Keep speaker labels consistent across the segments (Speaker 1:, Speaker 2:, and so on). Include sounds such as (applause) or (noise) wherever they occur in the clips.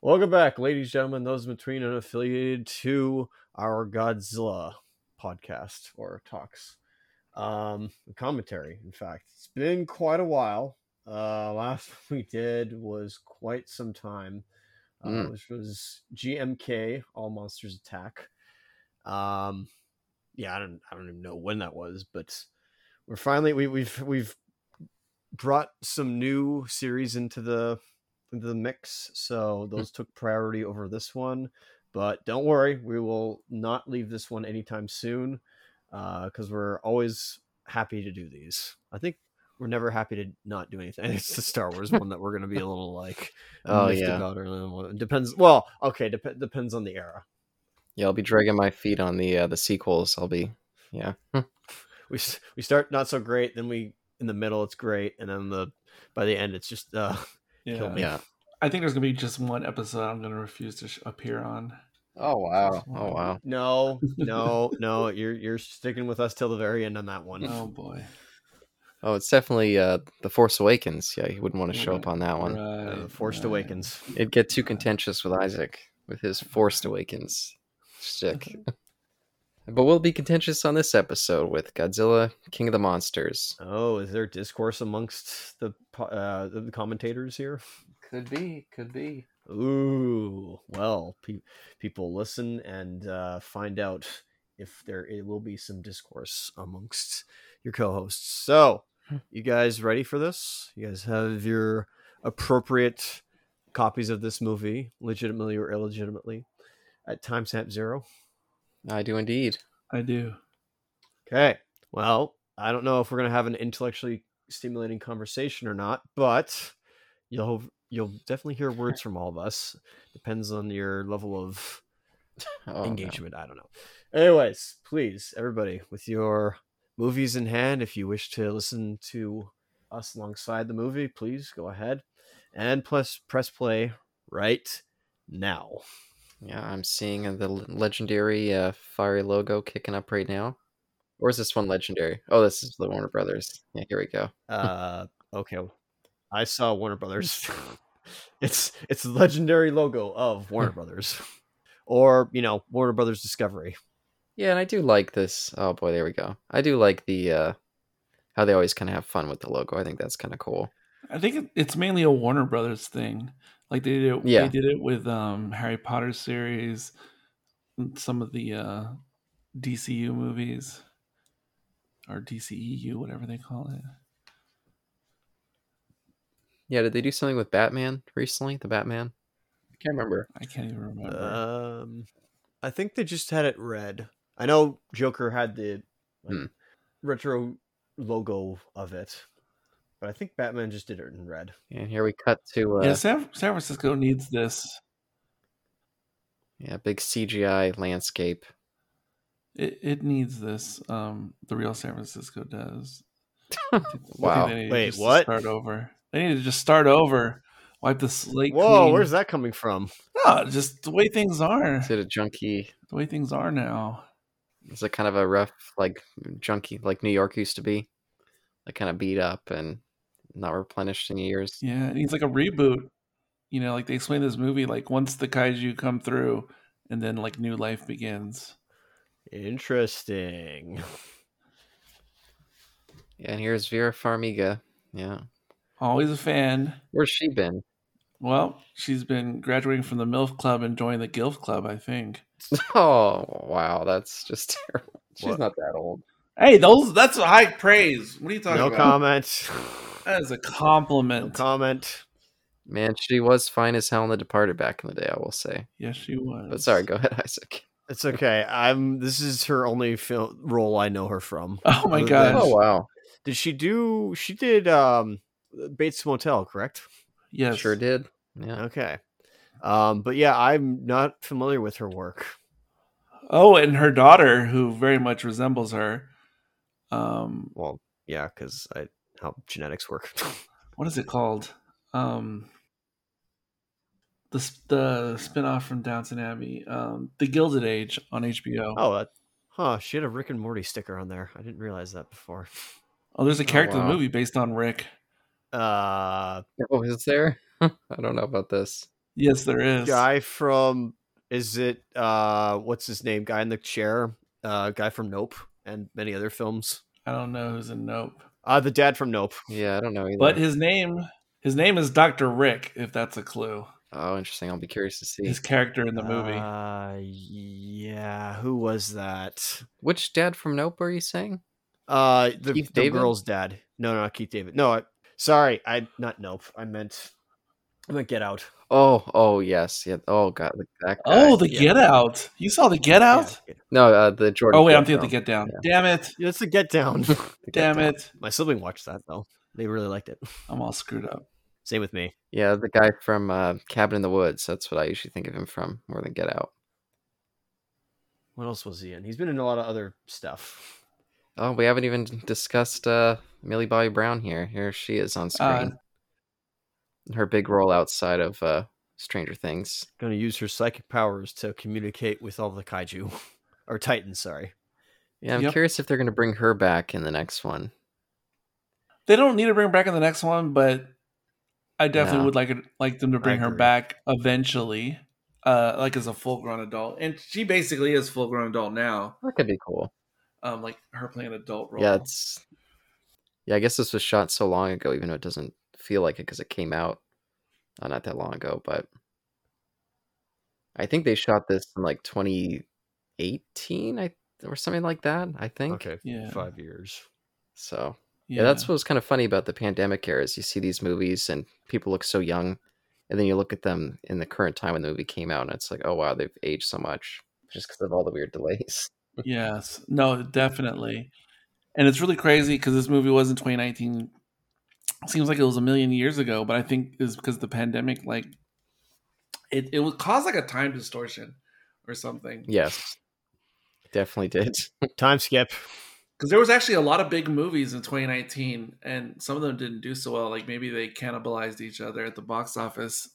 Speaker 1: Welcome back, ladies, gentlemen, those in between and affiliated to our Godzilla podcast or talks. Um, commentary, in fact. It's been quite a while. Uh, last (laughs) we did was quite some time, uh,
Speaker 2: Mm.
Speaker 1: which was GMK, All Monsters Attack. Um, yeah, I don't, I don't even know when that was, but we're finally we, we've we've brought some new series into the into the mix so those took priority over this one but don't worry we will not leave this one anytime soon because we're always happy to do these i think we're never happy to not do anything (laughs) it's the star wars one that we're going to be a little like
Speaker 2: (laughs) Oh,
Speaker 1: miffed
Speaker 2: yeah.
Speaker 1: about or a little- depends well okay dep- depends on the era
Speaker 2: Yeah, I'll be dragging my feet on the uh, the sequels. I'll be yeah.
Speaker 1: we s- we start not so great then we in the middle it's great and then the by the end it's just uh (laughs)
Speaker 3: Yeah.
Speaker 1: Kill me.
Speaker 2: Yeah.
Speaker 3: I think there's gonna be just one episode I'm gonna refuse to sh- appear on.
Speaker 2: Oh wow. Oh wow.
Speaker 1: No, no, no. You're you're sticking with us till the very end on that one.
Speaker 2: (laughs)
Speaker 3: Oh boy.
Speaker 2: Oh, it's definitely uh the Force Awakens. Yeah, he wouldn't want to show up
Speaker 3: Right.
Speaker 2: on that one.
Speaker 3: Right,
Speaker 1: Uh, The Forced
Speaker 3: right.
Speaker 1: Awakens.
Speaker 2: It'd get too contentious with Isaac with his Forced Awakens
Speaker 3: (laughs)
Speaker 2: stick. (laughs) but we'll be contentious on this episode with Godzilla, King of the Monsters.
Speaker 1: Oh, is there discourse amongst the po- uh, the commentators here?
Speaker 2: Could be. Could be.
Speaker 1: Ooh, well, pe- people listen and uh, find out if there it will be some discourse amongst your co-hosts. So, you guys ready for this? You guys have your appropriate copies of this movie, legitimately or illegitimately, at timestamp zero.
Speaker 2: I do indeed.
Speaker 3: I do.
Speaker 1: Okay. Well, I don't know if we're gonna have an intellectually stimulating conversation or not, but you'll you'll definitely hear words from all of us. Depends on your level of
Speaker 2: Oh, no.
Speaker 1: engagement. I don't know. Anyways, please, everybody, with your movies in hand, if you wish to listen to us alongside the movie, please go ahead and plus press play right
Speaker 2: (laughs)
Speaker 1: now.
Speaker 2: Yeah, I'm seeing the l- legendary uh, fiery logo kicking up right now. Or is this one legendary? Oh, this is the Warner Brothers. Yeah, here we go.
Speaker 1: Uh, okay. I saw Warner Brothers. (laughs) it's it's the legendary logo of
Speaker 2: (laughs)
Speaker 1: Warner Brothers, or you know Warner Brothers Discovery.
Speaker 2: Yeah, and I do like this. Oh boy, there we go. I do like the uh how they always kind of have fun with the logo. I think that's kind of cool.
Speaker 3: I think it- it's mainly a Warner Brothers thing. Like they did it,
Speaker 2: Yeah.
Speaker 3: they did it with um Harry Potter series, and some of the uh DCU movies or DCEU, whatever they call it.
Speaker 2: Yeah, did they do something with Batman recently? The Batman? I can't remember.
Speaker 3: I can't even remember.
Speaker 2: Uh,
Speaker 1: Um, I think they just had it red. I know Joker had the like,
Speaker 2: Hmm.
Speaker 1: retro logo of it, but I think Batman just did it in red.
Speaker 2: And here we cut to uh
Speaker 3: yeah, San, San Francisco needs this.
Speaker 2: yeah, big CGI landscape.
Speaker 3: It, it needs this. Um, the real San Francisco does.
Speaker 2: (laughs)
Speaker 3: I think
Speaker 2: Wow.
Speaker 3: they need
Speaker 1: Wait,
Speaker 3: just to
Speaker 1: what?
Speaker 3: Start over. They need to just start over. Wipe the slate
Speaker 1: Whoa,
Speaker 3: clean.
Speaker 1: where's that coming from?
Speaker 3: No, just the way things are.
Speaker 2: Is it a junkie?
Speaker 3: The way things are now.
Speaker 2: Is it kind of a rough like junkie like New York used to be? Like kind of beat up and not replenished in years.
Speaker 3: Yeah, it needs like a reboot. You know, like they explain this movie, like once the kaiju come through, and then like new life begins.
Speaker 1: Interesting.
Speaker 2: And here's Vera Farmiga. Yeah.
Speaker 3: Always a fan.
Speaker 2: Where's she
Speaker 3: (laughs)
Speaker 2: been?
Speaker 3: Well, she's been graduating from the MILF Club and joining the GILF Club, I think.
Speaker 2: Oh wow, that's just (laughs) terrible. She's
Speaker 1: What?
Speaker 2: not that old.
Speaker 3: Hey, those that's high praise. What are you talking
Speaker 1: No
Speaker 3: about?
Speaker 1: comment.
Speaker 3: That is a
Speaker 1: No
Speaker 3: compliment.
Speaker 1: comment.
Speaker 2: Man, she was fine as hell in The Departed back in the day, I will say.
Speaker 3: yes, she was.
Speaker 2: But sorry, go ahead, (laughs) Isaac.
Speaker 1: It's okay. I'm. This is her only fil- role I know her from.
Speaker 3: Oh my
Speaker 1: Other
Speaker 3: gosh.
Speaker 1: than-
Speaker 2: Oh wow,
Speaker 1: Did she do? She did um Bates Motel, correct?
Speaker 3: Yes.
Speaker 2: sure did. Yeah,
Speaker 1: Okay. Um, but yeah, I'm not familiar with her work.
Speaker 3: Oh, and her daughter, who very much resembles her. Um,
Speaker 1: Well, yeah, because I how genetics work. (laughs)
Speaker 3: Oh. what is it called? Um, the s- the spinoff from Downton Abbey, um, The Gilded Age on HBO.
Speaker 1: oh, that, huh. She had a Rick and Morty sticker on there. I didn't realize that before. (laughs)
Speaker 3: Oh, there's a character in
Speaker 2: wow.
Speaker 3: the movie based on Rick.
Speaker 1: Uh,
Speaker 2: (laughs) oh, is there? I don't know about this.
Speaker 3: Yes, there is.
Speaker 1: guy from is it uh what's his name? Guy in the chair, uh guy from Nope and many other films.
Speaker 3: I don't know who's in Nope,
Speaker 1: Uh the dad from Nope.
Speaker 2: Yeah, I don't know either.
Speaker 3: but his name his name is Doctor Rick. If that's a clue,
Speaker 2: oh, interesting. I'll be curious to see
Speaker 3: his character in the movie.
Speaker 1: Uh yeah, who was that?
Speaker 2: which dad from Nope are you saying?
Speaker 1: Uh the,
Speaker 2: Keith
Speaker 1: the
Speaker 2: David?
Speaker 1: girl's dad. No, no, not Keith David. No, I, sorry, I not Nope. I meant I meant Get Out.
Speaker 2: Oh, oh yes, yeah. Oh god, look at that guy.
Speaker 3: oh, the
Speaker 1: yeah.
Speaker 3: Get Out. You saw the Get
Speaker 1: Yeah,
Speaker 3: Out?
Speaker 1: Get-
Speaker 2: no, uh, the Jordan.
Speaker 3: Oh wait, I'm
Speaker 2: Peele
Speaker 3: thinking the
Speaker 2: film.
Speaker 3: Get Down. Damn it!
Speaker 1: yeah, that's the Get Down. (laughs)
Speaker 2: The Get
Speaker 3: Damn
Speaker 2: Down.
Speaker 3: it!
Speaker 1: My sibling watched that though. They really liked it. (laughs)
Speaker 3: I'm all screwed up.
Speaker 1: Same with me.
Speaker 2: Yeah, the guy from uh, Cabin in the Woods. That's what I usually think of him from more than Get Out.
Speaker 1: What else was he in? He's been in a lot of other stuff.
Speaker 2: Oh, we haven't even discussed uh, Millie Bobby Brown here. Here she is on
Speaker 3: Uh,
Speaker 2: screen. Her big role outside of uh, Stranger Things.
Speaker 1: Gonna use her psychic powers to communicate with all the kaiju. (laughs) Or Titans, sorry.
Speaker 2: Yeah, I'm
Speaker 3: Yep.
Speaker 2: curious if they're going to bring her back in the next one.
Speaker 3: they don't need to bring her back in the next one, but I definitely
Speaker 2: No.
Speaker 3: would like it, like them to bring her
Speaker 1: agree.
Speaker 3: back eventually, uh, like as a full grown adult. And she basically is full grown adult now.
Speaker 2: That could be cool.
Speaker 3: Um, like her playing an adult role.
Speaker 2: Yeah, it's. Yeah, I guess this was shot so long ago, even though it doesn't feel like it because it came out uh, not that long ago. But I think they shot this in like 2018, I or something like that. I think.
Speaker 1: Okay.
Speaker 3: Yeah.
Speaker 1: Five years.
Speaker 2: So yeah, that's what was kind of funny about the pandemic era is you see these movies and people look so young, and then you look at them in the current time when the movie came out, and it's like, oh wow, they've aged so much just because of all the weird delays. (laughs)
Speaker 3: yes, no, definitely. And it's really crazy because this movie was in 2019. Seems like it was a million years ago, but I think is because of the pandemic, like it, it would cause like a time distortion or something.
Speaker 2: Yes, definitely did.
Speaker 1: Time skip.
Speaker 3: because there was actually a lot of big movies in 2019 and some of them didn't do so well like maybe they cannibalized each other at the box office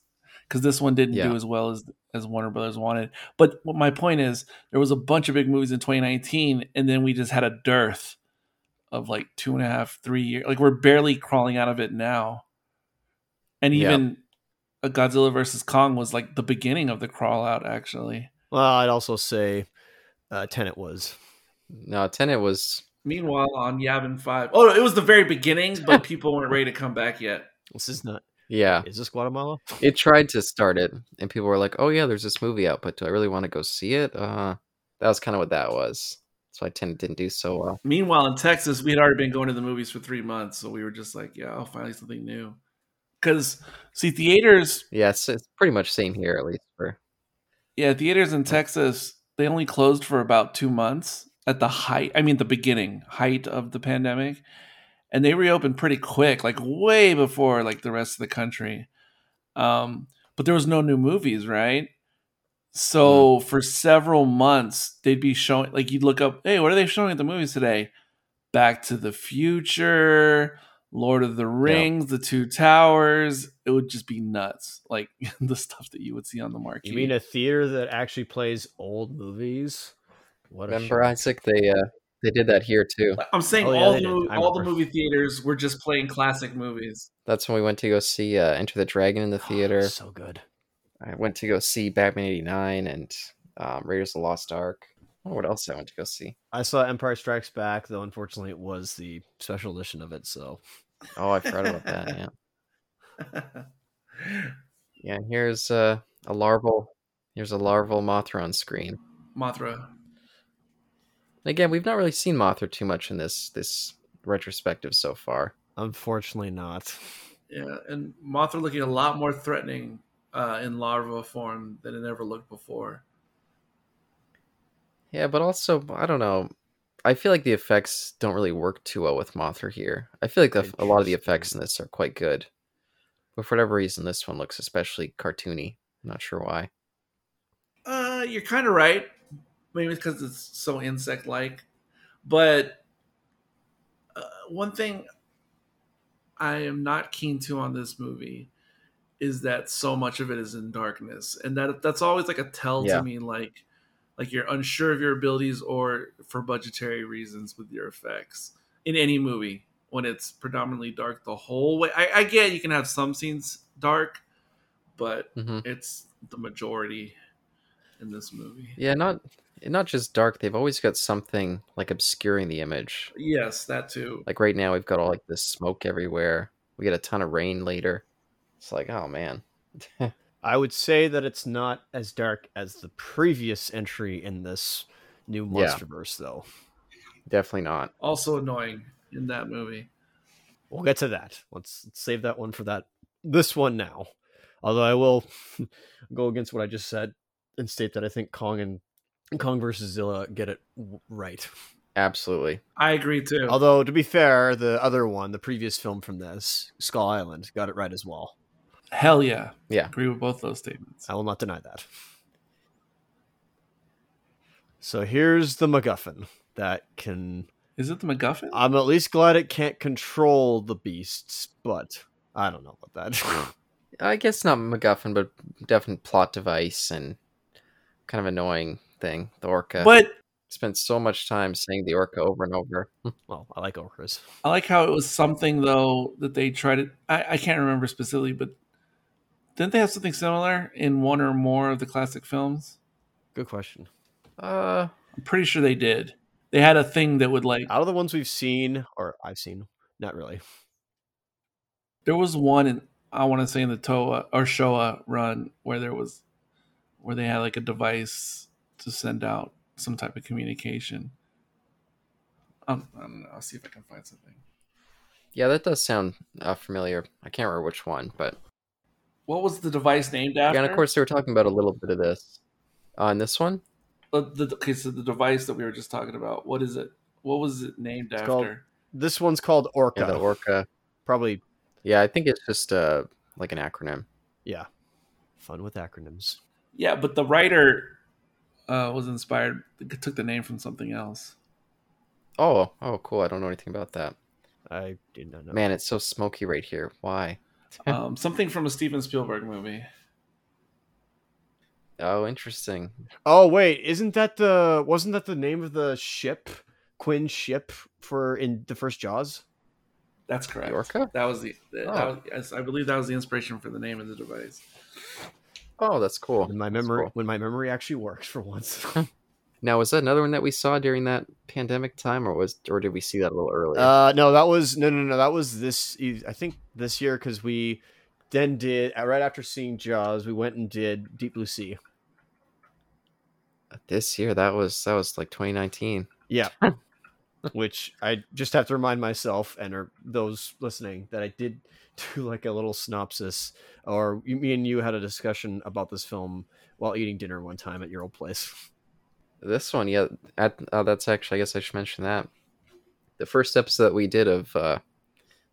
Speaker 3: because this one didn't
Speaker 2: Yeah.
Speaker 3: do as well as as warner brothers wanted but what my point is there was a bunch of big movies in 2019 and then we just had a dearth of like two and a half three years like we're barely crawling out of it now and
Speaker 2: Yeah.
Speaker 3: even a godzilla versus kong was like the beginning of the crawl out actually
Speaker 1: Well, I'd also say uh Tenet was.
Speaker 2: No, Tenet was
Speaker 3: meanwhile on yavin 5 oh it was the very beginning but people weren't ready to come back yet
Speaker 1: This is not
Speaker 2: yeah.
Speaker 1: is this Guatemala?
Speaker 2: It tried to start it, and people were like, "Oh yeah, there's this movie out, but do I really want to go see it?" Uh, that was kind of what that was. That's why Tenet didn't do so well.
Speaker 3: Meanwhile, in Texas, we had already been going to the movies for three months, so we were just like, "Yeah, oh, finally something new." Because see, theaters,
Speaker 2: Yeah, it's, it's pretty much same here at least for
Speaker 3: yeah, theaters in Texas, they only closed for about two months at the height. I mean, the beginning height of the pandemic, and they reopened pretty quick, like way before like the rest of the country. Um, but there was no new movies, right? So
Speaker 1: Hmm.
Speaker 3: for several months, they'd be showing like you'd look up, hey, what are they showing at the movies today? Back to the Future, Lord of the Rings, The Two Towers. It would just be nuts, like (laughs) the stuff that you would see on the market.
Speaker 1: You mean a theater that actually plays old movies? What a
Speaker 2: Remember
Speaker 1: shock.
Speaker 2: Isaac? They uh, they did that here too.
Speaker 3: I'm saying
Speaker 1: Oh, yeah,
Speaker 3: all
Speaker 1: they
Speaker 3: the
Speaker 1: did.
Speaker 3: movie,
Speaker 1: I
Speaker 3: all the
Speaker 1: remember.
Speaker 3: movie theaters were just playing classic movies. (laughs)
Speaker 2: That's when we went to go see uh, Enter the Dragon in the
Speaker 1: Oh,
Speaker 2: theater.
Speaker 1: Ah, so good.
Speaker 2: I went to go see Batman '89 and um, Raiders of the Lost Ark. Oh, what else I went to go see?
Speaker 1: I saw Empire Strikes Back, though unfortunately it was the special edition of it, so
Speaker 2: Oh, I forgot about that.
Speaker 1: (laughs)
Speaker 2: Yeah, yeah. And here's uh, a larval. Here's a larval Mothra on screen.
Speaker 3: Mothra.
Speaker 2: And again, we've not really seen Mothra too much in this this retrospective so far.
Speaker 1: unfortunately not.
Speaker 3: Yeah, and Mothra looking a lot more threatening uh, in larva form than it ever looked before.
Speaker 2: Yeah, but also I don't know. I feel like the effects don't really work too well with Mothra here. I feel like the, a lot of the effects in this are quite good, but for whatever reason, this one looks especially cartoony. I'm not sure why.
Speaker 3: Uh, you're kind of right. Maybe because it's so insect-like. But uh, one thing I am not keen to on this movie is that so much of it is in darkness, and that that's always like a tell
Speaker 2: Yeah.
Speaker 3: to me, like like you're unsure of your abilities or for budgetary reasons with your effects in any movie when it's predominantly dark the whole way. I, I get you can have some scenes dark, but
Speaker 2: hmm
Speaker 3: it's the majority in this movie.
Speaker 2: Yeah, not not just dark. They've always got something like obscuring the image.
Speaker 3: Yes, that too.
Speaker 2: Like right now, we've got all like this smoke everywhere. We get a ton of rain later. It's like, oh man,
Speaker 1: I would say that it's not as dark as the previous entry in this new
Speaker 2: Yeah.
Speaker 1: MonsterVerse, though.
Speaker 2: definitely not.
Speaker 3: Also annoying in that movie.
Speaker 1: We'll get to that. Let's, let's save that one for that. This one now. Although I will (laughs) go against what I just said and state that I think Kong and Kong versus Zilla get it w- right.
Speaker 2: Absolutely.
Speaker 3: I agree too.
Speaker 1: Although to be fair, the other one, the previous film from this, Skull Island, got it right as well.
Speaker 3: Hell yeah.
Speaker 2: Yeah.
Speaker 3: Agree with both those statements.
Speaker 1: I will not deny that. So here's the MacGuffin that can.
Speaker 3: Is it the MacGuffin?
Speaker 1: I'm at least glad it can't control the beasts, but I don't know about that.
Speaker 2: I guess not MacGuffin, but definite plot device and kind of annoying thing. The orca.
Speaker 3: but
Speaker 2: Spent so much time saying the orca over and over.
Speaker 1: (laughs) well, I like orcas.
Speaker 3: I like how it was something though that they tried to I, I can't remember specifically, but didn't they have something similar in one or more of the classic films?
Speaker 1: Good question.
Speaker 2: Uh,
Speaker 3: I'm pretty sure they did. They had a thing that would like
Speaker 1: Out of the ones we've seen, or I've seen, not really.
Speaker 3: there was one in I want to say in the Toa or Showa run where there was where they had like a device to send out some type of communication. Um, I don't know. I'll see if I can find something.
Speaker 2: yeah, that does sound uh, familiar. I can't remember which one, but
Speaker 3: What was the device named after?
Speaker 2: yeah, and of course they were talking about a little bit of this on this one.
Speaker 3: Uh, the, okay, so the device that we were just talking about. What is it? What was it named
Speaker 1: It's
Speaker 3: after?
Speaker 1: called- This one's called Orca.
Speaker 2: Yeah, the orca.
Speaker 1: Probably
Speaker 2: Yeah, I think it's just uh like an acronym.
Speaker 1: fun with acronyms.
Speaker 3: Yeah, but the writer uh, was inspired. Took the name from something
Speaker 2: (laughs)
Speaker 3: else.
Speaker 2: Oh, oh, cool. I don't know anything about that.
Speaker 1: I did not know.
Speaker 2: Man, it's so smoky right here. Why?
Speaker 3: um, something from a Steven Spielberg movie.
Speaker 2: Oh, interesting.
Speaker 1: Oh wait, isn't that the wasn't that the name of the ship? Quinn's ship for in the first Jaws?
Speaker 3: That's correct.
Speaker 2: The orca?
Speaker 3: That was the. that
Speaker 2: Oh.
Speaker 3: was- yes, I believe that was the inspiration for the name of the device.
Speaker 2: Oh, that's cool.
Speaker 1: When my
Speaker 2: That's
Speaker 1: memory
Speaker 2: cool.
Speaker 1: when my memory actually works for
Speaker 2: (laughs)
Speaker 1: once.
Speaker 2: Now, was that another one that we saw during that pandemic time, or was, or did we see that a little earlier?
Speaker 1: uh no, that was no no no, that was this e, I think this year cuz we then did uh, right after seeing Jaws, we went and did Deep Blue Sea.
Speaker 2: this year, that was that was like 2019.
Speaker 1: Yeah. Which I just have to remind myself and or those listening that I did (laughs) do like a little synopsis, or you- me and you had a discussion about this film while eating dinner one time at your old place. (laughs)
Speaker 2: This one, yeah, at, uh, that's actually. I guess I should mention that the first episode that we did of uh,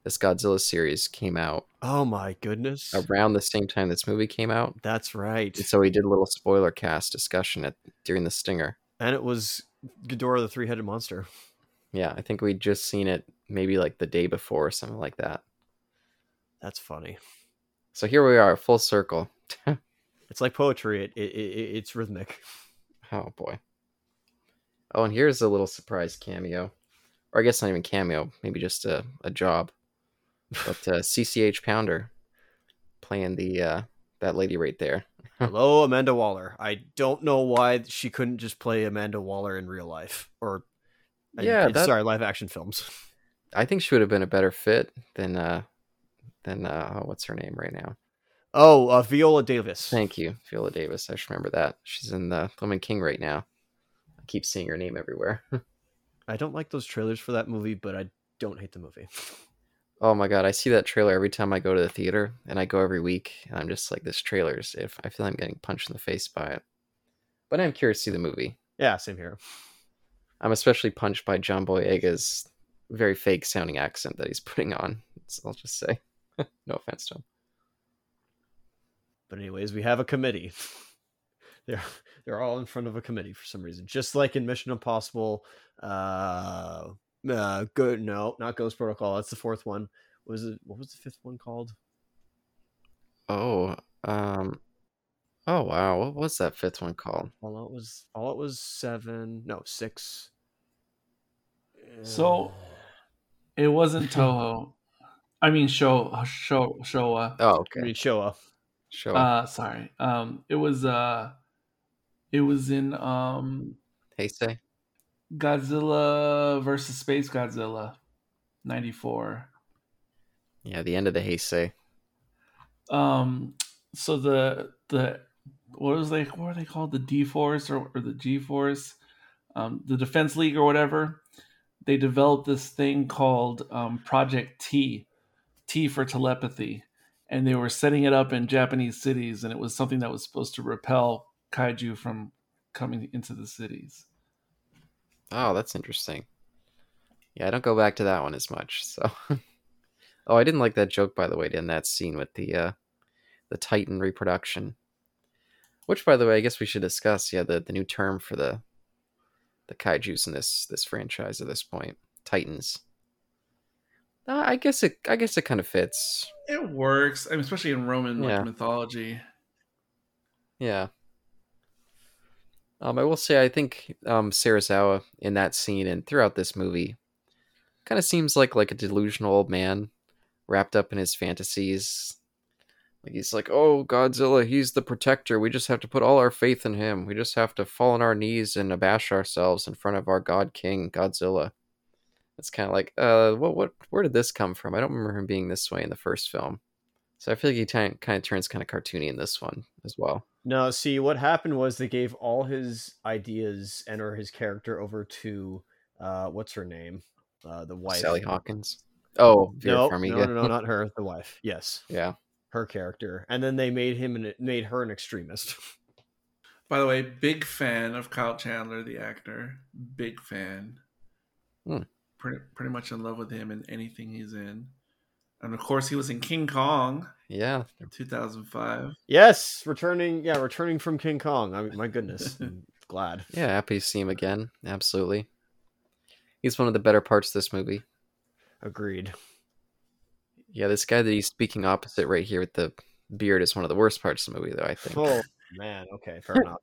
Speaker 2: this Godzilla series came out
Speaker 1: Oh my goodness,
Speaker 2: around the same time this movie came out,
Speaker 1: that's right.
Speaker 2: and so we did a little spoiler cast discussion at during the stinger.
Speaker 1: And it was Ghidorah the three-headed monster.
Speaker 2: Yeah, I think we'd just seen it maybe like the day before or something like that.
Speaker 1: That's funny.
Speaker 2: So here we are, full circle.
Speaker 1: It's like poetry. It, it, it it's rhythmic.
Speaker 2: Oh boy. Oh, and here's a little surprise cameo, or I guess not even cameo, maybe just a, a job. But uh, CCH Pounder playing the uh, that lady right there.
Speaker 1: Hello, Amanda Waller. I don't know why she couldn't just play Amanda Waller in real life or and-
Speaker 2: Yeah,
Speaker 1: and
Speaker 2: that-
Speaker 1: sorry, live action films.
Speaker 2: I think she would have been a better fit than uh, than uh, what's her name right now?
Speaker 1: Oh, uh, Viola Davis.
Speaker 2: Thank you, Viola Davis. I should remember that. She's in the Woman King right now. I keep seeing her name everywhere.
Speaker 1: I don't like those trailers for that movie, but I don't hate the movie.
Speaker 2: Oh my god, I see that trailer every time I go to the theater, and I go every week, and I'm just like, this trailer's if I feel I'm getting punched in the face by it. But I'm curious to see the movie.
Speaker 1: Yeah, same here.
Speaker 2: I'm especially punched by John Boyega's very fake sounding accent that he's (laughs) putting on. So I'll just say, (laughs) no offense to him.
Speaker 1: But anyways, we have a committee. (laughs) They're they're all in front of a committee for some reason, just like in Mission Impossible. Uh, uh good. No, not Ghost Protocol. That's the fourth one. What was it? What was the fifth one called?
Speaker 2: Oh, um, oh wow, what was that fifth one called?
Speaker 1: All out was all out was seven. No, six.
Speaker 3: So- It wasn't Toho. I mean, Show Show Showa.
Speaker 2: Oh,
Speaker 1: I
Speaker 2: okay,
Speaker 1: mean Showa.
Speaker 2: Show up.
Speaker 3: Uh, sorry. Um, it was uh, it was in um
Speaker 2: hey, say.
Speaker 3: Godzilla versus Space Godzilla, ninety four.
Speaker 2: Yeah, the end of the hey, say.
Speaker 3: Um, so the the what was they what are they called the D force or, or the G force, um, the Defense League or whatever. They developed this thing called um, Project T, T for telepathy, and they were setting it up in Japanese cities, and it was something that was supposed to repel kaiju from coming into the cities.
Speaker 2: Oh, that's interesting. Yeah, I don't go back to that one as much. So, (laughs) oh, I didn't like that joke by the way in that scene with the uh, the Titan reproduction. Which, by the way, I guess we should discuss. Yeah, the, the new term for the the kaiju's in this this franchise at this point, Titans. Uh, I guess it. I guess it kind of fits.
Speaker 3: It works, I mean, especially in Roman like,
Speaker 2: Yeah.
Speaker 3: mythology.
Speaker 2: Yeah. Um, I will say I think um Sarazawa in that scene and throughout this movie kind of seems like like a delusional old man wrapped up in his fantasies. Like he's like, "Oh, Godzilla, he's the protector. We just have to put all our faith in him. We just have to fall on our knees and abash ourselves in front of our god king, Godzilla." It's kind of like, "Uh, what what where did this come from? I don't remember him being this way in the first film." So I feel like he kind of turns kind of cartoony in this one as well.
Speaker 1: No, see what happened was they gave all his ideas and or his character over to uh what's her name? Uh the wife.
Speaker 2: Sally Hawkins. Oh, Vera
Speaker 1: no,
Speaker 2: Farmiga.
Speaker 1: no, no, no, not
Speaker 2: (laughs)
Speaker 1: her, the wife. Yes.
Speaker 2: yeah.
Speaker 1: Her character. And then they made him and made her an extremist. (laughs)
Speaker 3: By the way, big fan of Kyle Chandler, the actor. Big fan.
Speaker 2: Hmm.
Speaker 3: Pretty, pretty much in love with him in anything he's in. And of course, he was in King Kong
Speaker 2: Yeah.
Speaker 3: 2005.
Speaker 1: Yes, returning yeah, returning from King Kong. I mean my goodness. I'm glad.
Speaker 2: Yeah. Happy to see him again. Absolutely. He's one of the better parts of this movie.
Speaker 1: Agreed.
Speaker 2: Yeah, this guy that he's speaking opposite right here with the beard is one of the worst parts of the movie, though, I think.
Speaker 1: Oh man, okay, fair
Speaker 2: (laughs)
Speaker 1: enough.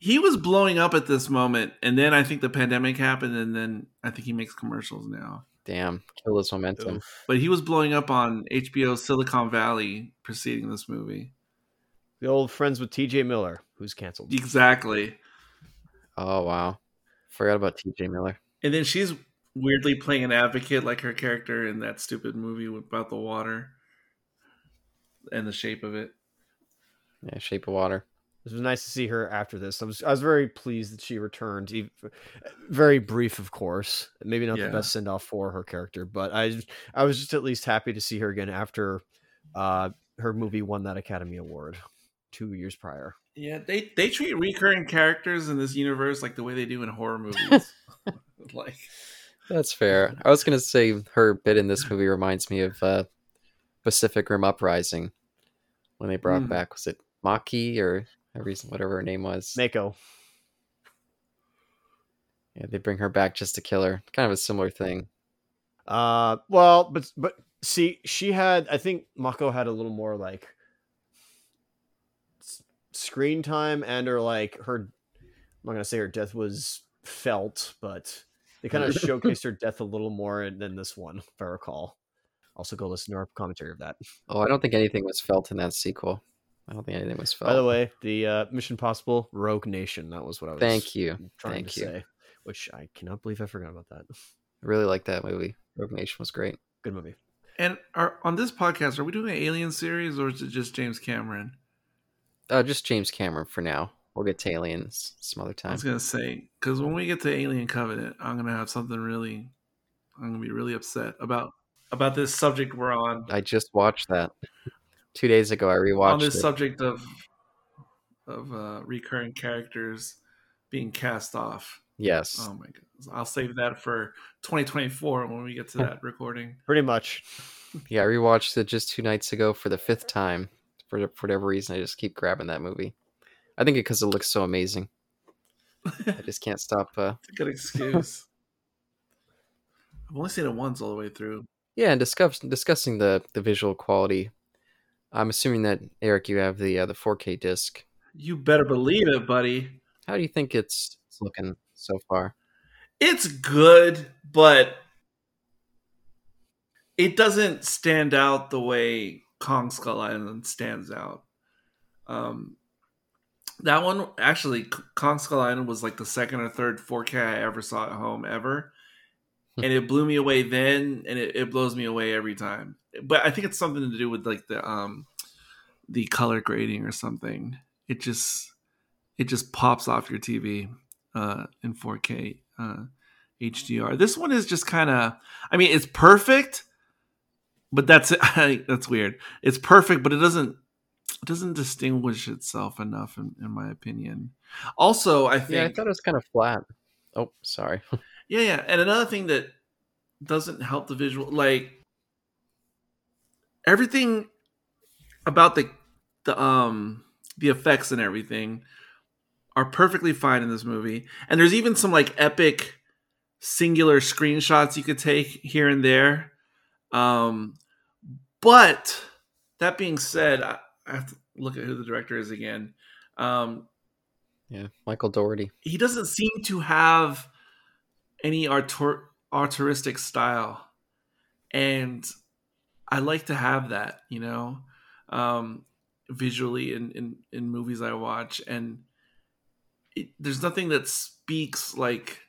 Speaker 3: He was blowing up at this moment. And then I think the pandemic happened. And then I think he makes commercials now.
Speaker 2: Damn. Kill his momentum.
Speaker 1: Oof.
Speaker 3: But he was blowing up on HBO Silicon Valley preceding this movie.
Speaker 1: The old friends with TJ Miller, who's canceled.
Speaker 3: Exactly.
Speaker 2: Oh, wow. Forgot about TJ Miller.
Speaker 3: And then she's weirdly playing an advocate like her character in that stupid movie about the water and the shape of it.
Speaker 2: Yeah, Shape of Water.
Speaker 1: It was nice to see her after this. I was, I was very pleased that she returned. ev- Very brief, of course. Maybe not
Speaker 3: Yeah.
Speaker 1: the best send off for her character, but I I was just at least happy to see her again after uh, her movie won that Academy Award two years prior.
Speaker 3: Yeah, they they treat recurring characters in this universe like the way they do in horror (laughs) movies. like
Speaker 2: That's fair. I was gonna say her bit in this movie reminds me of uh, Pacific Rim Uprising when they brought
Speaker 3: Hmm.
Speaker 2: back was it Maki or a reason whatever her name was.
Speaker 1: Mako.
Speaker 2: Yeah, they bring her back just to kill her. Kind of a similar thing.
Speaker 1: Uh, well, but but see, she had. I think Mako had a little more like s- screen time, and or like her. I'm not gonna say her death was felt, but they
Speaker 2: (laughs)
Speaker 1: kind of showcased her death a little more in- than this one, if I recall. Also, go listen to our commentary of that.
Speaker 2: Oh, I don't think anything was felt in that sequel. I don't think anything was felt.
Speaker 1: By the way, the uh, Mission Possible Rogue Nation. That was what I was
Speaker 2: thank you.
Speaker 1: trying
Speaker 2: thank
Speaker 1: to
Speaker 2: you.
Speaker 1: say, which I cannot believe I forgot about that.
Speaker 2: I really like that movie. Rogue Nation was great.
Speaker 1: Good movie.
Speaker 3: and are on this podcast, are we doing an alien series or is it just James Cameron?
Speaker 2: Uh, just James Cameron for now. We'll get to aliens some other
Speaker 3: I
Speaker 2: time.
Speaker 3: was gonna say, because when we get to Alien Covenant, I'm gonna have something really I'm gonna be really upset about about this subject we're on.
Speaker 2: I just watched that two days ago. I rewatched
Speaker 3: on this
Speaker 2: it.
Speaker 3: subject of of uh, recurring characters being cast off.
Speaker 2: yes.
Speaker 3: Oh my god! I'll save that for 2024 when we get to that recording. (laughs)
Speaker 1: Pretty much.
Speaker 2: Yeah, I rewatched it just two nights ago for the fifth time. For, for whatever reason, I just keep grabbing that movie. I think because it looks so amazing. I
Speaker 3: it's
Speaker 2: just can't stop. Uh...
Speaker 3: a good excuse. I've only seen it once all the way through.
Speaker 2: Yeah, and discuss, discussing the, the visual quality. I'm assuming that Eric, you have the uh, the 4K disc.
Speaker 3: You better believe it, buddy.
Speaker 2: How do you think it's, it's looking so far?
Speaker 3: It's good, but it doesn't stand out the way Kong Skull Island stands out. Um, that one actually, K- Kong Skull Island was like the second or third 4K I ever saw at home ever,
Speaker 2: (laughs)
Speaker 3: and it blew me away then, and it, it blows me away every time. But I think it's something to do with like the um, the color grading or something. It just it just pops off your TV uh, in 4K uh, HDR. This one is just kind of, I mean, it's perfect, but that's it. (laughs) that's weird. It's perfect, but it doesn't it doesn't distinguish itself enough, in, in my opinion. Also, I think
Speaker 2: Yeah, I thought it was kind of flat. Oh, sorry. (laughs)
Speaker 3: yeah, yeah. And another thing that doesn't help the visual, like everything about the the um the effects and everything are perfectly fine in this movie. And there's even some like epic singular screenshots you could take here and there. Um but that being said, I, I have to look at who the director is again. Um
Speaker 2: Yeah, Michael Doherty.
Speaker 3: he doesn't seem to have any artur- artistic style and i like to have that you know um visually in in, in movies i watch and it, there's nothing that speaks like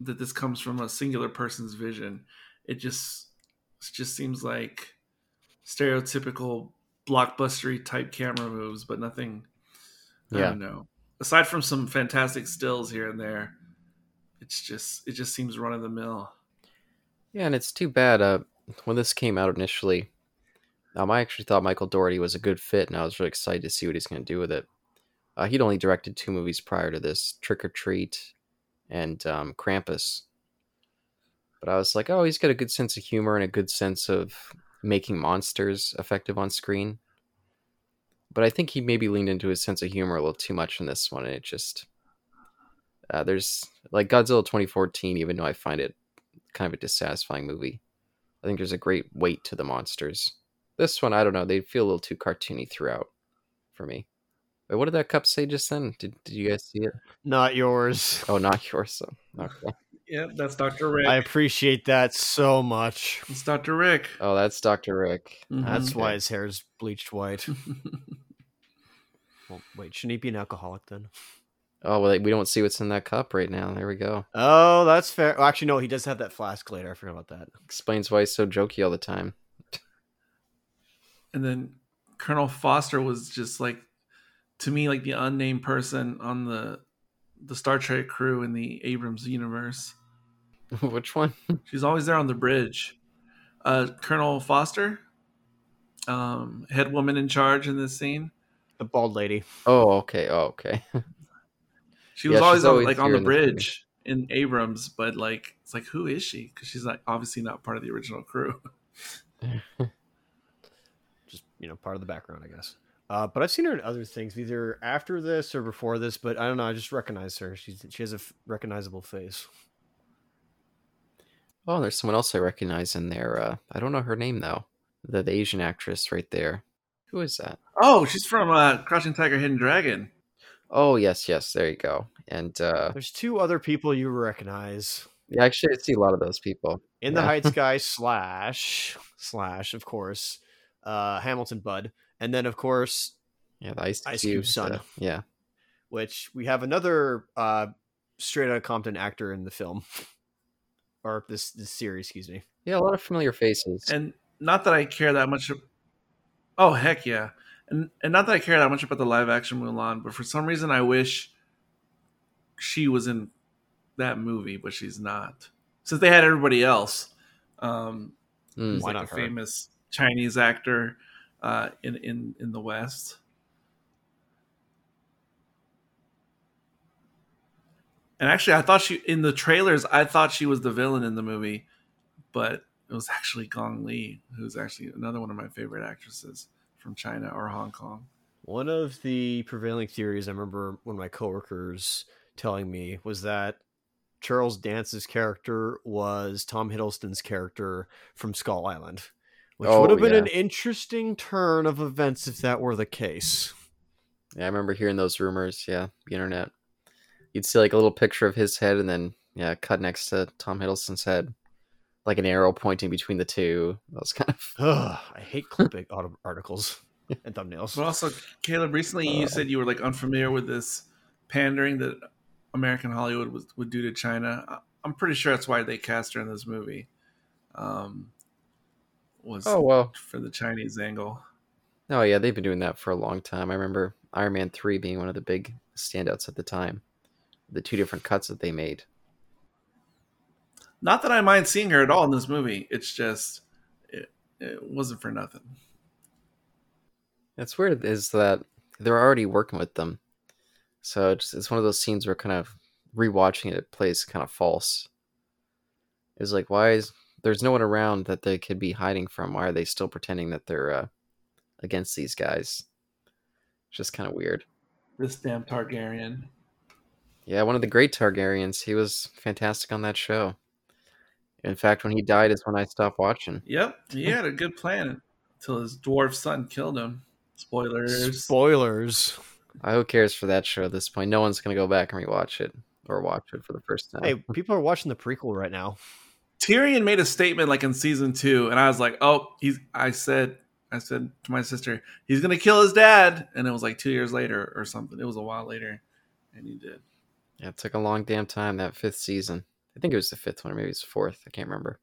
Speaker 3: that this comes from a singular person's vision it just it just seems like stereotypical blockbustery type camera moves but nothing i
Speaker 2: Yeah.
Speaker 3: don't know aside from some fantastic stills here and there, it's just it just seems run of the mill.
Speaker 2: Yeah, and it's too bad. Uh, when this came out initially, um, I actually thought Michael Doherty was a good fit, and I was really excited to see what he's going to do with it. Uh, he'd only directed two movies prior to this: Trick or Treat and um, Krampus. But I was like, oh, he's got a good sense of humor and a good sense of making monsters effective on screen. But I think he maybe leaned into his sense of humor a little too much in this one, and it just uh, there's like Godzilla 2014. Even though I find it kind of a dissatisfying movie. I think there's a great weight to the monsters. This one, I don't know, they feel a little too cartoony throughout for me. Wait, what did that cup say just then? Did, did you guys see it?
Speaker 1: Not yours.
Speaker 2: Oh, not (laughs) yours. So. Okay.
Speaker 3: Yeah, that's Dr. Rick.
Speaker 1: I appreciate that so much.
Speaker 3: It's Dr. Rick.
Speaker 2: Oh, that's Dr. Rick.
Speaker 3: Mhm.
Speaker 1: That's
Speaker 2: Okay.
Speaker 1: why his hair's bleached white.
Speaker 3: Mm-hmm.
Speaker 1: Well, wait, shouldn't he be an alcoholic then?
Speaker 2: Oh, well, we don't see what's in that cup right now. There we go.
Speaker 1: Oh, that's fair. Well, actually, no, he does have that flask later. I forgot about that.
Speaker 2: Explains why he's so jokey all the time.
Speaker 3: (laughs)
Speaker 2: (laughs)
Speaker 3: and then Colonel Foster was just like to me like the unnamed person on the the Star Trek crew in the Abrams universe.
Speaker 2: Which one?
Speaker 3: She's always there on the bridge. Uh, Colonel Foster, um, head woman in charge in this scene.
Speaker 1: The bald lady.
Speaker 2: Oh, okay. Oh, okay. (laughs)
Speaker 3: She
Speaker 2: Yeah,
Speaker 3: was
Speaker 2: she's
Speaker 3: always, on-
Speaker 2: always
Speaker 3: like on
Speaker 2: here
Speaker 3: the
Speaker 2: in the movie.
Speaker 3: bridge in Abrams, but like it's like who is she? Because she's like obviously not part of the original crew. (laughs)
Speaker 1: Just, you know, part of the background, I guess. Uh, but I've seen her in other things, either after this or before this, but I don't know. I just recognize her. She's, she has a f- recognizable face.
Speaker 2: Oh, and there's someone else I recognize in there. Uh, I don't know her name, though. The, the Asian actress right there. Who is that?
Speaker 3: Oh, she's from uh, Crouching Tiger, Hidden Dragon.
Speaker 2: Oh, yes, yes. There you go. And uh,
Speaker 1: There's two other people you recognize.
Speaker 2: Yeah, actually, I see a lot of those people.
Speaker 1: In the (laughs)
Speaker 2: Yeah.
Speaker 1: Heights guy slash slash of course, uh, Hamilton Bud, and then of course,
Speaker 2: Yeah, the Ice,
Speaker 1: Ice Cube
Speaker 2: Cube's,
Speaker 1: son.
Speaker 2: uh, yeah,
Speaker 1: which we have another uh, straight out Compton actor in the film (laughs) or this this series, excuse me.
Speaker 2: yeah, a lot of familiar faces.
Speaker 3: And not that I care that much. ab- Oh heck yeah! And and not that I care that much about the live action Mulan, but for some reason I wish she was in that movie, but she's not. Since they had everybody else, um,
Speaker 2: Mm.
Speaker 3: who's
Speaker 1: Why
Speaker 3: like
Speaker 1: not
Speaker 3: a
Speaker 1: her?
Speaker 3: famous Chinese actor uh, in in in the West. And actually, I thought she in the trailers. I thought she was the villain in the movie, but it was actually Gong Li, who's actually another one of my favorite actresses from China or Hong Kong.
Speaker 1: One of the prevailing theories I remember one of my coworkers telling me was that Charles Dance's character was Tom Hiddleston's character from Skull Island, which
Speaker 2: Oh,
Speaker 1: would have been
Speaker 2: yeah.
Speaker 1: an interesting turn of events if that were the case. (sighs)
Speaker 2: Yeah, I remember hearing those rumors. Yeah, the internet. You'd see like a little picture of his head, and then yeah, cut next to Tom Hiddleston's head, like an arrow pointing between the two. That was kind of
Speaker 1: (laughs) Ugh, I hate clip articles. and thumbnails.
Speaker 3: But also, Caleb, recently you said you were like unfamiliar with this pandering that American Hollywood was, would do to China. I- I'm pretty sure that's why they cast her in this movie. Um, was
Speaker 2: Oh well.
Speaker 3: for the Chinese angle.
Speaker 2: Oh yeah, they've been doing that for a long time. I remember Iron Man three being one of the big standouts at the time. The two different cuts that they made.
Speaker 3: Not that I mind seeing her at all in this movie. It's just it, it wasn't for nothing.
Speaker 2: That's weird is that they're already working with them. So it's, it's one of those scenes where kind of rewatching it, it plays kind of false. It's like, why is there's no one around that they could be hiding from? Why are they still pretending that they're uh, against these guys? It's just kind of weird.
Speaker 3: This damn Targaryen.
Speaker 2: Yeah, one of the great Targaryens. He was fantastic on that show. In fact, when he died is when I stopped watching.
Speaker 3: Yep, he had a good plan until his dwarf son killed him.
Speaker 2: (laughs)
Speaker 3: Spoilers.
Speaker 1: Spoilers.
Speaker 2: I who cares for that show at this point? No one's gonna go back and rewatch it or watch it for the first time.
Speaker 1: Hey, people are watching the prequel right now.
Speaker 3: Tyrion made a statement like in season two, and I was like, "Oh, he's." I said, I said to my sister, "He's gonna kill his dad," and it was like two years later or something. It was a while later, and he did.
Speaker 2: Yeah, it took a long damn time that fifth season. I think it was the fifth one, or maybe it's fourth. I can't remember.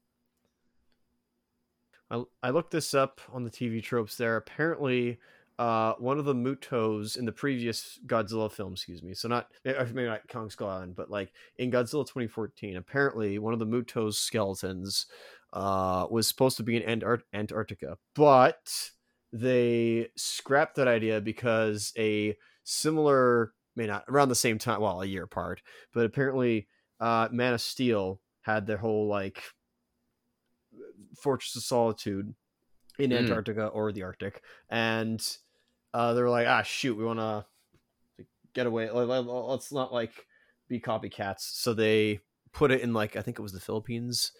Speaker 1: I, I looked this up on the TV tropes there. Apparently, uh, one of the Mutos in the previous Godzilla film, excuse me, so not eh, maybe not Kong Skull Island, but like in Godzilla 2014, apparently one of the Mutos skeletons uh, was supposed to be in Antar- Antarctica, but they scrapped that idea because a similar, may not around the same time, well, a year apart, but apparently uh, Man of Steel had their whole like Fortress of Solitude in
Speaker 2: Mm.
Speaker 1: Antarctica or the Arctic, and uh, they were like, ah, shoot, we want to get away. Let- let- Let's not like be copycats. So they put it in like I think it was the Philippines,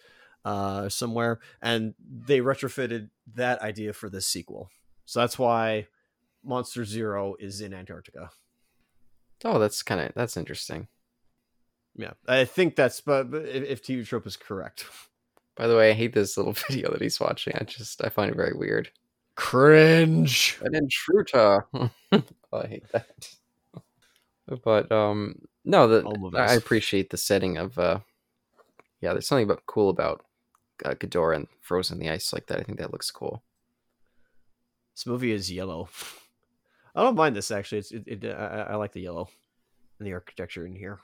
Speaker 1: uh, somewhere, and they retrofitted that idea for this sequel. So that's why Monster Zero is in Antarctica.
Speaker 2: Oh, that's kind of that's interesting.
Speaker 1: Yeah, I think that's but but if, if TV Trope is correct,
Speaker 2: By the way, I hate this little (laughs) video that he's watching. I just I find it very weird.
Speaker 1: cringe.
Speaker 2: An intruder. (laughs) oh, I hate that. (laughs) But um, no,
Speaker 1: All
Speaker 2: the,
Speaker 1: of
Speaker 2: I
Speaker 1: us.
Speaker 2: appreciate the setting of uh, yeah. There's something about cool about uh, Ghidorah and frozen in the ice like that. I think that looks cool.
Speaker 1: This movie is yellow. (laughs) I don't mind this actually. It's it, it I, I- I like the yellow and the architecture in here.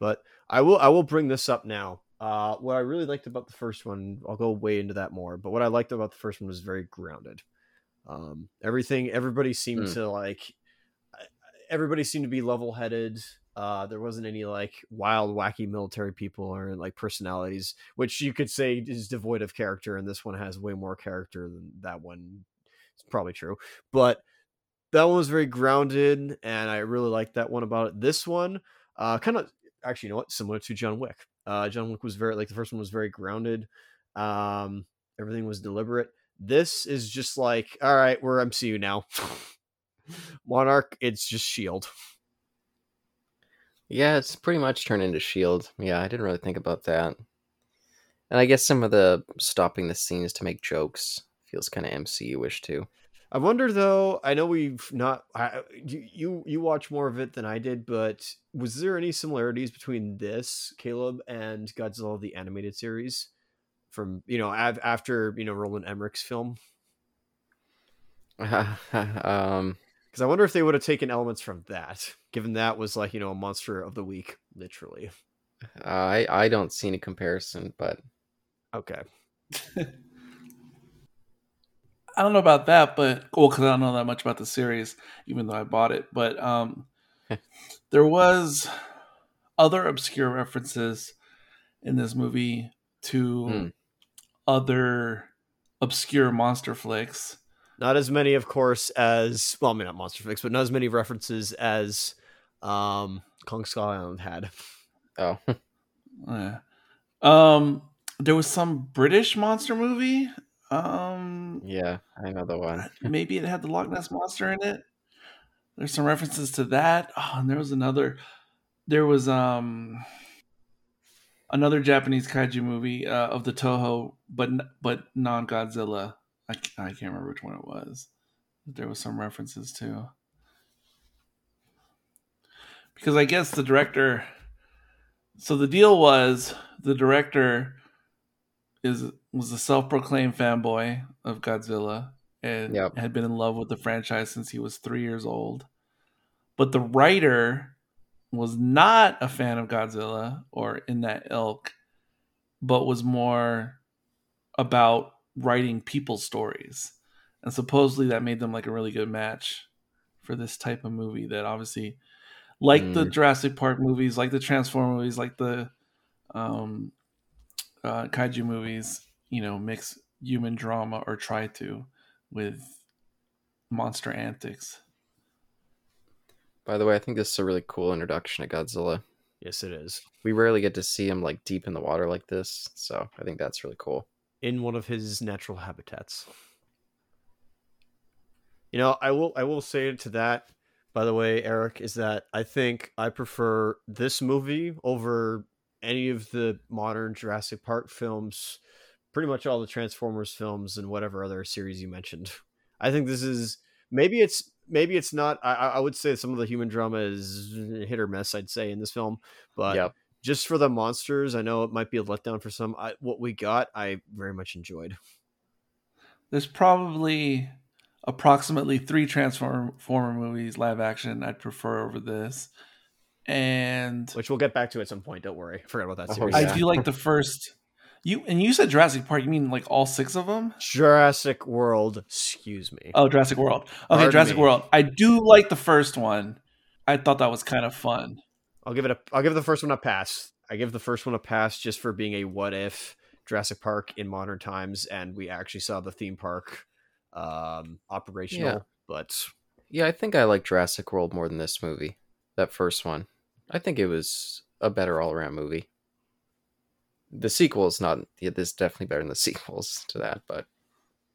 Speaker 1: But I will I will bring this up now. Uh, what I really liked about the first one, I'll go way into that more. But what I liked about the first one was very grounded. Um, everything everybody seemed
Speaker 2: Hmm.
Speaker 1: to like. Everybody seemed to be level headed. Uh, there wasn't any like wild, wacky military people or like personalities, which you could say is devoid of character. And this one has way more character than that one. It's probably true, but that one was very grounded, and I really liked that one about it. This one, uh, kind of actually, you know what? Similar to John Wick. Uh, John Wick was very like the first one was very grounded. Um, everything was deliberate. This is just like, all right, we're MCU now. (laughs) Monarch, it's just Shield.
Speaker 2: Yeah, it's pretty much turned into Shield. Yeah, I didn't really think about that. And I guess some of the stopping the scenes to make jokes feels kind of MCU-ish too. (laughs)
Speaker 1: I wonder though. I know we've not. I, you you you watch more of it than I did, but was there any similarities between this Caleb and Godzilla the animated series from you know av- after you know Roland Emmerich's film?
Speaker 2: um,
Speaker 1: Because I wonder if they would have taken elements from that, given that was like you know a monster of the week, literally.
Speaker 2: I I don't see any comparison, but
Speaker 1: Okay,
Speaker 3: I don't know about that, but well, because I don't know that much about the series, even though I bought it. But um, there was other obscure references in this movie to
Speaker 2: Hmm.
Speaker 3: other obscure monster flicks.
Speaker 1: not as many, of course, as well. I mean, not Monster Fix, but not as many references as um Kong Skull Island had.
Speaker 2: oh, (laughs)
Speaker 3: Yeah. Um, there was some British monster movie. Um,
Speaker 2: yeah, I know the one.
Speaker 3: maybe it had the Loch Ness monster in it. There's some references to that. Oh, and there was another. There was um another Japanese kaiju movie uh, of the Toho, but n- but non Godzilla. I, c- I can't remember which one it was. there was some references to. Because I guess the director so the deal was the director is was a self-proclaimed fanboy of Godzilla and
Speaker 2: Yep.
Speaker 3: had been in love with the franchise since he was 3 years old. But the writer was not a fan of Godzilla or in that ilk but was more about writing people stories. And supposedly that made them like a really good match for this type of movie that obviously like the Jurassic Park movies, like the Transform movies, like the um uh kaiju movies, you know, mix human drama or try to with monster antics.
Speaker 2: By the way, I think this is a really cool introduction to Godzilla.
Speaker 1: Yes, it is.
Speaker 2: We rarely get to see him like deep in the water like this, so I think that's really cool.
Speaker 1: in one of his natural habitats. You know, I will I will say to that, by the way, Eric, is that I think I prefer this movie over any of the modern Jurassic Park films, pretty much all the Transformers films and whatever other series you mentioned. I think this is maybe it's maybe it's not I, I I would say some of the human drama is hit or miss, I'd say, in this film. But
Speaker 2: yep.
Speaker 1: just for the monsters, I know it might be a letdown for some. I, what we got, I very much enjoyed.
Speaker 3: There's probably approximately three Transformer movies live action I'd prefer over this. And
Speaker 1: Which we'll get back to at some point. Don't worry, I forgot about
Speaker 2: Oh,
Speaker 1: that series.
Speaker 3: I
Speaker 2: yeah.
Speaker 3: do like the first. You and you said Jurassic Park. You mean like all six of them?
Speaker 1: Jurassic World, excuse me.
Speaker 3: Oh, Jurassic World. Okay,
Speaker 1: Pardon
Speaker 3: Jurassic
Speaker 1: me.
Speaker 3: World. I do like the first one. I thought that was kind of fun.
Speaker 1: I'll give it a. I'll give the first one a pass. I give the first one a pass just for being a what if Jurassic Park in modern times, and we actually saw the theme park um, operational.
Speaker 2: Yeah.
Speaker 1: But
Speaker 2: Yeah, I think I like Jurassic World more than this movie. That first one. I think it was a better all around movie. The sequel is not yeah, this is definitely better than the (laughs) sequels to that, but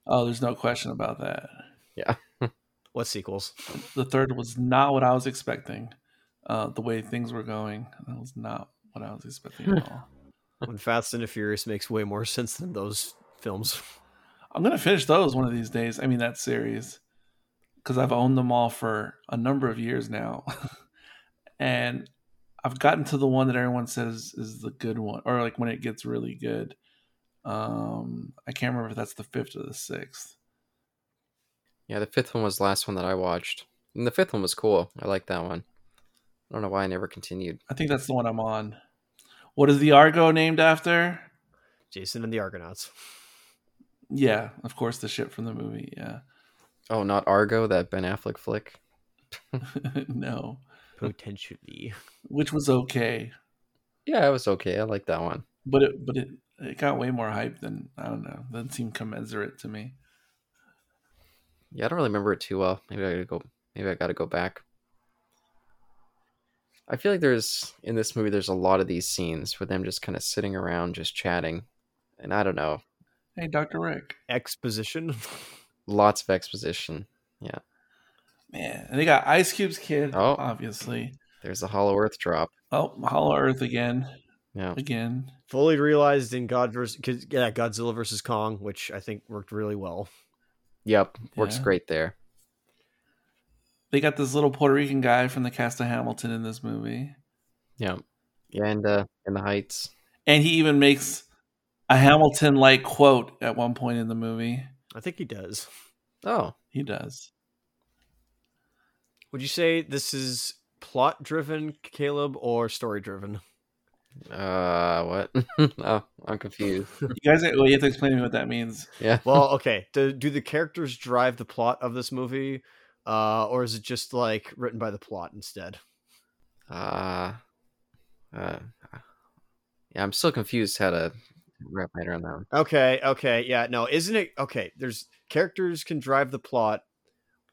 Speaker 3: Oh, there's no question about that.
Speaker 1: what sequels?
Speaker 3: The third was not what I was expecting. Uh, the way things were going, that was not what I was expecting
Speaker 1: (laughs)
Speaker 3: at all.
Speaker 1: when Fast and the Furious makes way more sense than those films.
Speaker 3: I'm gonna finish those one of these days. I mean that series, because I've owned them all for a number of years now, (laughs) and I've gotten to the one that everyone says is the good one, or like when it gets really good. Um, I can't remember if that's the fifth or the sixth.
Speaker 2: yeah, the fifth one was the last one that I watched. And the fifth one was cool. I like that one. I don't know why I never continued.
Speaker 3: I think that's the one I'm on. What is the Argo named after?
Speaker 1: Jason and the
Speaker 3: (laughs)
Speaker 1: Argonauts.
Speaker 3: Yeah, of course, the ship from the movie. Yeah, (laughs)
Speaker 2: Oh, not Argo, that Ben Affleck flick.
Speaker 3: no,
Speaker 1: Potentially.
Speaker 3: which was okay,
Speaker 2: Yeah, it was okay. I like that one.
Speaker 3: but it but it it got way more hype than I don't know. Doesn't seem commensurate to me.
Speaker 2: Yeah, I don't really remember it too well. Maybe I gotta go. Maybe I gotta go back. I feel like there's in this movie there's a lot of these scenes with them just kind of sitting around just chatting, and I don't know,
Speaker 3: Hey, Doctor Rick.
Speaker 1: Exposition. (laughs)
Speaker 2: lots of exposition.
Speaker 3: Man, and they got Ice Cube's kid,
Speaker 2: Oh.
Speaker 3: obviously.
Speaker 2: There's a Hollow Earth drop.
Speaker 3: Oh, Hollow Earth again,
Speaker 2: Yeah,
Speaker 3: again.
Speaker 1: fully realized in God versus yeah, Godzilla versus Kong, which I think worked really well.
Speaker 2: yep, works
Speaker 3: Yeah.
Speaker 2: great there.
Speaker 3: They got this little Puerto Rican guy from the cast of Hamilton in this movie,
Speaker 2: Yeah, yeah, and uh, in the heights.
Speaker 3: and he even makes a Hamilton-like quote at one point in the movie.
Speaker 1: I think he does.
Speaker 2: Oh,
Speaker 3: He (laughs) does.
Speaker 1: Would you say this is plot driven, Caleb, or story driven?
Speaker 2: uh, what? (laughs) oh, I'm confused.
Speaker 3: You guys, well, you have to explain to me what that means.
Speaker 2: Yeah,
Speaker 1: Well, okay. Do, do the characters drive the plot of this movie, uh, or is it just like written by the plot instead?
Speaker 2: uh, uh, yeah, I'm still confused how to wrap my head around that one.
Speaker 1: Okay, okay, yeah, no, isn't it okay? There's characters can drive the plot,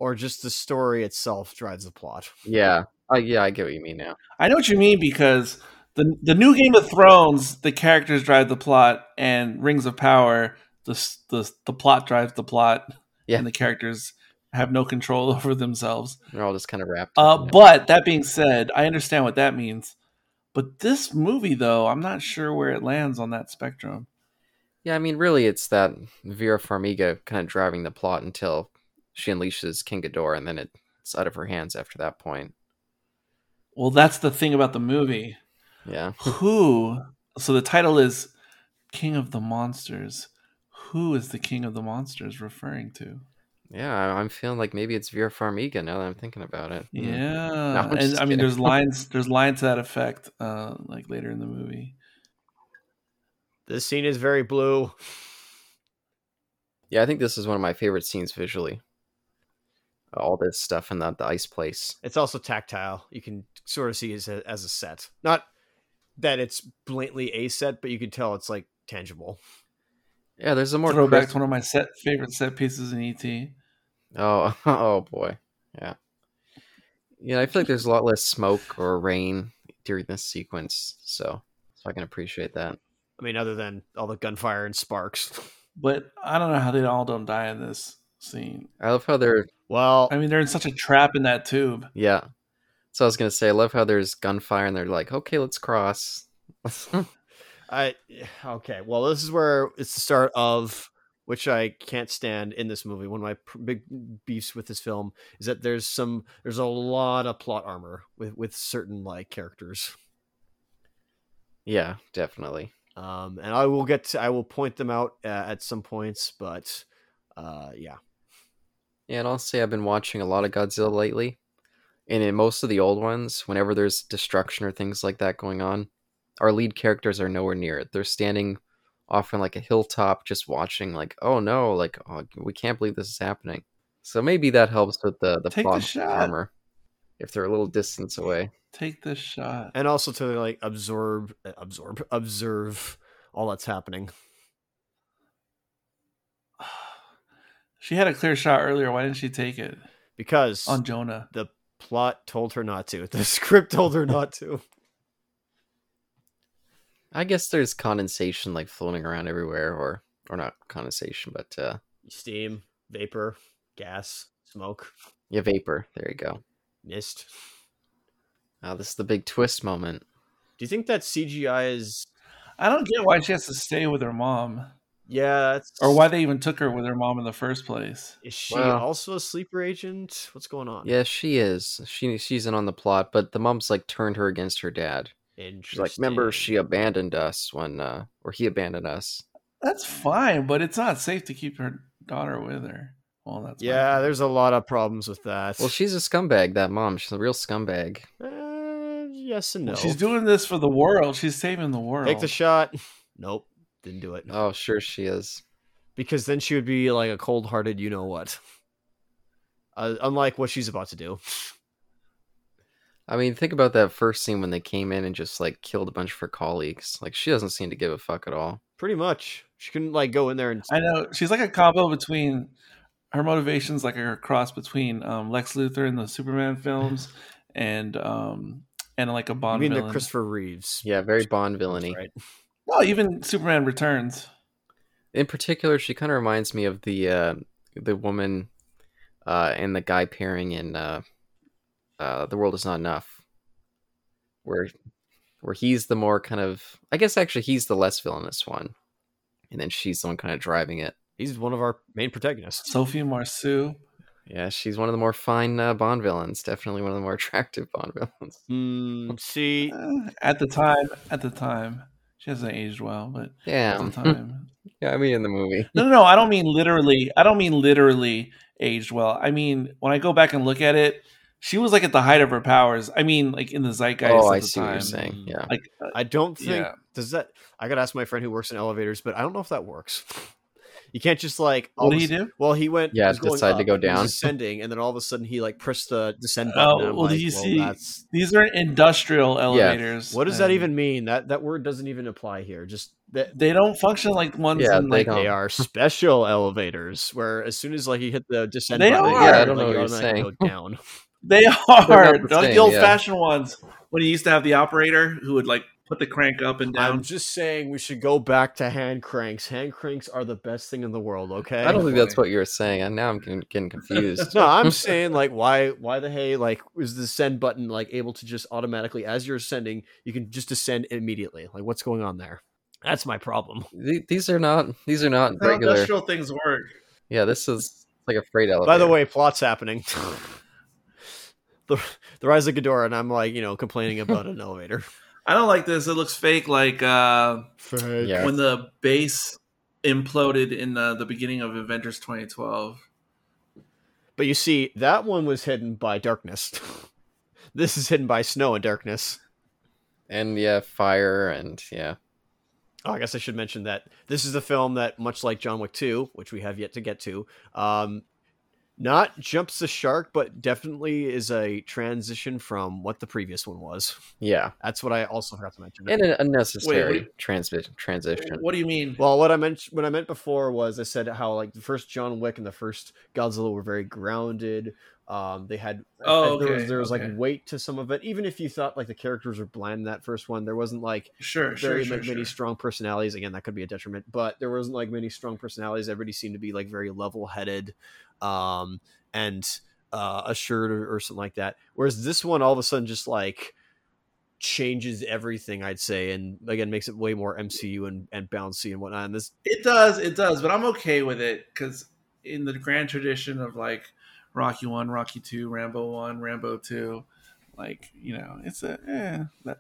Speaker 1: or just the story itself drives the plot.
Speaker 2: Yeah, uh, yeah, I get what you mean now.
Speaker 3: I know what you mean because the the new Game of Thrones, the characters drive the plot, and Rings of Power, the s- the s- the plot drives the plot,
Speaker 2: Yeah.
Speaker 3: and the characters have no control (laughs) over themselves.
Speaker 2: They're all just kind of wrapped.
Speaker 3: Uh,
Speaker 2: up in it.
Speaker 3: But that being said, I understand what that means. But this movie, though, I'm not sure where it lands on that spectrum.
Speaker 2: yeah, I mean, really, it's that Vera Farmiga kind of driving the plot until she unleashes King Ghidorah, and then it's out of her hands after that point.
Speaker 3: Well, that's the thing about the movie.
Speaker 2: Yeah,
Speaker 3: Who? So the title is King of the Monsters. Who is the King of the Monsters referring
Speaker 2: Hmm.
Speaker 3: to?
Speaker 2: yeah. I- I'm feeling like maybe it's Vera Farmiga now that I'm thinking about it. Hmm.
Speaker 3: Yeah,
Speaker 2: I'm
Speaker 3: and I
Speaker 2: just
Speaker 3: mean,
Speaker 2: kidding.
Speaker 3: there's lines, there's lines to that effect, uh, like later in the movie.
Speaker 1: This scene is very blue.
Speaker 2: yeah. I think this is one of my favorite scenes visually. All this stuff in the, the ice place.
Speaker 1: It's also tactile. You can sort of see it as a, as a set. Not that it's blatantly a set, but you can tell it's like tangible.
Speaker 2: Yeah, there's a more
Speaker 3: Throwback
Speaker 2: crisp-
Speaker 3: to one of my set favorite set pieces in E ET.
Speaker 2: Oh, (laughs) oh boy. Yeah. Yeah, I feel like there's a lot less smoke or rain during this sequence, so so I can appreciate that.
Speaker 1: I mean, other than all the gunfire and sparks. (laughs)
Speaker 3: But I don't know how they all don't die in this scene.
Speaker 2: I love how they're
Speaker 1: Well,
Speaker 3: I mean, they're in such a trap in that tube.
Speaker 2: yeah. So I was gonna say, I love how there's gunfire and they're like, okay, let's cross. (laughs)
Speaker 1: I okay. Well, this is where it's the start of which I can't stand in this movie. One of my pr- big beefs with this film is that there's some there's a lot of plot armor with with certain like characters.
Speaker 2: yeah, definitely.
Speaker 1: Um, and I will get to, I will point them out uh, at some points, but uh, yeah,
Speaker 2: Yeah, and I'll say I've been watching a lot of Godzilla lately. And in most of the old ones, whenever there's destruction or things like that going on, our lead characters are nowhere near it. They're standing off on like a hilltop just watching like, oh no, like oh, we can't believe this is happening. So maybe that helps with the the
Speaker 3: Take the
Speaker 2: plot
Speaker 3: shot.
Speaker 2: armor. If they're a little distance away.
Speaker 3: Take this shot. (sighs)
Speaker 1: and also to like absorb uh, absorb observe all that's happening.
Speaker 3: She had a clear shot earlier. Why didn't she take it
Speaker 1: because
Speaker 3: on Jonah?
Speaker 1: the plot told her not to. (laughs) The script told her not to.
Speaker 2: I guess there's condensation like floating around everywhere or or not condensation, but uh
Speaker 1: Steam, vapor, gas, smoke,
Speaker 2: yeah, vapor. There you go.
Speaker 1: mist.
Speaker 2: Uh, this is the big twist moment.
Speaker 1: Do you think that CGI is?
Speaker 3: I don't get why she has to stay with her mom,
Speaker 1: Yeah, it's...
Speaker 3: or why they even took her with her mom in the first place.
Speaker 1: is she
Speaker 2: Well-
Speaker 1: also a sleeper agent? What's going on?
Speaker 2: Yeah, she is. She she's in on the plot, but the mom's like turned her against her dad. She's like, remember, she
Speaker 1: Interesting.
Speaker 2: abandoned us when, uh, or he abandoned us.
Speaker 3: That's fine, but it's not safe to keep her daughter with her. Well, that's my
Speaker 1: Yeah,
Speaker 3: opinion.
Speaker 1: there's a lot of problems with that.
Speaker 2: Well, she's a scumbag. That mom, she's a real scumbag.
Speaker 1: Uh, yes and no.
Speaker 3: Well, She's doing this for the world. She's saving the world.
Speaker 1: Take the shot. Nope, didn't do it.
Speaker 2: Oh, sure she is.
Speaker 1: Because then she would be like a cold-hearted, you know what? Uh, unlike what she's about to do.
Speaker 2: I mean, think about that first scene when they came in and just like killed a bunch of her colleagues. Like she doesn't seem to give a fuck at all.
Speaker 1: Pretty much, she couldn't like go in there and
Speaker 3: I know she's like a combo between her motivations, like a cross between um, Lex Luthor in the
Speaker 1: (sighs)
Speaker 3: Superman films, and um, and like a
Speaker 1: I
Speaker 3: Bond
Speaker 1: mean the
Speaker 3: villain.
Speaker 1: Christopher Reeves.
Speaker 2: Yeah, very Bond
Speaker 1: That's
Speaker 2: villainy.
Speaker 1: right.
Speaker 3: well, even Superman Returns.
Speaker 2: In particular, she kind of reminds me of the uh, the woman uh, and the guy pairing in uh, uh, "The World Is Not Enough," where where he's the more kind of I guess actually he's the less villainous one, and then she's the one kind of driving it.
Speaker 1: He's one of our main protagonists.
Speaker 3: Sophie Marceau.
Speaker 2: Yeah, she's one of the more fine uh, Bond villains. Definitely one of the more (laughs) attractive Bond villains.
Speaker 1: Hmm, see,
Speaker 3: Uh, at the time, at the time, she hasn't aged well, but
Speaker 2: (laughs)
Speaker 3: at the
Speaker 2: Damn.
Speaker 3: time,
Speaker 2: Yeah, I mean in the movie.
Speaker 3: no, no, no. I don't mean literally. I don't mean literally aged well. I mean when I go back and look at it, she was like at the height of her powers. I mean, like in the zeitgeist.
Speaker 2: Oh,
Speaker 3: at
Speaker 2: I
Speaker 3: the
Speaker 2: see what
Speaker 3: time.
Speaker 2: you're saying. Yeah.
Speaker 3: Like uh,
Speaker 1: I don't think
Speaker 3: Yeah.
Speaker 1: does that. I gotta ask my friend who works in elevators, but I don't know if that works. You can't just like. all
Speaker 3: what
Speaker 1: of
Speaker 3: did
Speaker 1: a
Speaker 3: he
Speaker 1: sudden-
Speaker 3: do?
Speaker 1: Well, he went.
Speaker 2: Yeah,
Speaker 1: was going
Speaker 2: decided to
Speaker 1: up,
Speaker 2: go
Speaker 1: he was
Speaker 2: down.
Speaker 1: ascending, and then all of a sudden he like pressed the descend
Speaker 3: Oh,
Speaker 1: button. and I'm
Speaker 3: well, did
Speaker 1: like,
Speaker 3: you
Speaker 1: well,
Speaker 3: see- um
Speaker 1: That's,
Speaker 3: These are industrial elevators.
Speaker 1: what does that
Speaker 3: and
Speaker 1: even mean? That that word doesn't even apply here. Just that
Speaker 3: They don't function like ones.
Speaker 2: Yeah,
Speaker 3: in,
Speaker 2: they
Speaker 3: like,
Speaker 2: don't.
Speaker 1: they are special elevators, where as soon as like you hit the descend
Speaker 3: They
Speaker 1: button,
Speaker 3: are.
Speaker 1: you
Speaker 3: Yeah, I
Speaker 2: don't know
Speaker 1: like,
Speaker 2: what
Speaker 1: you
Speaker 2: you're
Speaker 1: automatically
Speaker 2: saying.
Speaker 1: go
Speaker 2: (laughs)
Speaker 1: down.
Speaker 3: They (laughs) are
Speaker 2: They're not
Speaker 3: not
Speaker 2: the
Speaker 3: like the
Speaker 2: same,
Speaker 3: old
Speaker 2: yeah.
Speaker 3: fashioned ones when you used to have the operator who would like put the crank up and down.
Speaker 1: I'm just saying we should go back to hand cranks. Hand cranks are the best thing in the world. Okay.
Speaker 2: I don't think that's
Speaker 3: boy.
Speaker 2: what you were saying. And now I'm getting, getting
Speaker 3: (laughs)
Speaker 1: (laughs)
Speaker 2: confused.
Speaker 1: No,
Speaker 2: (laughs)
Speaker 1: I'm saying like why why the hey like is the send button like able to just automatically as you're ascending you can just descend immediately like what's going on there? That's my problem.
Speaker 2: The- these are not. These are not
Speaker 3: That's how
Speaker 2: regular.
Speaker 3: industrial things work.
Speaker 2: Yeah, this is like a freight elevator.
Speaker 1: By the way, plot's happening. (laughs) the the Rise of Ghidorah, and I'm like, you know, complaining about an
Speaker 2: (laughs)
Speaker 1: elevator.
Speaker 3: I don't like this. It looks fake. Like uh,
Speaker 2: Yeah.
Speaker 3: when the base imploded in uh, the beginning of Avengers 2012.
Speaker 1: But you see, that one was hidden by darkness. (laughs) this is hidden by snow and darkness.
Speaker 2: and yeah, fire and yeah,
Speaker 1: Oh, I guess I should mention that this is a film that, much like John Wick 2, which we have yet to get to, um, not jumps the shark, but definitely is a transition from what the previous one was.
Speaker 2: yeah,
Speaker 1: That's what I also forgot to mention.
Speaker 2: and an unnecessary
Speaker 3: Wait,
Speaker 2: transmit transition.
Speaker 3: What do you mean?
Speaker 1: Well, what I meant what I meant before was I said how like the first John Wick and the first Godzilla were very grounded. Um, they had
Speaker 3: Oh,
Speaker 1: there was
Speaker 3: okay,
Speaker 1: there was
Speaker 3: okay.
Speaker 1: like weight to some of it. Even if you thought like the characters were bland in that first one, there wasn't like
Speaker 3: sure, sure,
Speaker 1: very
Speaker 3: sure,
Speaker 1: ma- many
Speaker 3: sure.
Speaker 1: strong personalities. Again, that could be a detriment, but there wasn't like many strong personalities. Everybody seemed to be like very level headed, um, and uh, assured or, or something like that. Whereas this one, all of a sudden, just like changes everything. I'd say, and again, makes it way more MCU and, and bouncy and whatnot. And this
Speaker 3: It does, it does, but I'm okay with it because in the grand tradition of like Rocky One, Rocky Two, Rambo One, Rambo Two, like you know, it's a eh, that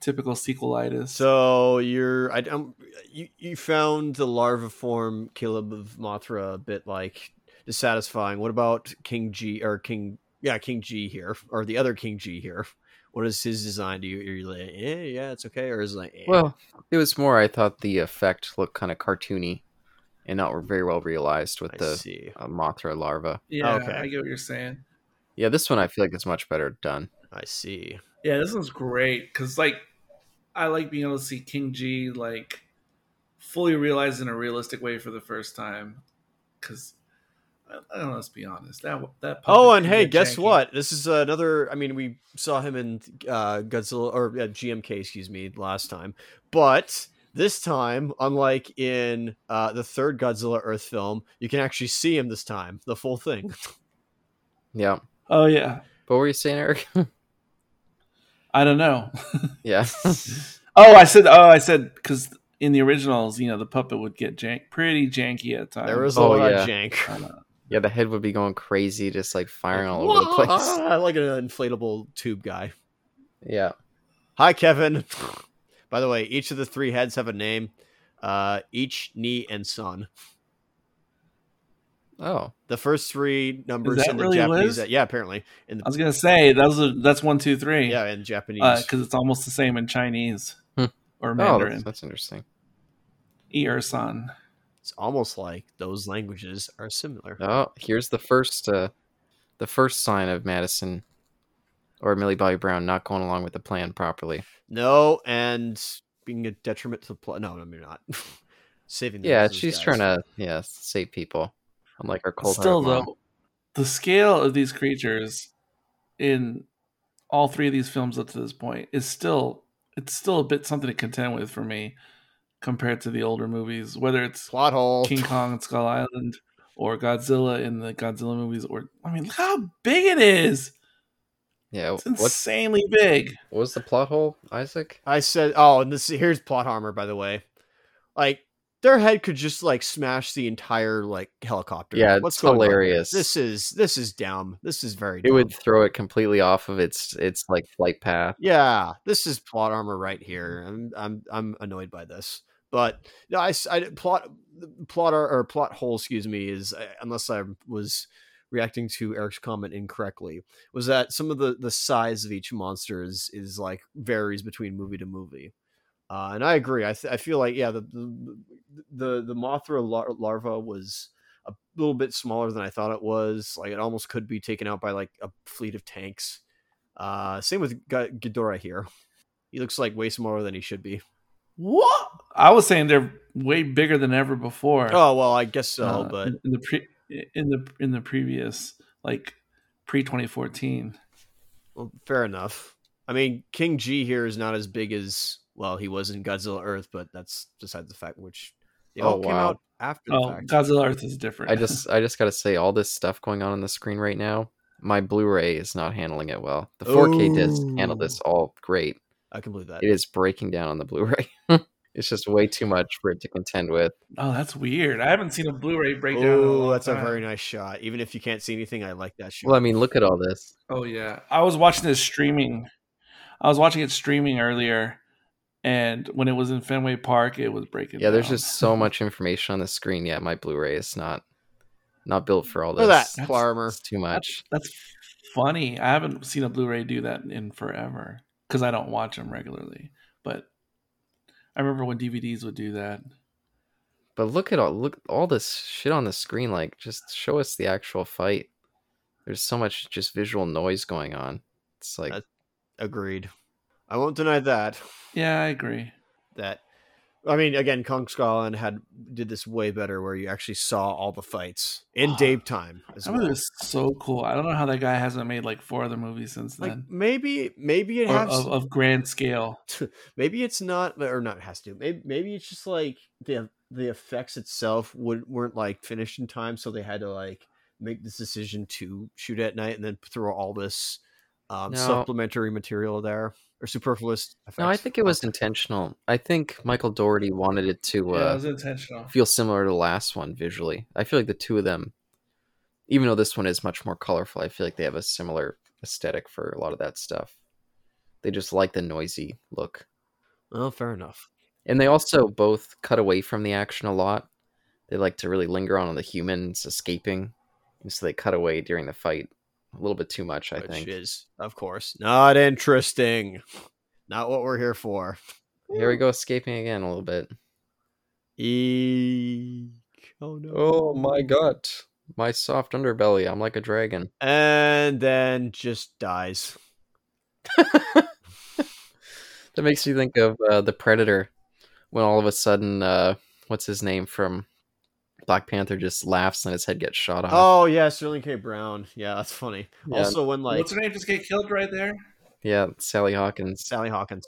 Speaker 3: typical sequelitis.
Speaker 1: So you're I, um you you found the larva form Caleb of Mothra a bit like dissatisfying. What about King G or King yeah King G here or the other King G here? What is his design? Do you you're like eh, yeah it's okay or is it like eh?
Speaker 2: Well, it was more. I thought the effect looked kind of cartoony, and not very well realized with
Speaker 1: I
Speaker 2: the
Speaker 1: see
Speaker 2: uh, Mothra larva.
Speaker 3: yeah,
Speaker 1: okay.
Speaker 3: I get what you're saying.
Speaker 2: Yeah, this one I feel like it's much better done.
Speaker 1: I see
Speaker 3: Yeah, this one's great because like I like being able to see King G like fully realized in a realistic way for the first time. Because I, I don't know, let's be honest. That that
Speaker 1: Oh,
Speaker 3: puppet
Speaker 1: and
Speaker 3: can
Speaker 1: hey,
Speaker 3: get
Speaker 1: guess
Speaker 3: janky.
Speaker 1: what? This is another. I mean, we saw him in uh, Godzilla or uh, GMK, excuse me, last time. But this time, unlike in uh, the third Godzilla Earth film, you can actually see him this time, the full thing.
Speaker 2: Yeah.
Speaker 3: Oh yeah,
Speaker 2: But what were you saying, Eric? (laughs)
Speaker 3: I don't know. (laughs)
Speaker 1: (laughs)
Speaker 2: yeah.
Speaker 3: oh, I said. Oh, I said because in the originals, you know, the puppet would get jank, pretty janky at times.
Speaker 1: There was
Speaker 2: Oh,
Speaker 1: a lot
Speaker 2: yeah.
Speaker 1: of jank.
Speaker 3: I know.
Speaker 2: Yeah, the head would be going crazy, just like firing all over the place.
Speaker 1: (laughs) I like an inflatable tube guy.
Speaker 2: Yeah.
Speaker 1: Hi, Kevin. (laughs) By the way, each of the three heads have a name. Uh, each knee and son.
Speaker 2: Oh.
Speaker 1: The first three numbers
Speaker 3: that
Speaker 1: in the
Speaker 3: really what
Speaker 1: Japanese.
Speaker 3: it is?
Speaker 1: Yeah, apparently in
Speaker 3: I
Speaker 1: the
Speaker 3: was gonna say that was a, that's one, two, three.
Speaker 1: yeah in Japanese.
Speaker 3: because it's almost the same in Chinese
Speaker 2: Hmm.
Speaker 3: or
Speaker 2: Oh,
Speaker 3: Mandarin.
Speaker 2: that's, that's interesting.
Speaker 3: E or san.
Speaker 1: It's almost like those languages are similar.
Speaker 2: Oh, here's the first, uh, the first sign of Madison or Millie Bobby Brown not going along with the plan properly.
Speaker 1: No, and being a detriment to the plot. No, no, you're not. (laughs) Saving. The
Speaker 2: yeah,
Speaker 1: business
Speaker 2: she's
Speaker 1: guys.
Speaker 2: trying to yeah save people. Unlike our cold
Speaker 3: Still
Speaker 2: hearted mom.
Speaker 3: though, the scale of these creatures in all three of these films up to this point is still it's still a bit something to contend with for me compared to the older movies, whether it's
Speaker 1: plot hole. (laughs)
Speaker 3: King Kong and Skull Island or Godzilla in the Godzilla movies or I mean look how big it is.
Speaker 2: Yeah,
Speaker 3: It's
Speaker 2: what, what
Speaker 3: insanely big.
Speaker 2: was the plot hole, Isaac?
Speaker 1: I said. Oh, and this here's plot armor. By the way, like their head could just like smash the entire like helicopter.
Speaker 2: Yeah,
Speaker 1: what's
Speaker 2: it's
Speaker 1: going on here?
Speaker 2: hilarious.
Speaker 1: This is this is dumb. This is very.
Speaker 2: It
Speaker 1: Dumb.
Speaker 2: would throw it completely off of its its like flight path.
Speaker 1: Yeah, this is plot armor right here. I'm I'm I'm annoyed by this. But no, I, s- I didn't- plot plot ar- or plot hole, excuse me, is uh, unless I was reacting to Eric's comment incorrectly, was that some of the the size of each monster is is like varies between movie to movie. Uh, and I agree. I, th- I feel like yeah, the the the, the Mothra lar- larva was a little bit smaller than I thought it was. Like it almost could be taken out by like a fleet of tanks. Uh, same with G- Ghidorah here. He looks like way smaller than he should be.
Speaker 3: What? I was saying they're way bigger than ever before.
Speaker 1: Oh well, I guess so.
Speaker 3: uh,
Speaker 1: but
Speaker 3: in- in the pre in the in the previous like pre 2014
Speaker 1: well, fair enough. I mean, King G here is not as big as well he was in Godzilla Earth, but that's beside the fact. Which they all
Speaker 2: Oh,
Speaker 1: came
Speaker 2: wow.
Speaker 1: out after the
Speaker 3: oh
Speaker 1: fact.
Speaker 3: godzilla earth is different
Speaker 2: I just I just gotta say all this stuff going on on the screen right now. My Blu-ray is not handling it well. The 4K disc handled
Speaker 1: Ooh.
Speaker 2: this all great.
Speaker 1: I can believe that.
Speaker 2: It is breaking down on the Blu-ray. (laughs) It's just way too much for it to contend with.
Speaker 3: (laughs) Oh, that's weird. I haven't seen a Blu-ray breakdown. in a
Speaker 1: Oh,
Speaker 3: long
Speaker 1: that's a
Speaker 3: time.
Speaker 1: very nice shot. Even if you can't see anything, I like that shot.
Speaker 2: Well, I mean, look at all this.
Speaker 3: Oh yeah, I was watching this streaming. I was watching it streaming earlier, and when it was in Fenway Park, it was breaking.
Speaker 2: Yeah, there's
Speaker 3: down.
Speaker 2: just so much information on the screen. Yeah, my Blu-ray is not not built for all
Speaker 1: Look
Speaker 2: this.
Speaker 1: at that
Speaker 3: That's-
Speaker 1: farmer.
Speaker 2: It's too much.
Speaker 3: That's funny. I haven't seen a Blu-ray do that in forever because I don't watch them regularly. But I remember when DVDs would do that.
Speaker 2: But look at all look all this shit on the screen. Like, just show us the actual fight. There's so much just visual noise going on. It's like
Speaker 1: That's- Agreed. I won't deny that.
Speaker 3: Yeah, I agree.
Speaker 1: That. I mean, again, Kong Skull had did this way better, where you actually saw all the fights in
Speaker 3: Ah.
Speaker 1: daytime as
Speaker 3: That movie
Speaker 1: well.
Speaker 3: was so cool. I don't know how that guy hasn't made like four other movies since
Speaker 1: Like
Speaker 3: then
Speaker 1: maybe, maybe it
Speaker 3: or
Speaker 1: has.
Speaker 3: of, of grand scale.
Speaker 1: maybe it's not or not has to maybe, maybe it's just like the the effects itself would, weren't like finished in time so they had to like make this decision to shoot at night and then throw all this um,
Speaker 2: No.
Speaker 1: supplementary material there or superfluous effects.
Speaker 2: no, I think it was intentional. I think Michael Doherty wanted it to
Speaker 3: yeah, it
Speaker 2: uh,
Speaker 3: was intentional.
Speaker 2: feel similar to the last one visually. I feel like the two of them, even though this one is much more colorful, I feel like they have a similar aesthetic for a lot of that stuff. They just like the noisy look.
Speaker 1: well Oh, fair enough
Speaker 2: And they also both cut away from the action a lot. They like to really linger on the humans escaping. And so they cut away during the fight a little bit too much, I
Speaker 1: which
Speaker 2: think.
Speaker 1: is of course not interesting not what we're here for
Speaker 2: Here we go, escaping again a little bit.
Speaker 1: Eek. oh no
Speaker 2: Oh my god. My soft underbelly. I'm like a dragon.
Speaker 1: and then just dies
Speaker 2: That makes me think of uh, the Predator, when all of a sudden, uh, what's his name from Black Panther just laughs and his head gets shot off.
Speaker 1: oh yeah sterling k brown yeah that's funny
Speaker 2: Ah. Yeah.
Speaker 1: also when like
Speaker 3: What's her name? Just get killed right there.
Speaker 2: Yeah, Sally Hawkins
Speaker 1: Sally Hawkins.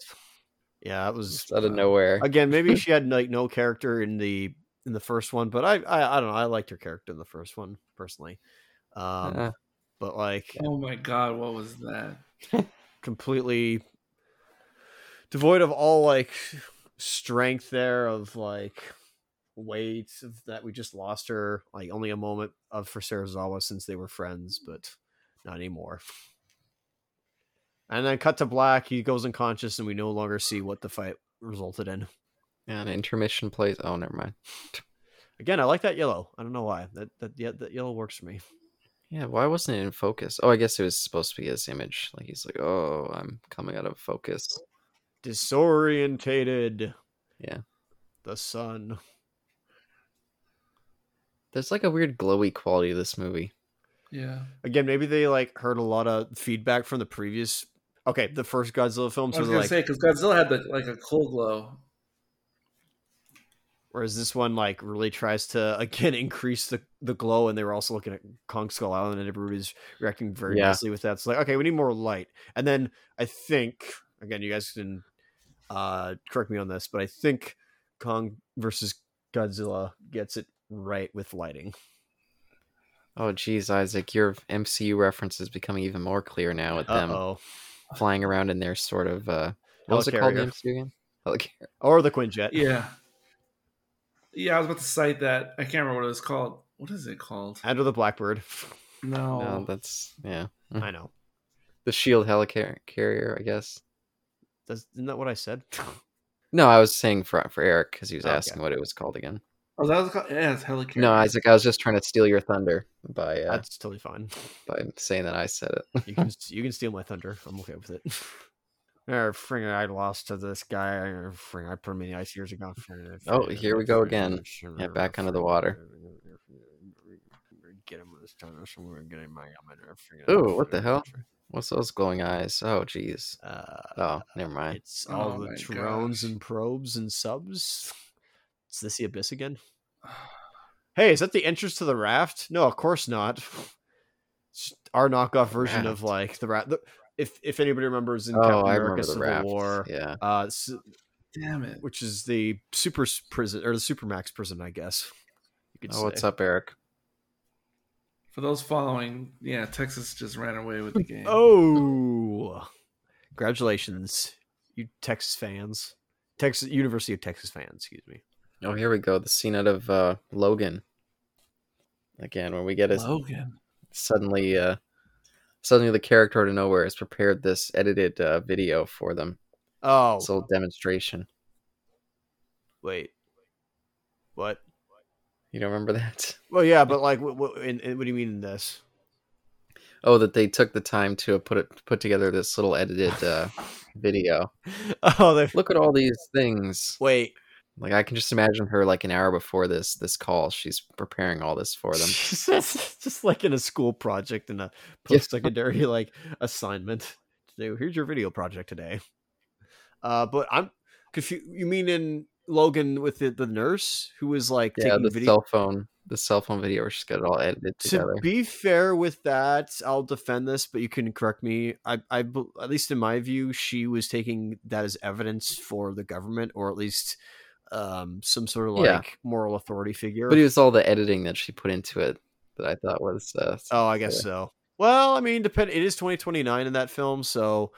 Speaker 1: Yeah, that was
Speaker 2: just out of
Speaker 1: uh,
Speaker 2: nowhere.
Speaker 1: Again, maybe
Speaker 2: (laughs)
Speaker 1: she had like no character in the in the first one, but I I, I don't know. I liked her character in the first one personally, um,
Speaker 2: Uh,
Speaker 1: but like
Speaker 3: Oh my god, what was that?
Speaker 1: completely devoid of all like strength there of like weight of that we just lost her like only a moment of for Sarazawa since they were friends but not anymore and then cut to black he goes unconscious and we no longer see what the fight resulted in
Speaker 2: and intermission plays. Oh, never mind.
Speaker 1: again i like that yellow i don't know why that that, yeah, that yellow works for me
Speaker 2: Yeah, why wasn't it in focus? Oh, I guess it was supposed to be his image. Like he's like, oh, I'm coming out of focus.
Speaker 1: disorientated
Speaker 2: Yeah.
Speaker 1: the sun
Speaker 2: There's like a weird glowy quality to this movie.
Speaker 3: Yeah.
Speaker 1: again maybe they like heard a lot of feedback from the previous okay the first godzilla film
Speaker 3: I
Speaker 1: so
Speaker 3: was
Speaker 1: they're
Speaker 3: gonna
Speaker 1: like
Speaker 3: say because Godzilla had the, like a cool glow.
Speaker 1: whereas this one like really tries to (laughs) again increase the the glow and they were also looking at kong skull island and everybody's reacting very
Speaker 2: Yeah.
Speaker 1: nicely with that it's like okay we need more light and then i think again you guys can uh correct me on this but i think kong versus godzilla gets it right with lighting
Speaker 2: Oh, geez, Isaac, your MCU reference is becoming even more clear now with them
Speaker 1: uh-oh
Speaker 2: flying around in their sort of uh, what was it called? in
Speaker 1: Helicarrier.
Speaker 2: The MCU again? Helicarrier.
Speaker 1: or the quinjet
Speaker 3: Yeah. Yeah, I was about to cite that. I can't remember what it was called. What is it called?
Speaker 1: under the blackbird (laughs)
Speaker 3: No.
Speaker 2: No, that's yeah.
Speaker 1: i know
Speaker 2: The shield helicarrier, I guess.
Speaker 1: That's, isn't that what i said (laughs)
Speaker 2: No, I was saying for for Eric because he was
Speaker 1: Oh, Okay.
Speaker 2: asking what it was called again.
Speaker 3: oh, that was called. Yeah, it's Helicarrier.
Speaker 2: No, Isaac, I was just trying to steal your thunder by uh,
Speaker 1: that's totally fine
Speaker 2: by saying that I said it. (laughs)
Speaker 1: You can you can steal my thunder. I'm okay with it. (laughs) Er, fring, I lost to this guy. Er, Fring, I put him in the ice years
Speaker 2: (laughs)
Speaker 1: ago.
Speaker 2: Oh, here we go again. Yeah, back under the water.
Speaker 1: Get him with his thunder. So we're gonna get him. I'm gonna fring-
Speaker 2: Ooh, what the hell? What's those glowing eyes? Oh, jeez.
Speaker 1: Uh,
Speaker 2: Oh, never mind.
Speaker 1: it's all
Speaker 3: Oh
Speaker 1: the
Speaker 3: my
Speaker 1: drones
Speaker 3: gosh.
Speaker 1: and probes and subs. Is this the abyss again? Hey, is that the entrance to the raft? No, of course not. (laughs) It's our knockoff version of
Speaker 2: Raft.
Speaker 1: like the raft. If if anybody remembers in
Speaker 2: Oh,
Speaker 1: Captain
Speaker 2: I
Speaker 1: America
Speaker 2: remember the
Speaker 1: Civil
Speaker 2: raft.
Speaker 1: War,
Speaker 2: Yeah,
Speaker 1: uh, s-
Speaker 3: (sighs) Damn it.
Speaker 1: which is the super s- prison or the supermax prison, I guess. You could
Speaker 2: Oh, what's
Speaker 1: say.
Speaker 2: up, Eric?
Speaker 3: For those following, yeah, Texas just ran away with the (laughs) game.
Speaker 1: Oh, congratulations, you Texas fans! Texas University of Texas fans, excuse me.
Speaker 2: Oh, here we go. The scene out of uh, Logan. Again, when we get a
Speaker 3: Logan.
Speaker 2: suddenly, uh, suddenly the character out of nowhere has prepared this edited uh, video for them.
Speaker 1: Oh,
Speaker 2: This little demonstration.
Speaker 1: wait. What?
Speaker 2: You don't remember that?
Speaker 1: Well, yeah, but like, what, what, in, in- what do you mean in this?
Speaker 2: Oh, that they took the time to put it put together this little edited
Speaker 1: (sighs)
Speaker 2: uh, video.
Speaker 1: (laughs) Oh, they
Speaker 2: Look at all these things.
Speaker 1: wait.
Speaker 2: Like I can just imagine her like an hour before this this call. She's preparing all this for them.
Speaker 1: It's (laughs) just like in a school project and a
Speaker 2: Yeah.
Speaker 1: post-secondary (laughs) like assignment. Today, here's your video project today. Uh, but I'm confused. You mean in Logan with the, the nurse who was like
Speaker 2: yeah,
Speaker 1: taking
Speaker 2: the
Speaker 1: video?
Speaker 2: cell phone, the cell phone video where she's got it all edited together.
Speaker 1: To be fair with that, I'll defend this, but you can correct me. I, I, bel- at least in my view, she was taking that as evidence for the government, or at least um, some sort of like
Speaker 2: Yeah.
Speaker 1: moral authority figure.
Speaker 2: But it was all the editing that she put into it that I thought was. Uh,
Speaker 1: Oh, I guess so. Well, I mean, depend. It is twenty twenty nine in that film, so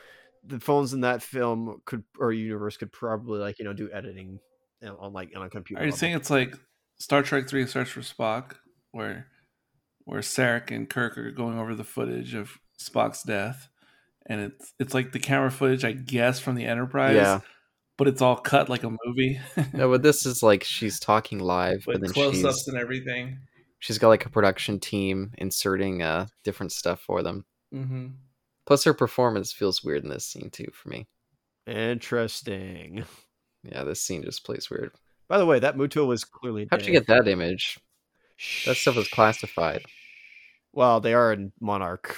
Speaker 1: the phones in that film could or universe could probably like you know do editing you know, on like on a computer.
Speaker 3: Are you
Speaker 1: level.
Speaker 3: saying it's like Star Trek Three: Search for Spock, where where Sarek and Kirk are going over the footage of Spock's death, and it's it's like the camera footage, I guess, from the Enterprise,
Speaker 2: Yeah.
Speaker 3: but it's all cut like a movie,
Speaker 2: no, but this is like she's talking live, but
Speaker 3: with
Speaker 2: then
Speaker 3: close ups
Speaker 2: she's,
Speaker 3: and everything.
Speaker 2: she's got like a production team inserting uh different stuff for them.
Speaker 3: Mm-hmm.
Speaker 2: Plus, her performance feels weird in this scene too for me.
Speaker 1: Interesting.
Speaker 2: Yeah, this scene just plays weird.
Speaker 1: By the way, that Muto was clearly.
Speaker 2: How'd you get that image? That stuff was classified.
Speaker 1: Well, they are in Monarch.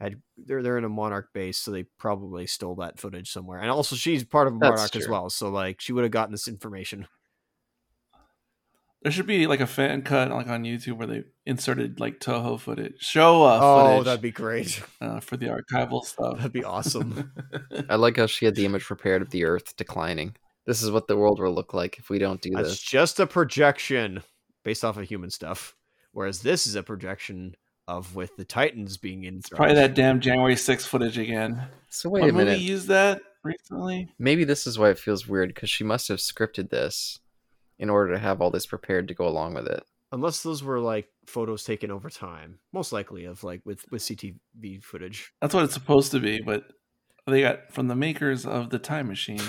Speaker 1: Had they're they're in a Monarch base, so they probably stole that footage somewhere. And also, she's part of
Speaker 2: That's
Speaker 1: Monarch as
Speaker 2: true.
Speaker 1: well, so like she would have gotten this information.
Speaker 3: There should be like a fan cut, like on YouTube, where they inserted like Toho footage, Showa
Speaker 1: oh,
Speaker 3: footage
Speaker 1: that'd be great. (laughs)
Speaker 3: uh, for the archival stuff.
Speaker 1: That'd be
Speaker 3: (laughs)
Speaker 1: awesome.
Speaker 2: I like how she had the image prepared of the Earth declining. This is what the world will look like if we don't do
Speaker 1: That's
Speaker 2: this.
Speaker 1: just a projection based off of human stuff, whereas this is a projection of with the Titans being in.
Speaker 3: Probably that damn January 6th footage again.
Speaker 2: So wait
Speaker 3: what
Speaker 2: a
Speaker 3: movie
Speaker 2: minute.
Speaker 3: used that recently?
Speaker 2: Maybe this is why it feels weird because she must have scripted this in order to have all this prepared to go along with it.
Speaker 1: unless those were like photos taken over time, most likely of like with with CTV footage.
Speaker 3: That's what it's supposed to be, but they got from the makers of the Time Machine.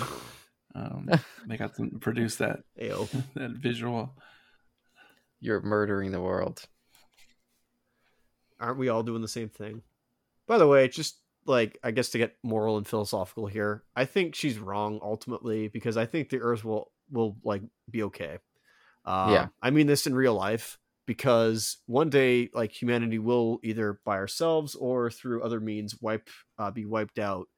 Speaker 3: Um, they got them to produce that (laughs)
Speaker 1: Ayo.
Speaker 3: that visual.
Speaker 2: You're murdering the world.
Speaker 1: aren't we all doing the same thing? By the way, just like I guess to get moral and philosophical here, I think she's wrong ultimately because I think the Earth will will like be okay. Uh,
Speaker 2: Yeah.
Speaker 1: I mean this in real life because one day like humanity will either by ourselves or through other means wipe uh, be wiped out,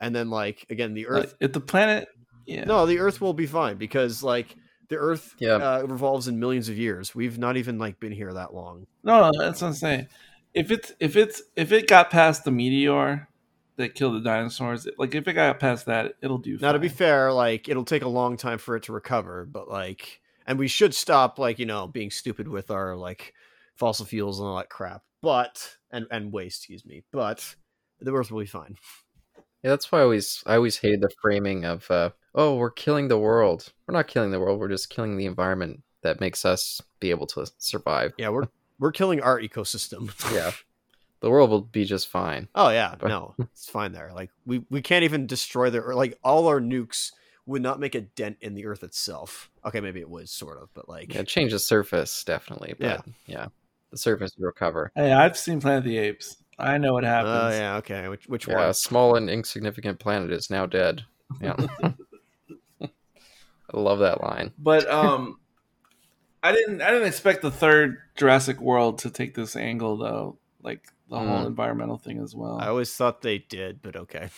Speaker 1: and then like again the Earth
Speaker 3: Like, if the planet, Uh, yeah,
Speaker 1: no, the Earth will be fine because like the Earth
Speaker 2: Yeah.
Speaker 1: uh, revolves in millions of years. We've not even like been here that long.
Speaker 3: no, no, that's what I'm saying. If it's if it's if it got past the meteor that killed the dinosaurs, like if it got past that, it'll do.
Speaker 1: Now, to be
Speaker 3: fine.
Speaker 1: fair, like it'll take a long time for it to recover, but like, and we should stop, like you know, being stupid with our like fossil fuels and all that crap. But and and waste, excuse me. But the Earth will be fine.
Speaker 2: Yeah, that's why I always I always hated the framing of uh, oh we're killing the world. We're not killing the world. We're just killing the environment that makes us be able to survive.
Speaker 1: Yeah, we're we're killing our ecosystem.
Speaker 2: Yeah, the world will be just fine.
Speaker 1: (laughs) Oh yeah,
Speaker 2: But-
Speaker 1: no, it's fine there. Like we we can't even destroy the Earth. Like all our nukes would not make a dent in the Earth itself. Okay, maybe it would sort of, but like
Speaker 2: Yeah,
Speaker 1: (laughs)
Speaker 2: change the surface definitely. But yeah, the surface will recover.
Speaker 3: Hey, I've seen Planet of the Apes. I know what happens.
Speaker 1: Oh yeah, okay. Which which
Speaker 2: Yeah,
Speaker 1: one?
Speaker 2: a small and insignificant planet is now dead. Yeah, (laughs) I love that line.
Speaker 1: (laughs)
Speaker 3: But um, I didn't I didn't expect the third Jurassic World to take this angle though, like the whole
Speaker 2: Mm.
Speaker 3: environmental thing as well.
Speaker 1: I always thought they did, but okay.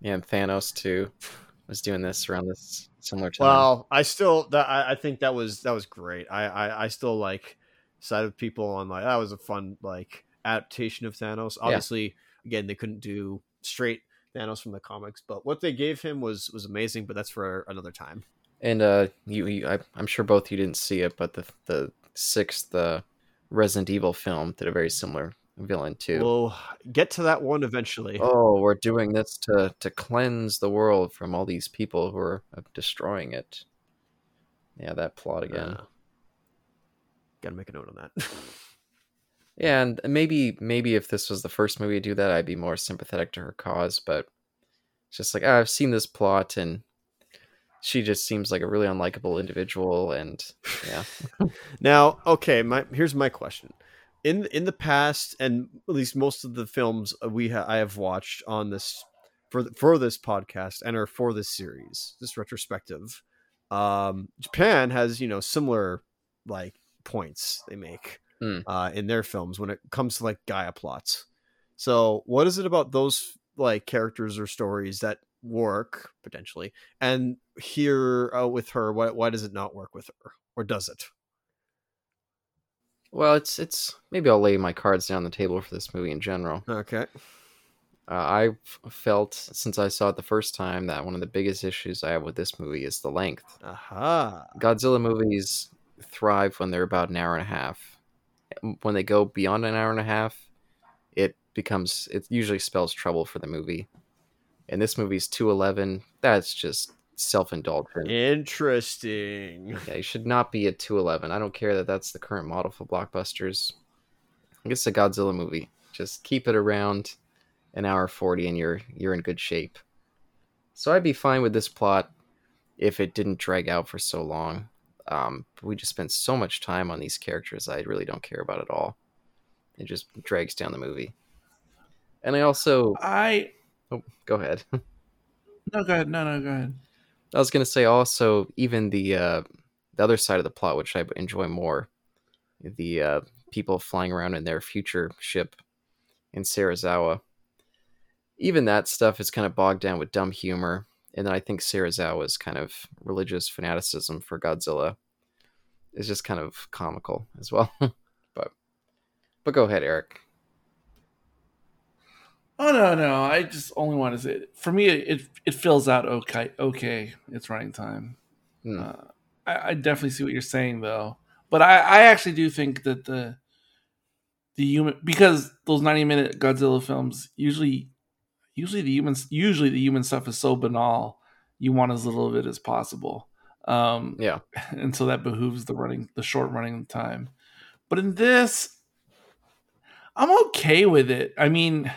Speaker 2: Yeah, and Thanos too was doing this around this similar time.
Speaker 1: Well, I still that I, I think that was that was great. I, I I still like side of people on like that was a fun like adaptation of Thanos. Obviously, again they couldn't do straight Thanos from the comics, but what they gave him was was amazing. But that's for another time.
Speaker 2: And uh, you, you I, I'm sure both you didn't see it, but the the sixth uh, Resident Evil film did a very similar villain too.
Speaker 1: We'll get to that one eventually. Uh,
Speaker 2: oh, we're doing this to to cleanse the world from all these people who are uh, destroying it. Yeah, that plot again.
Speaker 1: Uh, gotta make a note on that. (laughs)
Speaker 2: Yeah, and maybe maybe if this was the first movie to do that, I'd be more sympathetic to her cause. But it's just like ah, I've seen this plot, and she just seems like a really unlikable individual. And yeah,
Speaker 1: now, okay, my here's my question. In in the past, and at least most of the films we ha- I have watched on this for th- for this podcast and are for this series, this retrospective, um, Japan has you know similar like points they make
Speaker 2: Hmm.
Speaker 1: uh, in their films when it comes to like Gaia plots. So, what is it about those like characters or stories that work potentially, and here uh, with her, why why does it not work with her, or does it?
Speaker 2: well, it's it's maybe I'll lay my cards down on the table for this movie in general.
Speaker 1: Okay.
Speaker 2: Uh, I f- felt since I saw it the first time that one of the biggest issues I have with this movie is the length.
Speaker 1: Aha.
Speaker 2: Godzilla movies thrive when they're about an hour and a half. When they go beyond an hour and a half, it becomes it usually spells trouble for the movie. And this movie's 211. That's just self-indulgent. Yeah.
Speaker 1: Interesting.
Speaker 2: you should not be at 211. I don't care that that's the current model for blockbusters. It's a Godzilla movie. Just keep it around an hour 40 and you're you're in good shape. So I'd be fine with this plot if it didn't drag out for so long. Um, but we just spent so much time on these characters I really don't care about at all. It just drags down the movie. And I also
Speaker 3: I
Speaker 2: oh, go ahead.
Speaker 3: no go ahead. No, no, go ahead.
Speaker 2: I was gonna say also even the uh, the other side of the plot, which I enjoy more, the uh, people flying around in their future ship in Sarazawa. Even that stuff is kind of bogged down with dumb humor, and then I think Sarazawa's kind of religious fanaticism for Godzilla is just kind of comical as well. (laughs) but but go ahead, Eric.
Speaker 3: Oh no, no. I just only want to say for me it it, it fills out okay. Okay, it's running time.
Speaker 2: Hmm.
Speaker 3: Uh, I, I definitely see what you're saying though, but I I actually do think that the the human because those 90 minute Godzilla films usually usually the humans usually the human stuff is so banal you want as little of it as possible. Um,
Speaker 2: Yeah.
Speaker 3: (laughs) and so that behooves the running the short running time but in this i'm okay with it i mean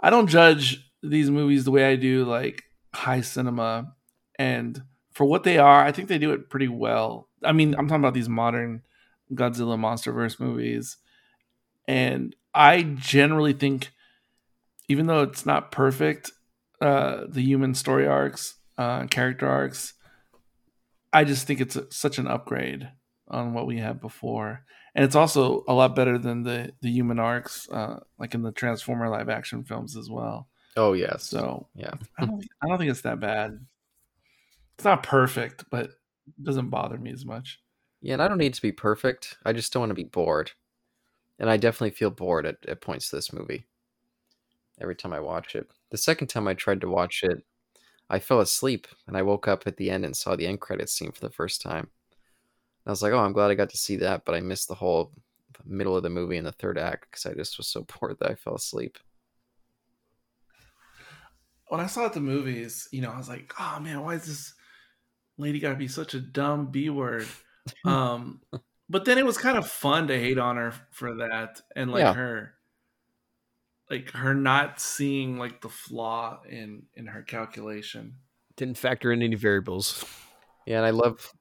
Speaker 3: i don't judge these movies the way i do like high cinema and for what they are i think they do it pretty well i mean i'm talking about these modern godzilla monsterverse movies and i generally think even though it's not perfect uh the human story arcs uh character arcs I just think it's a, such an upgrade on what we had before, and it's also a lot better than the the human arcs, uh, like in the Transformer live action films as well.
Speaker 2: Oh yes.
Speaker 3: So
Speaker 2: Yeah.
Speaker 3: I don't, think- I don't think it's that bad. It's not perfect, but it doesn't bother me as much.
Speaker 2: Yeah, and I don't need to be perfect. I just don't want to be bored. And I definitely feel bored at, at points of this movie every time I watch it. The second time I tried to watch it, I fell asleep and I woke up at the end and saw the end credits scene for the first time. And I was like, oh, I'm glad I got to see that, but I missed the whole middle of the movie and the third act because I just was so (laughs) bored that I fell asleep.
Speaker 3: When I saw it at the movies, you know, I was like, oh man, why is this lady got to be such a dumb b word? Um, but then it was kind of fun to hate on her for that, and like
Speaker 2: Yeah.
Speaker 3: her. like her not seeing like the flaw in in her calculation.
Speaker 1: Didn't factor in any variables.
Speaker 2: Yeah, and I love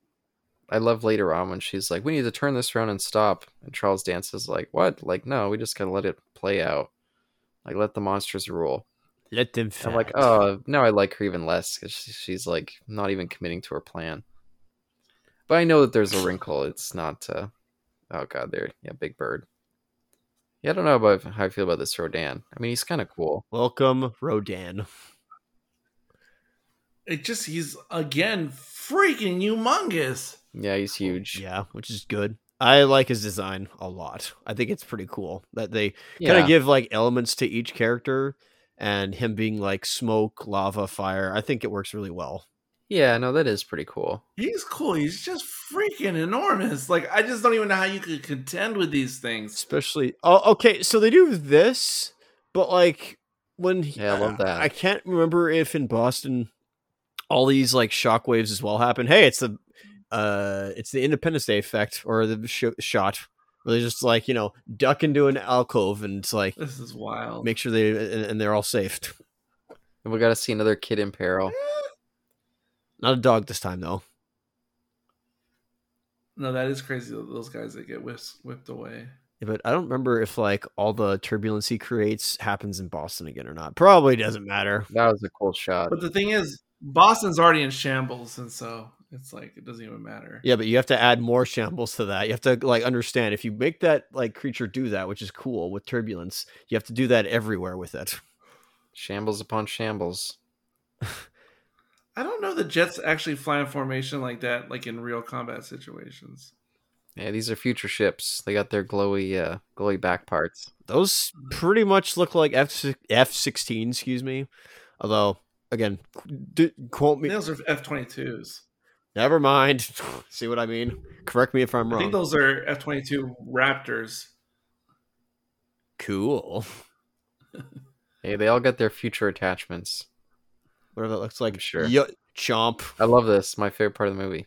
Speaker 2: I love later on when she's like, We need to turn this around and stop and Charles Dance is like, What? Like, no, we just gotta let it play out. Like let the monsters rule.
Speaker 1: Let them.
Speaker 2: I'm like, oh, now I like her even less because she's like not even committing to her plan. But I know that there's a wrinkle. It's not. Uh, oh God, there, yeah, Big Bird. Yeah, I don't know about how I feel about this Rodan. I mean, he's kind of cool.
Speaker 1: welcome, Rodan.
Speaker 3: It just he's again freaking humongous.
Speaker 2: Yeah, he's huge.
Speaker 1: Yeah, which is good. I like his design a lot. I think it's pretty cool that they kind
Speaker 2: Yeah.
Speaker 1: of give like elements to each character, and him being like smoke, lava, fire. I think it works really well.
Speaker 2: Yeah, no, that is pretty cool.
Speaker 3: He's cool. He's just freaking enormous. Like I just don't even know how you could contend with these things.
Speaker 1: especially oh okay so they do this but like when he-
Speaker 2: Yeah, I love that.
Speaker 1: i can't remember if in boston all these like shockwaves as well happen hey it's the uh it's the independence day effect or the sh- shot where they just like you know duck into an alcove and it's like
Speaker 3: This is wild.
Speaker 1: make sure they and, and they're all safe
Speaker 2: And we got to see another kid in peril.
Speaker 3: Eh.
Speaker 1: not a dog this time though
Speaker 3: no, that is crazy. that Those guys that get whipped, whipped away.
Speaker 1: Yeah, but i don't remember if like all the turbulence he creates happens in boston again or not probably doesn't matter
Speaker 2: That was a cool shot.
Speaker 3: But the thing is, Boston's already in shambles, and so it's like it doesn't even matter.
Speaker 1: Yeah, but you have to add more shambles to that. You have to like understand if you make that like creature do that, which is cool with turbulence, you have to do that everywhere with it. (laughs)
Speaker 2: Shambles upon shambles.
Speaker 3: I don't know the Jets actually fly in formation like that, like in real combat situations.
Speaker 2: Yeah, these are future ships. They got their glowy, uh, glowy back parts.
Speaker 1: Those
Speaker 3: Mm.
Speaker 1: pretty much look like F F sixteen, excuse me. Although, again, d- quote me.
Speaker 3: Those are F twenty twos.
Speaker 1: Never mind. (laughs) See what I mean? Correct me if I'm
Speaker 3: I think
Speaker 1: wrong.
Speaker 3: those are F twenty two Raptors.
Speaker 1: Cool.
Speaker 2: Hey, they all got their future attachments.
Speaker 1: Whatever that looks like.
Speaker 2: Sure.
Speaker 1: Yo-
Speaker 3: (laughs)
Speaker 1: chomp.
Speaker 2: I love this. My favorite part of the movie.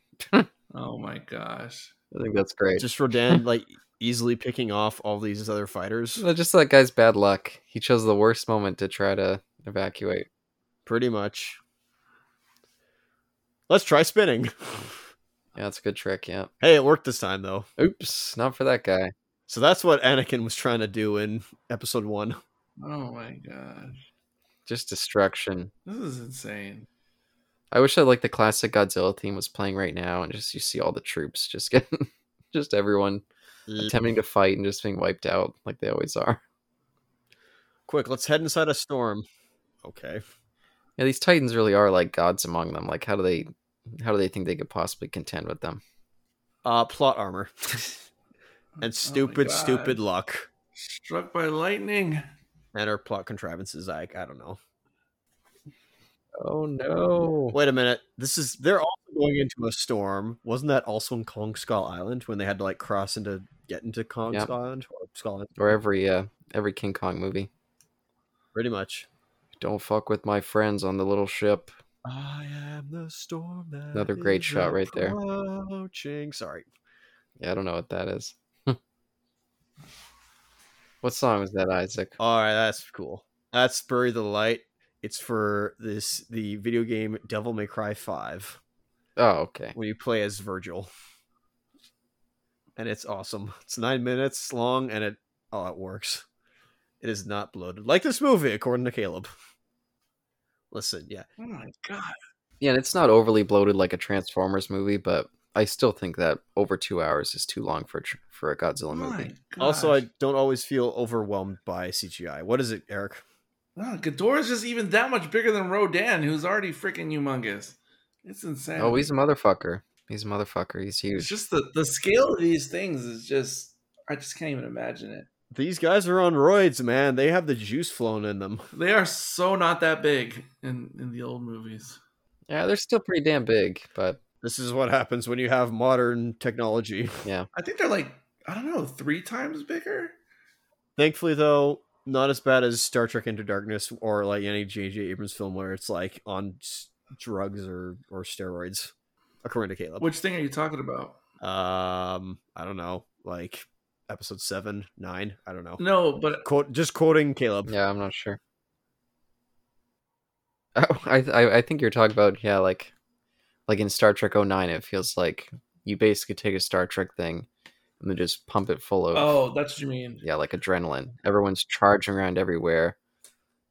Speaker 3: Oh my gosh!
Speaker 2: I think that's great.
Speaker 1: Just Rodan like easily picking off all these other
Speaker 3: (laughs)
Speaker 1: fighters.
Speaker 2: Well, Just that guy's bad luck. He chose the worst moment to try to evacuate.
Speaker 1: Pretty much. Let's try spinning. (laughs)
Speaker 2: Yeah, that's a good trick. Yeah.
Speaker 1: Hey, it worked this time though.
Speaker 2: Oops, not for that guy.
Speaker 1: So that's what Anakin was trying to do in episode one.
Speaker 3: Oh my gosh!
Speaker 2: Just destruction.
Speaker 3: This is insane.
Speaker 2: I wish I like the classic Godzilla theme was playing right now, and just you see all the troops just (laughs) getting, just everyone attempting to fight and just being wiped out like they always are.
Speaker 1: Quick, let's head inside a storm. Okay.
Speaker 2: Yeah, these Titans really are like gods among them. Like, how do they, how do they think they could possibly contend with them?
Speaker 1: Uh plot
Speaker 2: (laughs)
Speaker 1: armor.
Speaker 3: Oh my
Speaker 1: and stupid,
Speaker 3: God.
Speaker 1: stupid luck.
Speaker 3: Struck by lightning.
Speaker 1: And our plot contrivances, like, I don't know.
Speaker 2: Oh no!
Speaker 1: Wait a minute. This is they're also going into a storm. Wasn't that also in Kong Skull Island when they had to like cross into get into Kong
Speaker 2: Yep.
Speaker 1: Skull Island or Skull Island?
Speaker 2: Or every uh, every King Kong movie.
Speaker 1: Pretty much.
Speaker 2: Don't fuck with my friends on the little ship.
Speaker 1: I am the storm. that
Speaker 2: Another great
Speaker 1: is
Speaker 2: shot right there.
Speaker 1: approaching. Sorry.
Speaker 2: Yeah, I don't know what that is. (laughs) what song is that, Isaac?
Speaker 1: All right, that's cool. That's Bury the Light. It's for this the video game Devil May Cry 5
Speaker 2: Oh, okay.
Speaker 1: when you play as Virgil. And it's awesome. It's 9 minutes long and it oh, it works. It is not bloated. Like this movie according to Caleb. Listen, yeah.
Speaker 3: Oh my god!
Speaker 2: Yeah, and it's not overly bloated like a Transformers movie, but I still think that over two hours is too long for a tr- for a Godzilla
Speaker 3: My
Speaker 2: movie.
Speaker 1: Also,
Speaker 3: gosh.
Speaker 1: I don't always feel overwhelmed by CGI. What is it, Eric?
Speaker 3: No, Ghidorah's just even that much bigger than Rodan, who's already freaking humongous. It's insane.
Speaker 2: Oh, he's a motherfucker. He's a motherfucker. He's
Speaker 3: it's
Speaker 2: huge.
Speaker 3: just the the scale of these things is just I just can't even imagine it.
Speaker 1: These guys are on roids, man. They have the juice flowing in them.
Speaker 3: They are so not that big in in the old movies.
Speaker 2: Yeah, they're still pretty damn big, but
Speaker 1: This is what happens when you have modern technology.
Speaker 3: I think they're like I don't know three times bigger.
Speaker 1: Thankfully, though, not as bad as Star Trek Into Darkness or like any J.J. Abrams film where it's like on s- drugs or or steroids, according to Caleb.
Speaker 3: Which thing are you talking about?
Speaker 1: Um, I don't know, like episode seven, nine. I don't know.
Speaker 3: No, but
Speaker 1: Quote, just quoting Caleb.
Speaker 2: yeah, I'm not sure. (laughs) Oh, I I, I think you're talking about yeah, like like in Star Trek 09, it feels like you basically take a Star Trek thing and then just pump it full of
Speaker 3: oh, that's what you mean.
Speaker 2: yeah, like adrenaline. Everyone's charging around everywhere.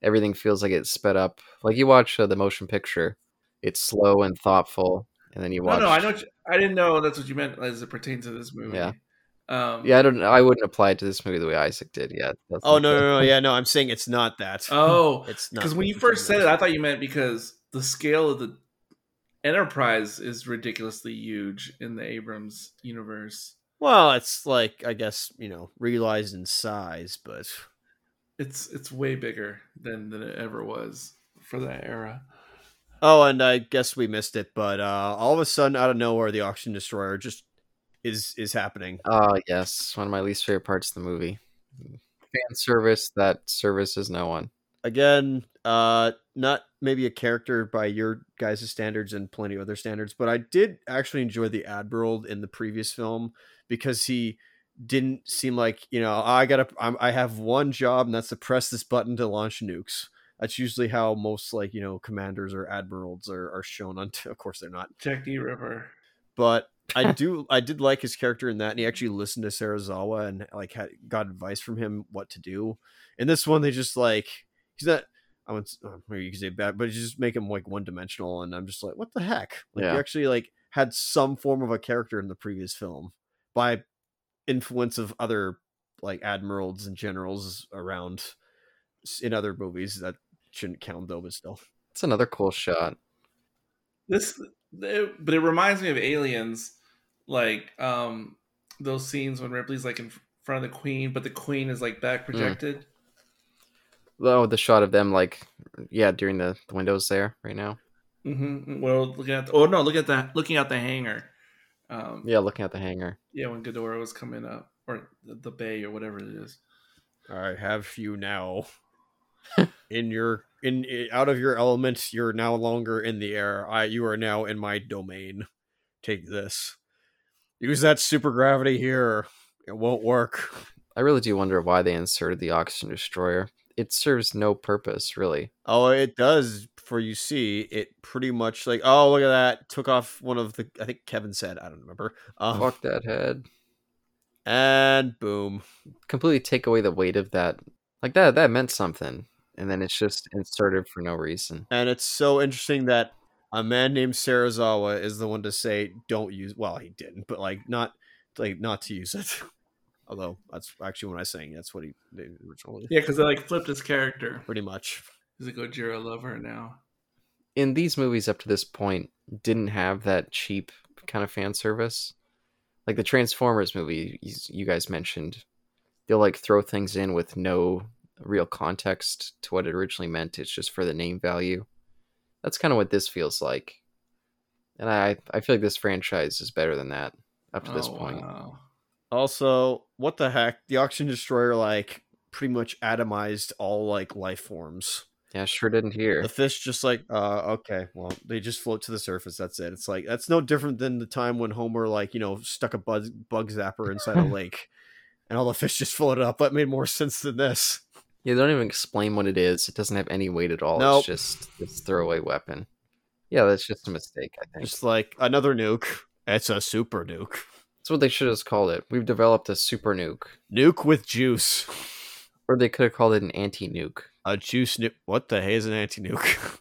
Speaker 2: Everything feels like it's sped up. Like you watch uh, the motion picture, it's slow and thoughtful, and then you
Speaker 3: No,
Speaker 2: watch.
Speaker 3: no, I know. what you- I didn't know that's what you meant as it pertains to this movie.
Speaker 2: Yeah.
Speaker 3: Um,
Speaker 2: Yeah, I don't. I wouldn't apply it to this movie the way Isaac did. Yeah. that's
Speaker 1: Oh
Speaker 2: not
Speaker 1: no,
Speaker 2: good.
Speaker 1: no, no, yeah, no. I'm saying it's not that.
Speaker 3: Oh,
Speaker 1: it's not
Speaker 3: Because when
Speaker 1: that.
Speaker 3: you first said it, I thought you meant because the scale of the Enterprise is ridiculously huge in the Abrams universe.
Speaker 1: well, it's like I guess you know realized in size, but
Speaker 3: It's it's way bigger than than it ever was for that era.
Speaker 1: Oh, and I guess we missed it, but uh, all of a sudden, out of nowhere, the auction destroyer just is is happening.
Speaker 2: Oh yes, one of my least favorite parts of the movie. Fan service that services no one.
Speaker 1: Again, uh, not maybe a character by your guys' standards and plenty of other standards, but I did actually enjoy the admiral in the previous film because he didn't seem like you know I gotta I'm, I have one job and that's to press this button to launch nukes. That's usually how most like you know commanders or admirals are, are shown on. Of course, they're not,
Speaker 3: Jack D. River.
Speaker 1: but I do I did like his character in that, and he actually listened to Sarazawa and like had, got advice from him what to do. In this one, they just like he's not. I would um, maybe you could say bad, but you just make him like one dimensional, and I'm just like, what the heck? Like
Speaker 2: Yeah.
Speaker 1: you actually like had some form of a character in the previous film by influence of other like admirals and generals around s- in other movies that shouldn't count though, but still.
Speaker 2: It's another cool shot.
Speaker 3: This, it- but it reminds me of Aliens, like um those scenes when Ripley's like in front of the Queen, but the Queen is like back projected.
Speaker 2: Oh, the shot of them like yeah during the, the windows there right now.
Speaker 3: Mm-hmm. Well, looking at the, oh no, look at that, looking at the hangar. Um,
Speaker 2: Yeah, looking at the hangar.
Speaker 3: yeah, when Ghidorah was coming up, or the, the bay, or whatever it is.
Speaker 1: I have you (laughs) now in your in, i- out of your element. You're no longer in the air. I you are now in my domain. Take this. Use that super gravity here. It won't work.
Speaker 2: I really do wonder why they inserted the oxygen destroyer. It serves no purpose, really.
Speaker 1: Oh, it does. For you see, it pretty much like oh look at that took off one of the I think Kevin said I don't remember. Um,
Speaker 2: Fuck that head.
Speaker 1: and boom.
Speaker 2: Completely take away the weight of that. Like that that meant something, and then it's just inserted for no reason.
Speaker 1: And it's so interesting that a man named Sarazawa is the one to say don't use. Well, he didn't, but like not like not to use it. (laughs) Although that's actually when I sang, that's what he did originally.
Speaker 3: Yeah, because they like flipped his character.
Speaker 1: Pretty much.
Speaker 3: He's a Gojira lover now.
Speaker 2: in these movies up to this point didn't have that cheap kind of fan service. Like the Transformers movie you, you guys mentioned, they'll like throw things in with no real context to what it originally meant. It's just for the name value. That's kind of what this feels like. And I I feel like this franchise is better than that up to this
Speaker 3: Oh,
Speaker 2: point.
Speaker 3: wow.
Speaker 1: Also, what the heck? The oxygen destroyer like pretty much atomized all like life forms.
Speaker 2: Yeah, sure didn't hear.
Speaker 1: The fish just like, uh, okay, well, they just float to the surface. That's it. It's like that's no different than the time when Homer, like, you know, stuck a bug, bug zapper
Speaker 2: (laughs)
Speaker 1: inside a lake, and all the fish just floated up. That made more sense than this.
Speaker 2: Yeah, they don't even explain what it is. It doesn't have any weight at all.
Speaker 1: Nope.
Speaker 2: It's just this throwaway weapon. Yeah, that's just a mistake, I think.
Speaker 1: Just like another nuke. It's a super nuke.
Speaker 2: That's what they should have called it. We've developed a super nuke,
Speaker 1: Nuke with juice.
Speaker 2: or they could have called it an anti nuke.
Speaker 1: A juice nuke. What the hey is an anti nuke?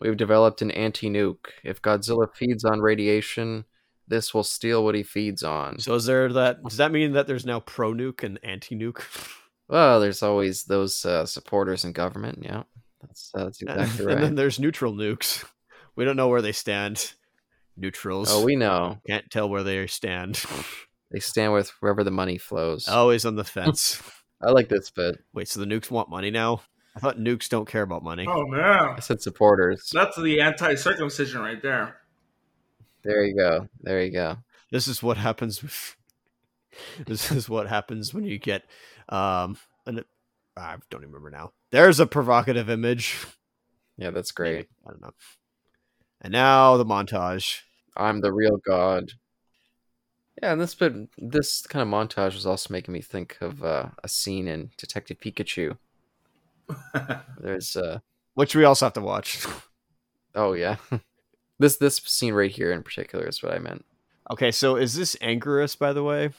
Speaker 2: We've developed an anti nuke. If Godzilla feeds on radiation, this will steal what he feeds
Speaker 1: (laughs)
Speaker 2: on.
Speaker 1: so is there that? Does that mean that there's now pro nuke and anti (laughs) nuke?
Speaker 2: well, there's always those uh, supporters in government. Yeah, that's uh, that's
Speaker 1: (laughs)
Speaker 2: exactly
Speaker 1: And then
Speaker 2: right.
Speaker 1: there's neutral nukes. We don't know where they stand. Neutrals.
Speaker 2: Oh, we know
Speaker 1: can't tell where they stand.
Speaker 2: they stand with wherever the money flows.
Speaker 1: Always Oh, on the fence.
Speaker 2: I like this bit.
Speaker 1: Wait, so the nukes want money now? I thought nukes don't care about money.
Speaker 3: Oh
Speaker 2: I
Speaker 3: man,
Speaker 2: said supporters.
Speaker 3: that's the anti-circumcision right (laughs) there.
Speaker 2: There you go. There you go.
Speaker 1: This is what happens. With, (laughs) this is what happens when you get um. An, I don't even remember now. There's a provocative image.
Speaker 2: Yeah, that's great.
Speaker 1: I don't know. And now the montage.
Speaker 2: I'm the real god. Yeah, and this but this kind of montage was also making me think of uh, a scene in Detective Pikachu. There's uh
Speaker 1: Which we also have to watch. (laughs)
Speaker 2: oh yeah. (laughs) this this scene right here in particular is what I meant.
Speaker 1: Okay, so is this Angerus, by the way?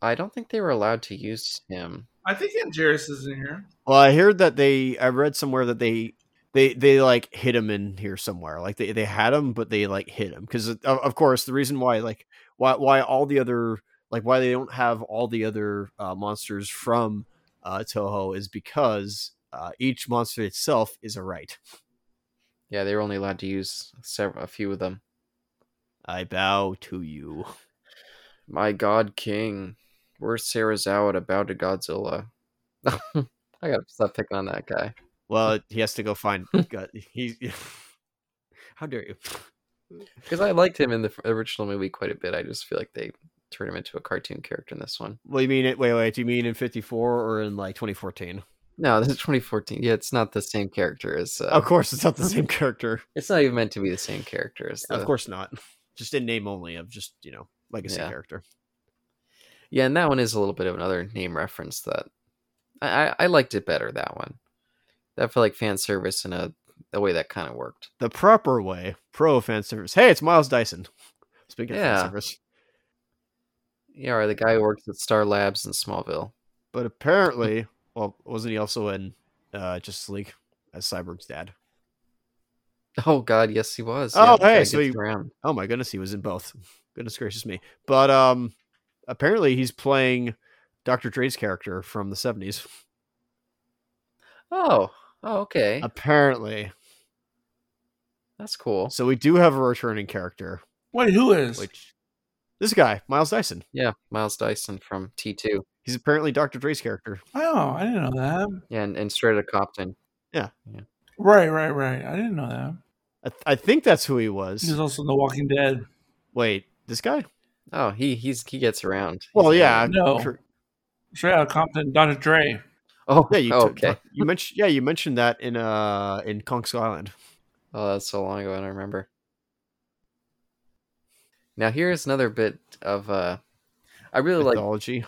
Speaker 2: I don't think they were allowed to use him.
Speaker 3: I think Angiris is in here.
Speaker 1: Well, I heard that they. I read somewhere that they they they like hid him in here somewhere. Like they they had him, but they like hid him because of, of course the reason why like why why all the other like why they don't have all the other uh, monsters from uh, Toho is because uh, each monster itself is a right.
Speaker 2: Yeah, they were only allowed to use several a few of them.
Speaker 1: I bow to you.
Speaker 2: My god king. Where's Sarazawa to bow to Godzilla? (laughs) I gotta stop picking on that guy.
Speaker 1: Well, he has to go find. God, he (laughs) How dare you?
Speaker 2: Because I liked him in the f- original movie quite a bit. I just feel like they turned him into a cartoon character in this one.
Speaker 1: Well, you mean it? Wait, wait. Do you mean in '54 or in like 2014?
Speaker 2: No, this is 2014. Yeah, it's not the same character as. Uh,
Speaker 1: Of course, it's not the same character.
Speaker 2: It's not even meant to be the same character as. The,
Speaker 1: Of course not. (laughs) Just in name only. Of just you know legacy
Speaker 2: Yeah.
Speaker 1: character.
Speaker 2: Yeah, and that one is a little bit of another name reference that I, I, I liked it better. That one, that felt like fan service in a, a way that kind of worked.
Speaker 1: The proper way, pro fan service. Hey, it's Miles Dyson. Speaking of
Speaker 2: Yeah.
Speaker 1: fan service,
Speaker 2: Yeah, or the guy who works at Star Labs in Smallville. (laughs)
Speaker 1: but apparently, well, wasn't he also in uh, Justice League as Cyborg's dad?
Speaker 2: Oh God, yes, he was.
Speaker 1: Oh,
Speaker 2: the guy
Speaker 1: hey, so
Speaker 2: gets
Speaker 1: he-
Speaker 2: around.
Speaker 1: Oh my goodness, he was in both. (laughs) Goodness gracious me. But um apparently he's playing Dr. Dre's character from the 70s.
Speaker 2: Oh, oh, okay,
Speaker 1: Uh, Apparently.
Speaker 2: that's cool.
Speaker 1: So we do have a returning character,
Speaker 3: Wait, who is?
Speaker 1: which this guy, Miles Dyson.
Speaker 2: Yeah, Miles Dyson from T two.
Speaker 1: He's apparently Dr. Dre's character.
Speaker 3: Oh, I didn't know that.
Speaker 2: Yeah, and, and straight out of Compton.
Speaker 3: Right, right, right. I didn't know that.
Speaker 1: I, th- I think that's who he was.
Speaker 3: He was also in The Walking Dead.
Speaker 1: Wait, this guy?
Speaker 2: Oh, he he's he gets around. He's
Speaker 1: Well, yeah.
Speaker 2: around.
Speaker 1: I'm
Speaker 3: No.
Speaker 1: sure-
Speaker 3: Straight out of Compton, Dr. Dre.
Speaker 2: Oh,
Speaker 1: Yeah, you
Speaker 2: oh,
Speaker 1: t-
Speaker 2: okay.
Speaker 1: you mentioned yeah, you mentioned that in uh in Kong's Island.
Speaker 2: Oh, that's so long ago, I don't remember. Now here's another bit of uh I really (laughs) like
Speaker 1: Mythology.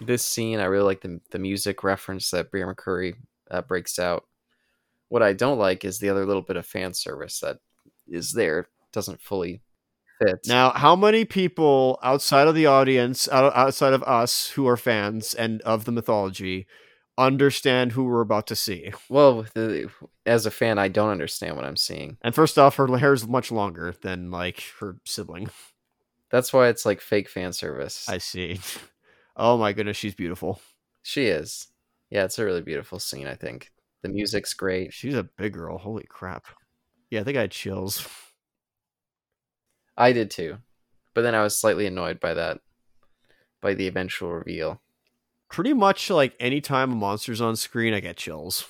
Speaker 2: this scene. I really like the the music reference that Beer McCurry uh, breaks out. What I don't like is the other little bit of fan service that is there doesn't fully fit.
Speaker 1: Now, how many people outside of the audience, out- outside of us who are fans and of the mythology, understand who we're about to see?
Speaker 2: well, with the, as a fan, I don't understand what I'm seeing.
Speaker 1: And first off, her hair is much longer than like her sibling.
Speaker 2: That's why it's like fake fan service.
Speaker 1: I see. (laughs) Oh my goodness, she's beautiful.
Speaker 2: She is. Yeah, it's a really beautiful scene. I think the music's great.
Speaker 1: She's a big girl. Holy crap. Yeah, I think I had chills.
Speaker 2: I did too, but then I was slightly annoyed by that, by the eventual reveal.
Speaker 1: Pretty much like any time a monster's on screen, I get chills.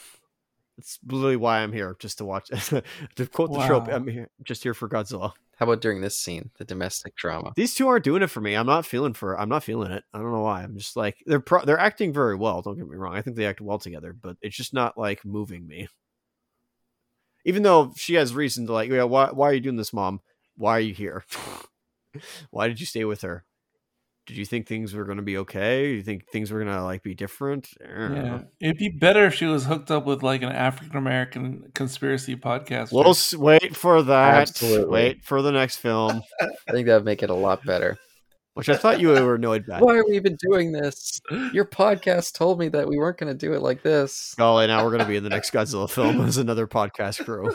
Speaker 1: That's literally why I'm here, just to watch. (laughs) to quote the trope,
Speaker 3: Wow.
Speaker 1: I'm here, just here for Godzilla.
Speaker 2: How about during this scene, the domestic drama?
Speaker 1: these two aren't doing it for me. I'm not feeling for. I'm not feeling it. I don't know why. I'm just like they're pro- they're acting very well. Don't get me wrong. I think they act well together, but it's just not like moving me. Even though she has reason to like, yeah, why why are you doing this, mom? Why are you here? (laughs) why did you stay with her? Did you think things were going to be okay? You think things were going to like be different? I don't know.
Speaker 3: Yeah. It'd be better if she was hooked up with like an African American conspiracy podcast.
Speaker 1: We'll s- wait for that.
Speaker 2: Absolutely.
Speaker 1: Wait for the next film,
Speaker 2: I think that would make it a
Speaker 1: (laughs)
Speaker 2: lot better.
Speaker 1: which I thought you were annoyed by.
Speaker 2: Why are we even doing this? Your podcast told me that we weren't going to do it like this.
Speaker 1: Golly, now we're going to be in the next Godzilla film as another podcast crew.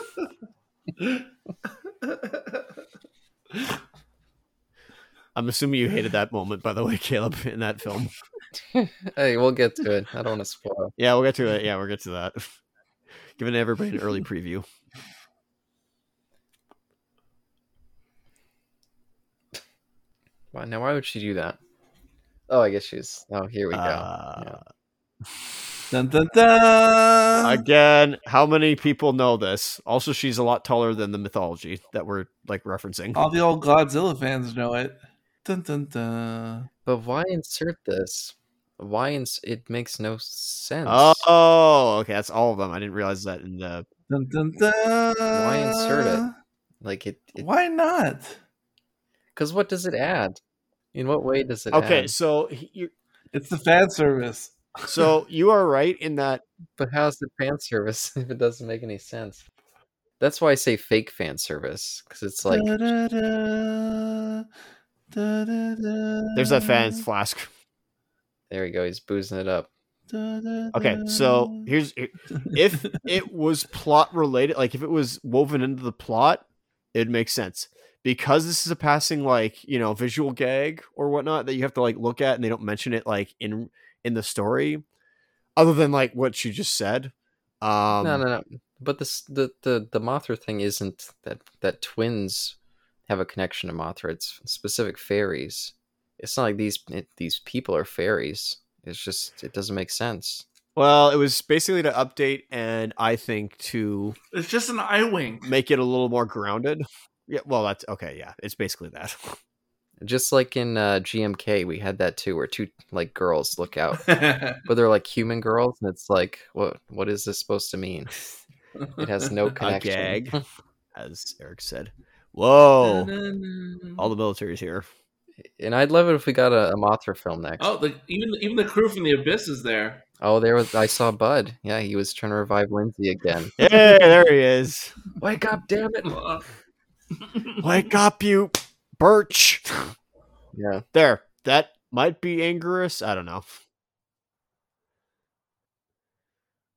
Speaker 1: I'm assuming you hated that moment, by the way, Caleb, in that film.
Speaker 2: Hey, we'll get to it. I don't want to spoil.
Speaker 1: Yeah, we'll get to it. Yeah, we'll get to that. Giving everybody an early preview.
Speaker 2: Why now? Why would she do that? Oh, I guess she's. Oh, here we go.
Speaker 1: Uh,
Speaker 3: Dun, dun, dun.
Speaker 1: Again, how many people know this? Also, she's a lot taller than the mythology that we're like referencing.
Speaker 3: All the old Godzilla fans know it. Dun, dun, dun.
Speaker 2: But why insert this? Why ins- it makes no sense.
Speaker 1: Oh, okay. That's all of them. I didn't realize that in the
Speaker 3: Dun, dun, dun.
Speaker 2: Why insert it? Like it, it
Speaker 3: Why not?
Speaker 2: Because what does it add? In what way does it
Speaker 1: Okay,
Speaker 2: add?
Speaker 1: so you
Speaker 3: It's the fan service.
Speaker 1: so you are right in that
Speaker 2: But how's the fan service (laughs) if it doesn't make any sense? That's why I say fake fan service because it's
Speaker 3: Uh,
Speaker 2: like
Speaker 3: Da-da-da, da-da-da,
Speaker 1: there's a
Speaker 2: Mm-hmm.
Speaker 1: fan's flask.
Speaker 2: there you go, he's boozing it up.
Speaker 3: da-da-da.
Speaker 1: Okay, so
Speaker 2: Mm-hmm.
Speaker 1: here's if it was plot related, like if it was woven into the plot, it makes sense because this is a passing like you know visual gag or whatnot that you have to like look at, and they don't mention it like in in the story, other than like what you just said. Um,
Speaker 2: no, no, no. But this the the the Mothra thing isn't that that twins have a connection to Mothra. It's specific fairies. It's not like these it, these people are fairies. It's just it doesn't make sense.
Speaker 1: Well, it was basically to update and I think to
Speaker 3: (laughs) It's just an eye wink.
Speaker 1: make it a little more grounded. Yeah, well, that's okay. Yeah, it's basically that. (laughs)
Speaker 2: Just like in uh, GMK, we had that too, where two like girls look out, but they're like human girls, and it's like, what what is this supposed to mean? It
Speaker 3: (laughs)
Speaker 2: has no connection.
Speaker 1: gag. As Eric said, whoa, all the military's here.
Speaker 2: And I'd love it if we got a, a Mothra film next.
Speaker 3: Oh, the, even even the crew from the abyss is there.
Speaker 2: Oh, there was. I saw Bud. Yeah, he was trying to revive Lindsay again.
Speaker 1: Hey, there he is.
Speaker 2: Wake up, damn it!
Speaker 3: uh,
Speaker 1: Wake up, you birch.
Speaker 2: Yeah,
Speaker 1: There, that might be Angerus. I don't know.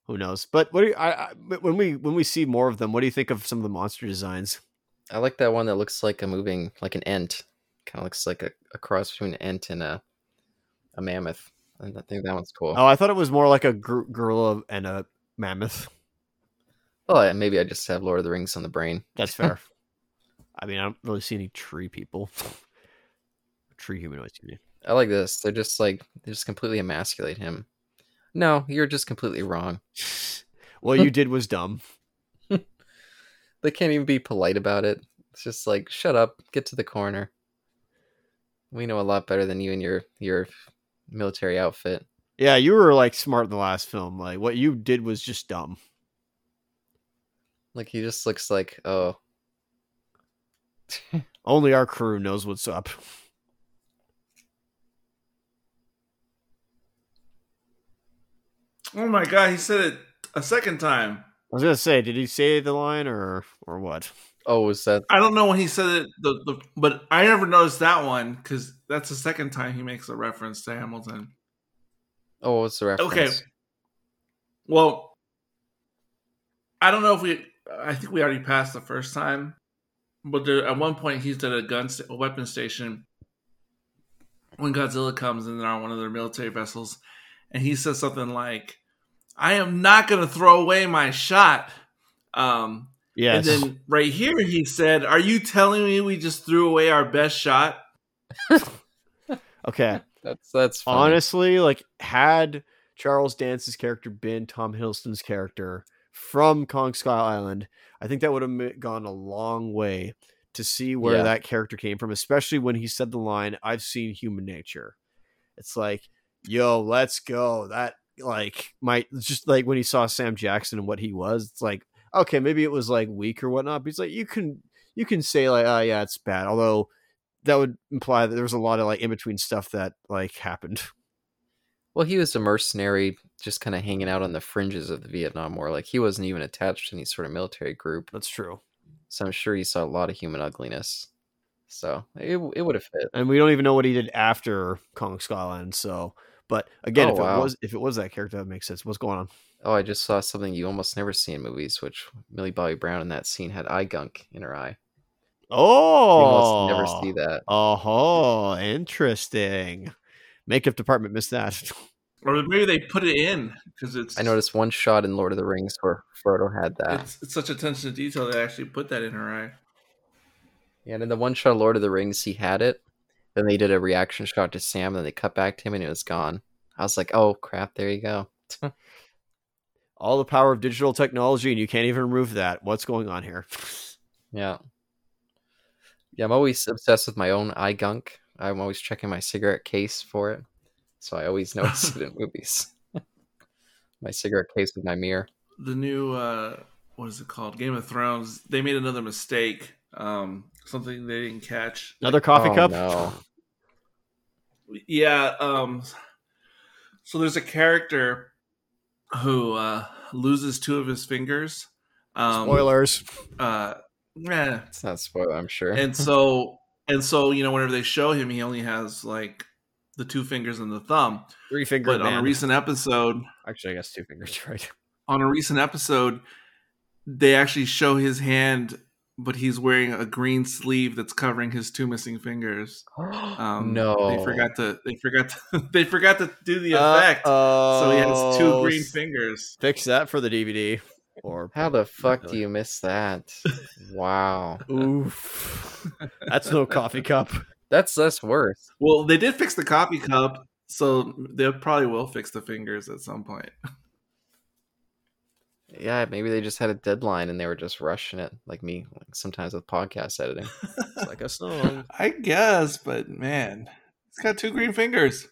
Speaker 1: Who knows? But what do you, I, I but when we when we see more of them? What do you think of some of the monster designs?
Speaker 2: I like that one that looks like a moving, like an ant. Kind of looks like a, a cross between an ant and a a mammoth. And I think that one's cool.
Speaker 1: Oh, I thought it was more like a gor- gorilla and a mammoth.
Speaker 2: Well, I- Oh, maybe I just have Lord of the Rings on the brain.
Speaker 1: That's fair. I mean, I don't really see any tree people. (laughs) tree humanoids. excuse me.
Speaker 2: I like this. They're just like they just completely emasculate him. No, you're just completely wrong.
Speaker 1: What you did was dumb.
Speaker 2: They can't even be polite about it. It's just like shut up, get to the corner. We know a lot better than you and your your military outfit.
Speaker 1: Yeah, you were like smart in the last film. Like what you did was just dumb.
Speaker 2: Like he just looks like oh
Speaker 1: Only our crew knows what's up.
Speaker 3: Oh my god, he said it a second time.
Speaker 1: I was gonna say, did he say the line or or what?
Speaker 2: oh was that
Speaker 3: I don't know when he said it, the, the but I never noticed that one because that's the second time he makes a reference to Hamilton.
Speaker 2: oh what's the reference?
Speaker 3: Okay. Well, I don't know if we. I think we already passed the first time, but there, at one point he's at a gun, sta- a weapon station when Godzilla comes and they're on one of their military vessels, and he says something like, "I am not going to throw away my shot." Um,
Speaker 1: Yes.
Speaker 3: And then right here he said, "Are you telling me we just threw away our best shot?"
Speaker 1: (laughs) okay.
Speaker 2: That's that's funny.
Speaker 1: Honestly, like had Charles Dance's character been Tom Hiddleston's character from Kong Skull Island, I think that would have gone a long way to see where
Speaker 2: Yeah.
Speaker 1: that character came from, especially when he said the line, "I've seen human nature." It's like, yo, let's go. That like my just like when he saw Sam Jackson and what he was, it's like, okay, maybe it was like weak or whatnot. But he's like, you can you can say like, oh yeah, it's bad. Although that would imply that there was a lot of like in between stuff that like happened. (laughs)
Speaker 2: Well, he was a mercenary, just kind of hanging out on the fringes of the Vietnam War. Like he wasn't even attached to any sort of military group,
Speaker 1: That's true.
Speaker 2: so I'm sure he saw a lot of human ugliness. So it w- it would have fit.
Speaker 1: And we don't even know what he did after Kong Scotland. So, but again,
Speaker 2: Oh,
Speaker 1: if
Speaker 2: wow.
Speaker 1: it was if it was that character, that makes sense. What's going on?
Speaker 2: Oh, I just saw something you almost never see in movies, which Millie Bobby Brown in that scene had eye gunk in her eye. You
Speaker 1: Oh,
Speaker 2: almost never see that.
Speaker 1: Oh, interesting. Makeup department missed that. (laughs)
Speaker 3: Or maybe they put it in because it's.
Speaker 2: I noticed one shot in Lord of the Rings where Frodo had that,
Speaker 3: It's, it's such attention to detail they actually put that in her eye.
Speaker 2: and in the one shot of Lord of the Rings he had it. Then they did a reaction shot to Sam, then they cut back to him, and it was gone. I was like, "Oh crap! There you go."
Speaker 1: All the power of digital technology, and you can't even remove that. What's going on here?
Speaker 2: Yeah. Yeah, I'm always obsessed with my own eye gunk. I'm always checking my cigarette case for it. So I always
Speaker 1: (laughs)
Speaker 2: notice it in movies. (laughs) my cigarette case with my mirror.
Speaker 3: The new uh, what is it called? Game of Thrones. They made another mistake. Um, something they didn't catch.
Speaker 1: Another coffee
Speaker 2: Oh,
Speaker 1: cup.
Speaker 2: no.
Speaker 3: Yeah. Um, so there's a character who uh, loses two of his fingers. Um,
Speaker 1: Spoilers.
Speaker 3: Uh, yeah.
Speaker 2: It's not a spoiler, I'm sure. (gasps)
Speaker 3: and so and so you know whenever they show him he only has like the two fingers and the thumb
Speaker 1: Three fingers.
Speaker 3: but on a recent episode
Speaker 1: Actually, I guess two (laughs) fingers. Right.
Speaker 3: on a recent episode they actually show his hand but he's wearing a green sleeve that's covering his two missing fingers um
Speaker 2: no.
Speaker 3: they forgot to they forgot to, (laughs) they forgot to do the effect so he has two green fingers
Speaker 1: Uh, Fix that for the DVD.
Speaker 3: (laughs)
Speaker 1: Or
Speaker 2: How the fuck do you miss that? wow.
Speaker 1: Oof. That's no coffee cup.
Speaker 2: That's that's worse.
Speaker 3: well they did fix the coffee cup so they probably will fix the fingers at some point
Speaker 2: yeah, maybe they just had a deadline and they were just rushing it, like me, like sometimes with podcast editing. It's like us no.
Speaker 3: I guess, but man, it's got two green fingers.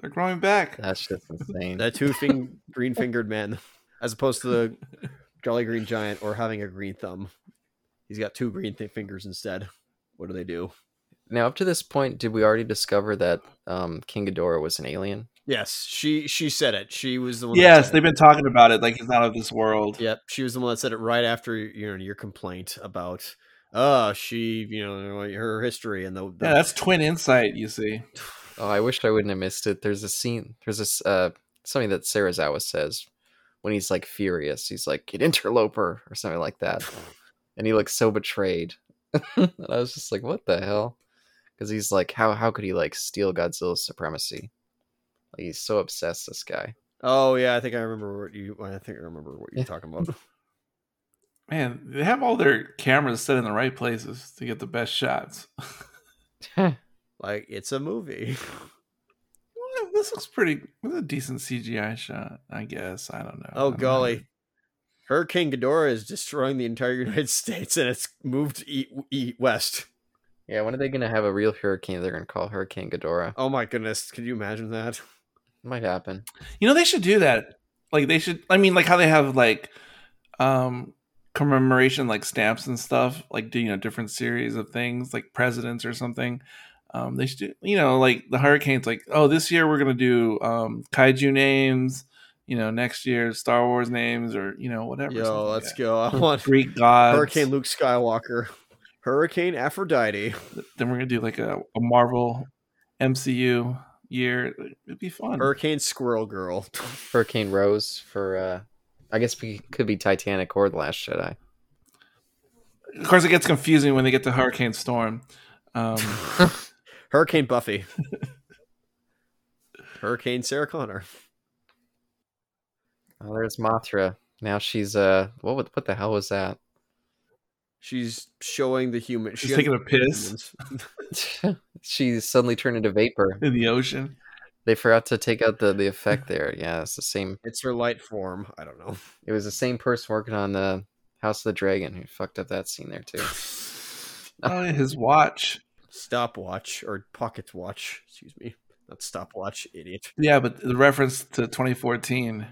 Speaker 3: They're growing back.
Speaker 2: That's just insane.
Speaker 1: That two fing- green fingered man, as opposed to the Jolly Green Giant or having a green thumb. He's got two green th- fingers instead. What do they do?
Speaker 2: Now, up to this point, did we already discover that um, King Ghidorah was an alien?
Speaker 1: Yes, she she said it. She was the one. that
Speaker 3: Yes,
Speaker 1: said
Speaker 3: they've
Speaker 1: it.
Speaker 3: been talking about it like he's not of this world.
Speaker 1: Yep, she was the one that said it right after you know your complaint about uh she you know her history and the, the
Speaker 3: Yeah, that's twin insight, you see.
Speaker 2: Oh, I wish I wouldn't have missed it. There's a scene. There's this uh, something that Sarazawa says when he's like furious. He's like an interloper or something like that, and he looks so betrayed. (laughs) and I was just like, what the hell? Because he's like, how how could he like steal Godzilla's supremacy? Like, he's so obsessed. This guy. (laughs)
Speaker 1: oh yeah I think I remember what you I think I remember what you're talking about.
Speaker 3: Man, they have all their cameras set in the right places to get the best shots. (laughs)
Speaker 1: like it's a movie.
Speaker 3: Well, This looks pretty. This is a decent CGI shot, I guess. I don't know.
Speaker 1: Oh
Speaker 3: I'm not-
Speaker 1: golly, Hurricane Ghidorah is destroying the entire United States and it's moved eat, eat west.
Speaker 2: yeah, when are they gonna have a real hurricane? They're gonna call Hurricane Ghidorah.
Speaker 1: Oh my goodness, could you imagine
Speaker 3: (laughs)
Speaker 1: that?
Speaker 2: Might happen.
Speaker 3: You know they should do that. Like they should. I mean, like how they have like um commemoration like stamps and stuff. Like do you know different series of things like presidents or something. Um, they should do, you know like the hurricanes like oh this year we're gonna do um kaiju names. You know next year Star Wars names or you know whatever.
Speaker 1: Yo,
Speaker 3: something like
Speaker 1: let's
Speaker 3: that.
Speaker 1: go. I want
Speaker 3: Greek gods.
Speaker 1: Hurricane Luke
Speaker 3: (laughs)
Speaker 1: Skywalker, Hurricane Aphrodite,
Speaker 3: Then we're gonna do like a, a Marvel MCU year. It'd be fun.
Speaker 1: Hurricane Squirrel
Speaker 3: (laughs)
Speaker 1: Girl. (laughs)
Speaker 2: Hurricane Rose for. uh I guess we could be Titanic or The Last Jedi.
Speaker 3: Of course, it gets confusing when they get to Hurricane Storm. Um,
Speaker 1: Hurricane Buffy. Hurricane Sarah Connor.
Speaker 2: Oh, there's Mothra. Now she's uh, what wa- what the hell was that? (laughs)
Speaker 1: She's showing the human.
Speaker 3: She's taking a piss
Speaker 2: she suddenly turned into vapor.
Speaker 3: in the ocean.
Speaker 2: They forgot to take out the the effect there. Yeah, it's the same.
Speaker 1: It's her light form. I don't
Speaker 3: (laughs)
Speaker 1: know.
Speaker 2: It was the same person working on the House of the Dragon who fucked up that scene there too.
Speaker 3: Oh, yeah, his watch.
Speaker 1: Stopwatch or pocket watch. Excuse me. Not stopwatch, idiot.
Speaker 3: Yeah, but the reference to 2014. Do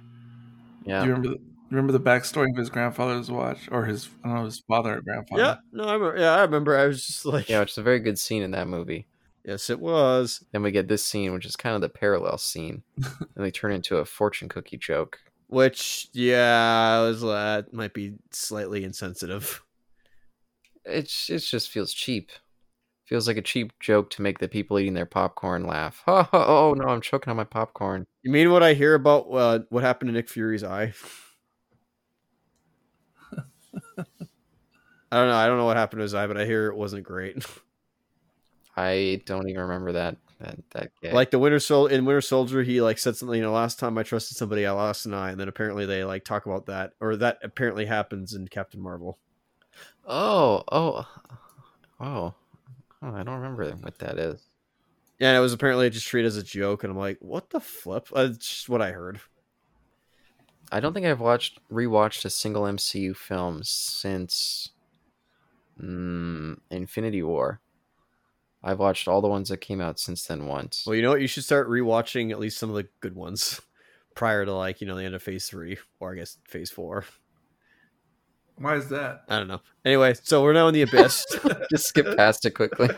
Speaker 2: Yeah,
Speaker 3: you remember? The, remember the backstory of his grandfather's watch, or his I don't know his father or grandfather.
Speaker 1: Yeah, no, I remember, yeah, I remember. I was just like,
Speaker 2: yeah, which is a very good scene in that movie.
Speaker 1: yes, it was.
Speaker 2: Then we get this scene, which is kind of the parallel scene, and they turn into a fortune cookie joke.
Speaker 1: Which, yeah, I was. Uh, that might be slightly insensitive.
Speaker 2: It it just feels cheap. Feels like a cheap joke to make the people eating their popcorn laugh. Oh, oh, oh no, I'm choking on my popcorn.
Speaker 1: You mean what I hear about uh, what happened to Nick Fury's eye? I don't know. I don't know what happened to his eye, but I hear it wasn't great.
Speaker 2: I don't even remember that that that gag.
Speaker 1: Like the Winter Sol in Winter Soldier, he like said something. You know, last time I trusted somebody, I lost an eye, and then apparently they like talk about that, or that apparently happens in Captain Marvel.
Speaker 2: oh oh oh, oh I don't remember what that is.
Speaker 1: Yeah, and it was apparently just treated as a joke, and I'm like, what the flip? Uh, It's just what I heard.
Speaker 2: I don't think I've watched rewatched a single MCU film since mm, Infinity War. I've watched all the ones that came out since then once.
Speaker 1: Well, you know what? You should start rewatching at least some of the good ones (laughs) prior to like you know the end of Phase Three, or I guess Phase Four.
Speaker 3: Why is that?
Speaker 1: I don't know. Anyway, so we're now in the
Speaker 2: (laughs)
Speaker 1: abyss.
Speaker 2: Just skip past
Speaker 1: (laughs)
Speaker 2: it quickly.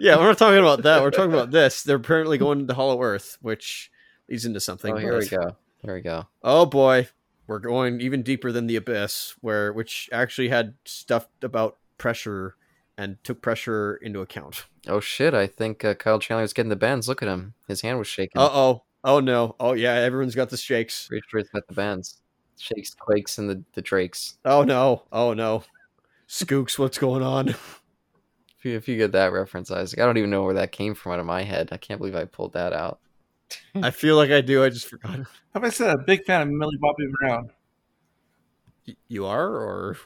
Speaker 1: yeah, we're not talking about that. We're talking about this. They're apparently going to Hollow Earth, which leads into something.
Speaker 2: oh, here we
Speaker 1: but-
Speaker 2: go. Here we go.
Speaker 1: Oh boy, we're going even deeper than the abyss, where which actually had stuff about pressure and took pressure into account.
Speaker 2: Oh shit! I think uh, Kyle Chandler was getting the bends. Look at him. His hand was shaking.
Speaker 1: Uh oh. Oh no. Oh yeah. Everyone's got the shakes.
Speaker 2: Pretty sure he's got the bends. Shakes, quakes, and the the drakes.
Speaker 1: Oh no. Oh no. Skooks, what's going on?
Speaker 2: If you, if you get that reference, Isaac, I don't even know where that came from out of my head. I can't believe I pulled that out.
Speaker 1: I feel like I do. I just forgot.
Speaker 3: Have I said a big fan of Millie Bobby Brown?
Speaker 1: Y- You are, or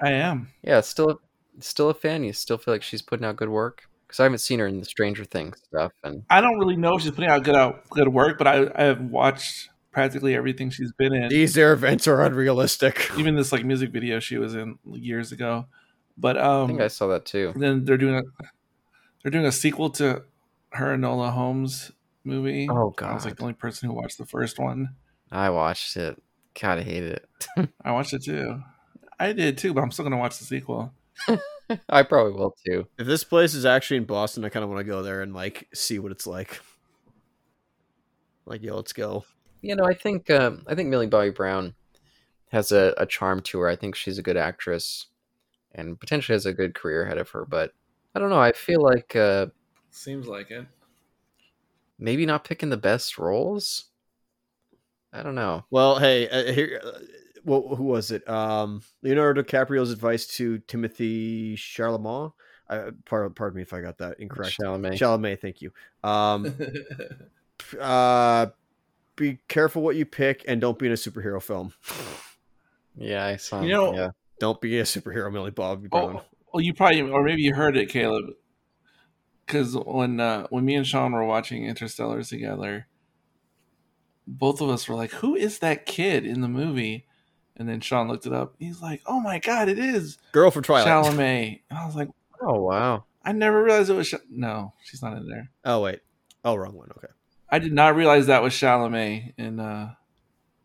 Speaker 3: I am.
Speaker 2: Yeah, still, still a fan. You still feel like she's putting out good work because I haven't seen her in the Stranger Things stuff. And
Speaker 3: I don't really know if she's putting out good out good work, but I I have watched practically everything she's been
Speaker 1: (laughs)
Speaker 3: in.
Speaker 1: These air vents are unrealistic. (laughs)
Speaker 3: even this like music video she was in years ago. But
Speaker 2: I
Speaker 3: um,
Speaker 2: think I saw that too.
Speaker 3: then they're doing a they're doing a sequel to her and Nola Holmes movie.
Speaker 2: Oh
Speaker 3: I was
Speaker 2: god,
Speaker 3: like the only person who watched the first one.
Speaker 2: I watched it. God, I hated it. (laughs)
Speaker 3: I watched it too. I did too, but I'm still gonna watch the sequel.
Speaker 2: I probably will too.
Speaker 1: If this place is actually in Boston, I kind of want to go there and like see what it's like. Like, yo, let's go.
Speaker 2: You know, I think um, I think Millie Bobby Brown has a, a charm to her. I think she's a good actress and potentially has a good career ahead of her. But I don't know. I feel like uh,
Speaker 3: Seems like it.
Speaker 2: maybe not picking the best roles. I don't know.
Speaker 1: Well, hey, uh, here, uh, wh- who was it? Um, Leonardo DiCaprio's advice to Timothy Charlemont. I, pardon, pardon me if I got that incorrect.
Speaker 2: Chalamet.
Speaker 1: Chalamet, thank you. (laughs) Um, uh, be careful what you pick, and don't be in a superhero film.
Speaker 2: yeah, I saw.
Speaker 3: You
Speaker 2: him,
Speaker 3: know-
Speaker 2: yeah.
Speaker 1: Don't be a superhero, Millie Bobby
Speaker 3: (laughs)
Speaker 1: Brown.
Speaker 3: (laughs) Oh, well, you probably, or maybe you heard it, Caleb, because when uh, when me and Sean were watching Interstellar together, both of us were like, "Who is that kid in the movie?" And then Sean looked it up. He's like, "Oh my god, it is
Speaker 1: Girl for Twilight.
Speaker 3: Chalamet!" And I was like,
Speaker 2: Oh wow.
Speaker 3: "I never realized it was." Ch- no, she's not in there.
Speaker 1: Oh wait, oh wrong one. Okay.
Speaker 3: I did not realize that was Chalamet in uh,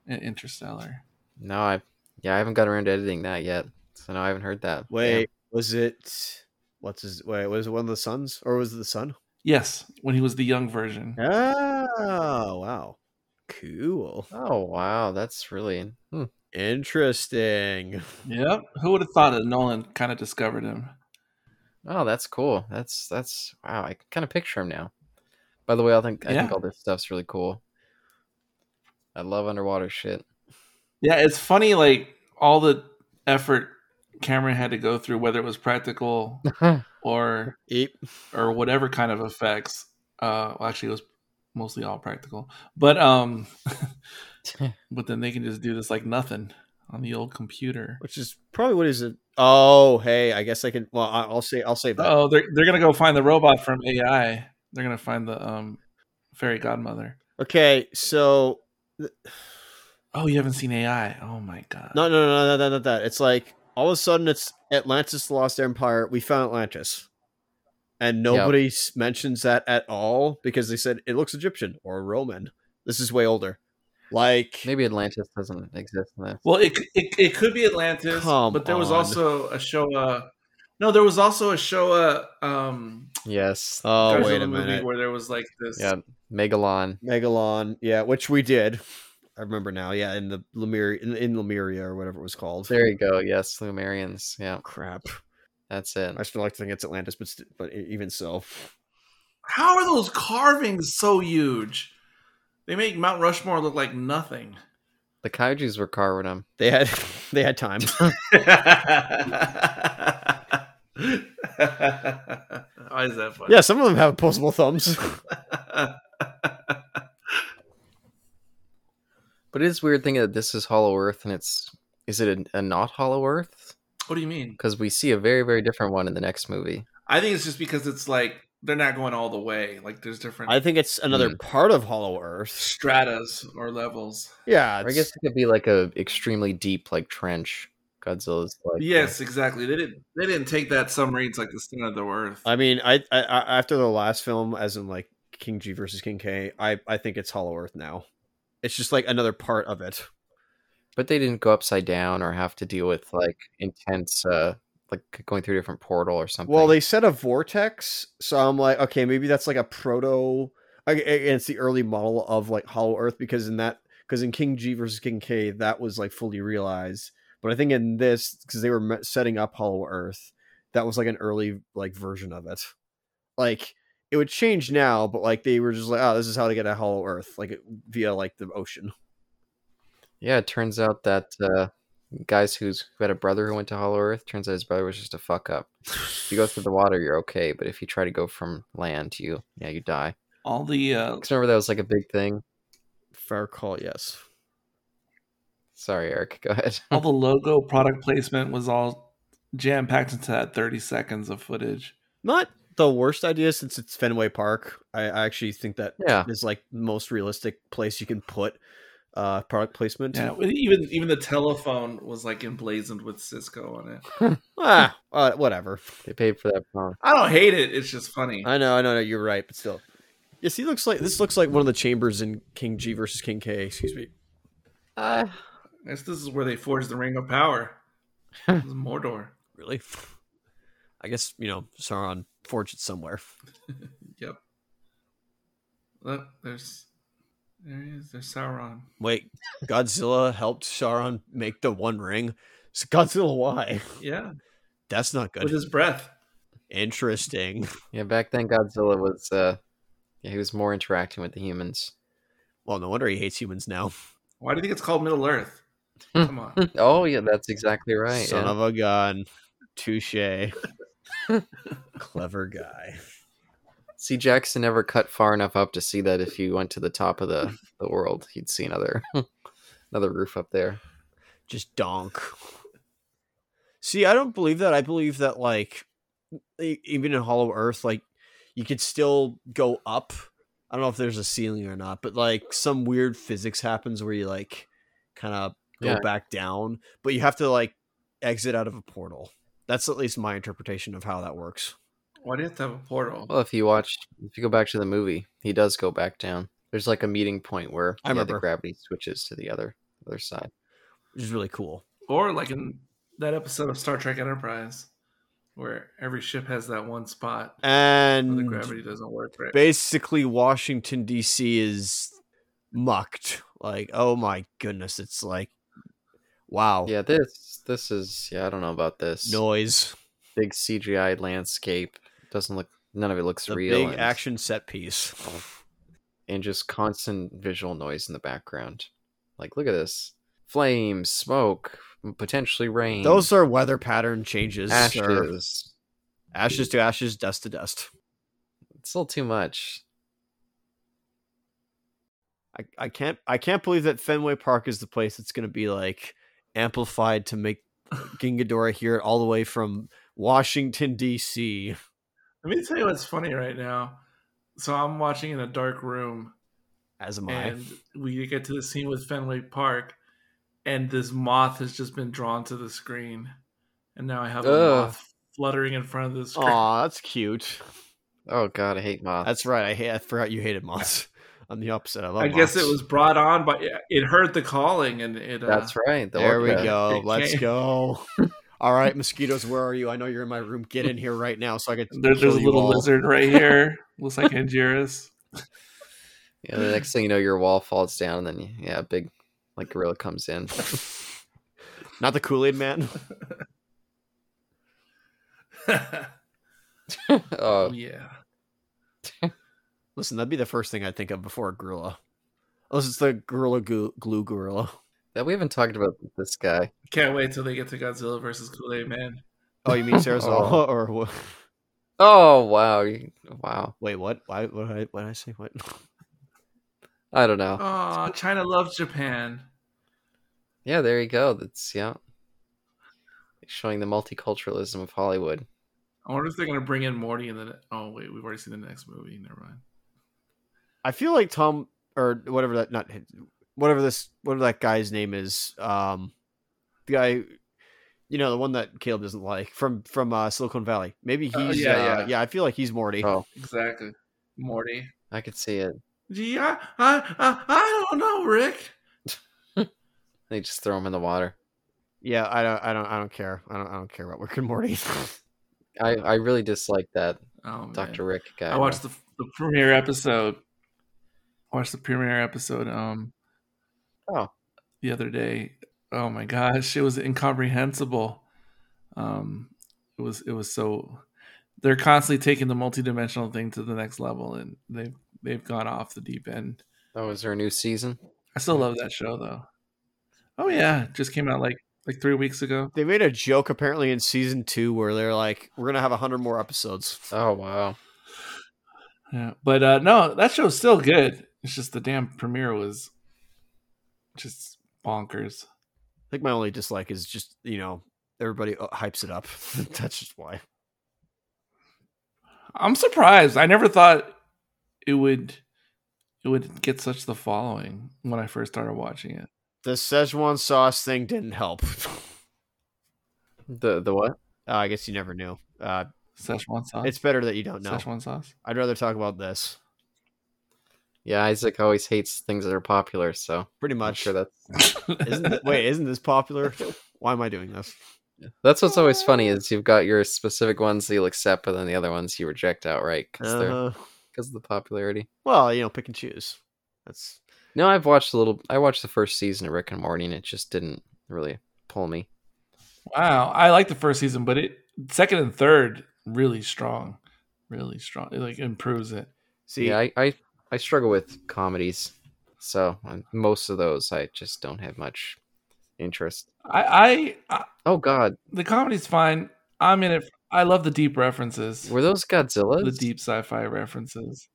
Speaker 3: in Interstellar.
Speaker 2: No, I yeah, I haven't got around to editing that yet. So no, I haven't heard that.
Speaker 1: Wait,
Speaker 2: Damn.
Speaker 1: was it? What's his? Wait, was it one of the sons, or was it the son?
Speaker 3: Yes, when he was the young version.
Speaker 1: Oh wow, cool,
Speaker 2: Oh wow, that's really hmm.
Speaker 1: interesting.
Speaker 3: Yep. Who would have thought that Nolan kind of discovered him?
Speaker 2: oh that's cool. That's that's wow. I can kind of picture him now. By the way, I think I think
Speaker 3: Yeah.
Speaker 2: all this stuff's really cool. I love underwater shit.
Speaker 3: Yeah, it's funny, like all the effort Cameron had to go through, whether it was (laughs) practical or
Speaker 1: Eep.
Speaker 3: or whatever kind of effects. Uh, well, actually, it was mostly all practical, but um, (laughs) but then they can just do this like nothing on the old computer.
Speaker 1: Which is probably what is it? Oh hey, I guess I can. Well, I- I'll say I'll save that.
Speaker 3: Oh, they're they're gonna go find the robot from AI. They're gonna find the um fairy godmother.
Speaker 1: Okay, so
Speaker 3: Oh, you haven't seen AI? Oh my god!
Speaker 1: no, no, no, no, no, not that. It's like all of a sudden it's Atlantis, the Lost Empire. We found Atlantis, and nobody s mentions that at all because they said it looks Egyptian or Roman. This is way older. Like
Speaker 2: Maybe Atlantis doesn't exist in this.
Speaker 3: Well, it it, it could be Atlantis,
Speaker 1: Come
Speaker 3: but there was
Speaker 1: on.
Speaker 3: also a Showa. No, there was also a Showa. Um,
Speaker 2: Yes.
Speaker 1: oh
Speaker 3: version
Speaker 1: wait
Speaker 3: of
Speaker 1: a
Speaker 3: the movie
Speaker 1: minute,
Speaker 3: where there was like this.
Speaker 2: Yeah. Megalon.
Speaker 1: Megalon, yeah, which we did. I remember now, yeah, in the Lemuria, in, in Lemuria or whatever it was called.
Speaker 2: There you go. Yes, Lumerians. Yeah.
Speaker 1: Crap.
Speaker 2: That's it.
Speaker 1: I still like to think it's Atlantis, but st- but e- even so,
Speaker 3: How are those carvings so huge? They make Mount Rushmore look
Speaker 1: (laughs)
Speaker 3: like nothing. (laughs)
Speaker 2: The kaijus were carving them.
Speaker 1: they had (laughs) they had
Speaker 3: (laughs)
Speaker 1: time.
Speaker 3: Why is that funny?
Speaker 1: yeah, some of them have opposable thumbs.
Speaker 2: But it is weird thinking that this is Hollow Earth and it's is it a, a not Hollow Earth?
Speaker 3: (laughs) What do you mean?
Speaker 2: Because we see a very very different one in the next movie.
Speaker 3: I think it's just because it's like they're not going all the way. Like there's different
Speaker 1: I think it's another part of Hollow Earth.
Speaker 3: stratas or levels.
Speaker 1: Yeah,
Speaker 2: Or I
Speaker 1: it's-
Speaker 2: guess it could be like a extremely deep like trench. Godzilla's like
Speaker 3: Yes, exactly. They didn't. They didn't take that some reads like the center of the earth.
Speaker 1: I mean, I, I, I after the last film, as in like King G versus King K, I I think it's Hollow Earth now. It's just like another part of it.
Speaker 2: but they didn't go upside down or have to deal with like intense uh like going through a different portal or something.
Speaker 1: Well, they said a vortex, so I'm like, okay, maybe that's like a proto. I- I- It's the early model of like Hollow Earth because in that, because in King G versus King K, that was like fully realized. But I think in this, because they were me- setting up Hollow Earth, that was like an early like version of it. Like it would change now, but like they were just like, oh, this is how to get a Hollow Earth, like it- via like the ocean.
Speaker 2: Yeah, it turns out that uh guys who's who had a brother who went to Hollow Earth, turns out his brother was just a fuck up. If you go through the water, you're okay, but if you try to go from land, you yeah, you die.
Speaker 3: All the uh,
Speaker 2: 'Cause remember that was like a big thing.
Speaker 1: Fair call, yes.
Speaker 2: Sorry, Eric, (laughs) go ahead.
Speaker 1: Hmm.
Speaker 3: all the logo product placement was all jam packed into that thirty seconds of footage.
Speaker 1: Not the worst idea since it's Fenway Park. I, I actually think that
Speaker 2: Yeah.
Speaker 1: is like the most realistic place you can put uh, product placement.
Speaker 3: Yeah, even even the telephone was like emblazoned with Cisco on it.
Speaker 1: Ah, uh, whatever.
Speaker 2: They paid for that power.
Speaker 3: I don't hate it. It's just funny.
Speaker 1: I know, I know, no, you're right, but still. Yes, he looks like this looks like one of the chambers in King G versus King K. Excuse me.
Speaker 2: Uh,
Speaker 3: I guess this is where they forged the Ring
Speaker 1: (laughs)
Speaker 3: of Power. This is Mordor.
Speaker 1: Really? I guess you know Sauron forged it somewhere.
Speaker 3: Yep. Look, there's there he is. There's Sauron.
Speaker 1: Wait, Godzilla helped Sauron make the One Ring. So Godzilla, why?
Speaker 3: Yeah,
Speaker 1: That's not good.
Speaker 3: with his breath.
Speaker 1: Interesting.
Speaker 2: yeah, back then Godzilla was uh yeah, he was more interacting with the humans.
Speaker 1: Well, no wonder he hates humans now.
Speaker 3: Why do you think it's called Middle Earth? Come on.
Speaker 2: Oh yeah, that's exactly right.
Speaker 1: Son
Speaker 2: yeah.
Speaker 1: of a gun.
Speaker 2: (laughs)
Speaker 1: Touche. Clever guy.
Speaker 2: See, Jackson never cut far enough up to see that if you went to the top of the, the world, he'd see another (laughs) another roof up there.
Speaker 1: Just donk. See, I don't believe that. I believe that, like, e- even in Hollow Earth, like, you could still go up. I don't know if there's a ceiling or not, but, like, some weird physics happens where you, like, kind of go
Speaker 2: Yeah.
Speaker 1: back down, but you have to, like, exit out of a portal. That's at least my interpretation of how that works.
Speaker 3: Why do you have to have a portal?
Speaker 2: Well, if you watched, if you go back to the movie, he does go back down. There's like a meeting point where
Speaker 1: I
Speaker 2: yeah,
Speaker 1: remember.
Speaker 2: the gravity switches to the other other side.
Speaker 1: Which is really cool.
Speaker 3: Or like in that episode of Star Trek Enterprise, where every ship has that one spot where the
Speaker 1: And
Speaker 3: gravity doesn't work for it.
Speaker 1: basically Washington D.C. is mucked. Like, oh my goodness, it's like, wow,
Speaker 2: Yeah, this this is yeah. I don't know about this.
Speaker 1: noise.
Speaker 2: big CGI landscape doesn't look. None of it looks
Speaker 1: The
Speaker 2: real.
Speaker 1: big
Speaker 2: and-
Speaker 1: action set piece.
Speaker 2: and just constant visual noise in the background. Like, look at this flames, smoke, potentially rain.
Speaker 1: Those are weather pattern changes.
Speaker 2: Mm. ashes.
Speaker 1: sir. ashes to ashes, dust to dust.
Speaker 2: It's still too much.
Speaker 1: I, I can't I can't believe that Fenway Park is the place that's going to be like amplified to make Gingadora hear it all the way from Washington D.C.
Speaker 3: Let me tell you what's funny right now. So I'm watching in a dark room,
Speaker 1: As am I.
Speaker 3: and we get to the scene with Fenway Park, and this moth has just been drawn to the screen, and now I have a
Speaker 2: Ugh.
Speaker 3: moth fluttering in front of the screen.
Speaker 1: Aw, that's cute.
Speaker 2: Oh god, I hate moths.
Speaker 1: That's right. I hate, I forgot you hated moths. (laughs) I'm the opposite. I love.
Speaker 3: I guess it
Speaker 1: moths.
Speaker 3: was brought on by it heard the calling, and it. Uh,
Speaker 2: That's right. The
Speaker 1: There we
Speaker 2: orca.
Speaker 1: go.
Speaker 3: It
Speaker 1: Let's
Speaker 3: came.
Speaker 1: go.
Speaker 3: (laughs)
Speaker 1: All right, mosquitoes, where are you? I know you're in my room. Get in here right now, so I can.
Speaker 3: (laughs) There,
Speaker 1: kill
Speaker 3: there's a
Speaker 1: you
Speaker 3: little
Speaker 1: all.
Speaker 3: lizard
Speaker 1: (laughs)
Speaker 3: right here. Looks like Angiras. (laughs)
Speaker 2: Yeah, the next thing you know, your wall falls down, and then you- yeah, a big like gorilla comes
Speaker 1: (laughs)
Speaker 2: in.
Speaker 1: Not the Kool Aid Man. (laughs)
Speaker 3: oh
Speaker 2: oh,
Speaker 3: yeah.
Speaker 1: Listen, that'd be the first thing I think of before a gorilla. Unless it's the gorilla glue, glue gorilla.
Speaker 2: that we haven't talked about this guy.
Speaker 3: Can't wait till they get to Godzilla versus Kool Aid Man.
Speaker 1: Oh, you mean
Speaker 3: (laughs)
Speaker 1: Sarazawa
Speaker 2: Oh.
Speaker 1: or what?
Speaker 2: Oh wow, you- wow.
Speaker 1: Wait, what? Why? What? Did I, what did I say? What? (laughs)
Speaker 2: I don't know.
Speaker 3: Oh, China loves Japan.
Speaker 2: Yeah, there you go. That's yeah. Showing the multiculturalism of Hollywood.
Speaker 3: I wonder if they're gonna bring in Morty in the. ne- Oh wait, we've already seen the next movie. Never mind.
Speaker 1: I feel like Tom or whatever that not whatever this whatever that guy's name is. Um, the guy, you know, the one that Caleb doesn't like from from uh, Silicon Valley. Maybe he's
Speaker 3: Oh,
Speaker 1: yeah,
Speaker 3: yeah,
Speaker 1: uh, yeah
Speaker 3: yeah.
Speaker 1: I feel like he's Morty.
Speaker 2: Oh.
Speaker 3: Exactly, Morty.
Speaker 2: I could see it.
Speaker 3: Gee, I, I, I, I don't know, Rick.
Speaker 2: They just throw him in the water.
Speaker 1: Yeah, I don't I don't I don't care. I don't I don't care about Rick and (laughs) Morty.
Speaker 2: I, I really dislike that
Speaker 3: Oh, man.
Speaker 2: Dr. Rick guy.
Speaker 3: I watched the, the premiere episode. I watched the premiere episode. Um,
Speaker 2: Oh.
Speaker 3: the other day. Oh my gosh, it was incomprehensible. Um, it was it was so. They're constantly taking the multidimensional thing to the next level, and they've they've gone off the deep end.
Speaker 2: Oh, is there a new season?
Speaker 3: I still love that show though. Oh yeah, it just came out like like three weeks ago.
Speaker 1: they made a joke apparently in season two where they're like, we're gonna have hundred more episodes.
Speaker 2: Oh wow.
Speaker 3: Yeah, but uh, no, that show's still good. It's just the damn premiere was just bonkers.
Speaker 1: I think my only dislike is just you know everybody uh, hypes it up. (laughs) That's just why.
Speaker 3: I'm surprised. I never thought it would it would get such the following when I first started watching it.
Speaker 1: The Szechuan sauce thing didn't help. (laughs) uh,
Speaker 2: The the what?
Speaker 1: I guess you never knew. Uh,
Speaker 3: Szechuan sauce.
Speaker 1: it's better that you don't know.
Speaker 3: Szechuan sauce.
Speaker 1: I'd rather talk about this.
Speaker 2: Yeah, Isaac always hates things that are popular, so
Speaker 1: Pretty
Speaker 2: I'm
Speaker 1: much.
Speaker 2: sure that's
Speaker 1: (laughs) Isn't
Speaker 2: (laughs)
Speaker 1: th- wait, isn't this popular? Why am I doing this?
Speaker 2: that's what's always funny is you've got your specific ones that you'll accept, but then the other ones you reject outright because
Speaker 3: Uh-huh.
Speaker 2: they're
Speaker 1: Uh,
Speaker 2: because of the popularity.
Speaker 1: well, you know, pick and choose. That's
Speaker 2: No, I've watched a little. I watched the first season of Rick and Morty, and it just didn't really pull me.
Speaker 3: (laughs) Wow, I like the first season, but it second and third really strong, really strong. It like improves it.
Speaker 1: see.
Speaker 2: yeah, I, I I struggle with comedies, so um, most of those I just don't have much interest.
Speaker 3: I, I, I
Speaker 2: Oh God,
Speaker 3: the comedy's fine. I'm in it. I love the deep references,
Speaker 2: were those Godzilla?
Speaker 3: the deep sci-fi references.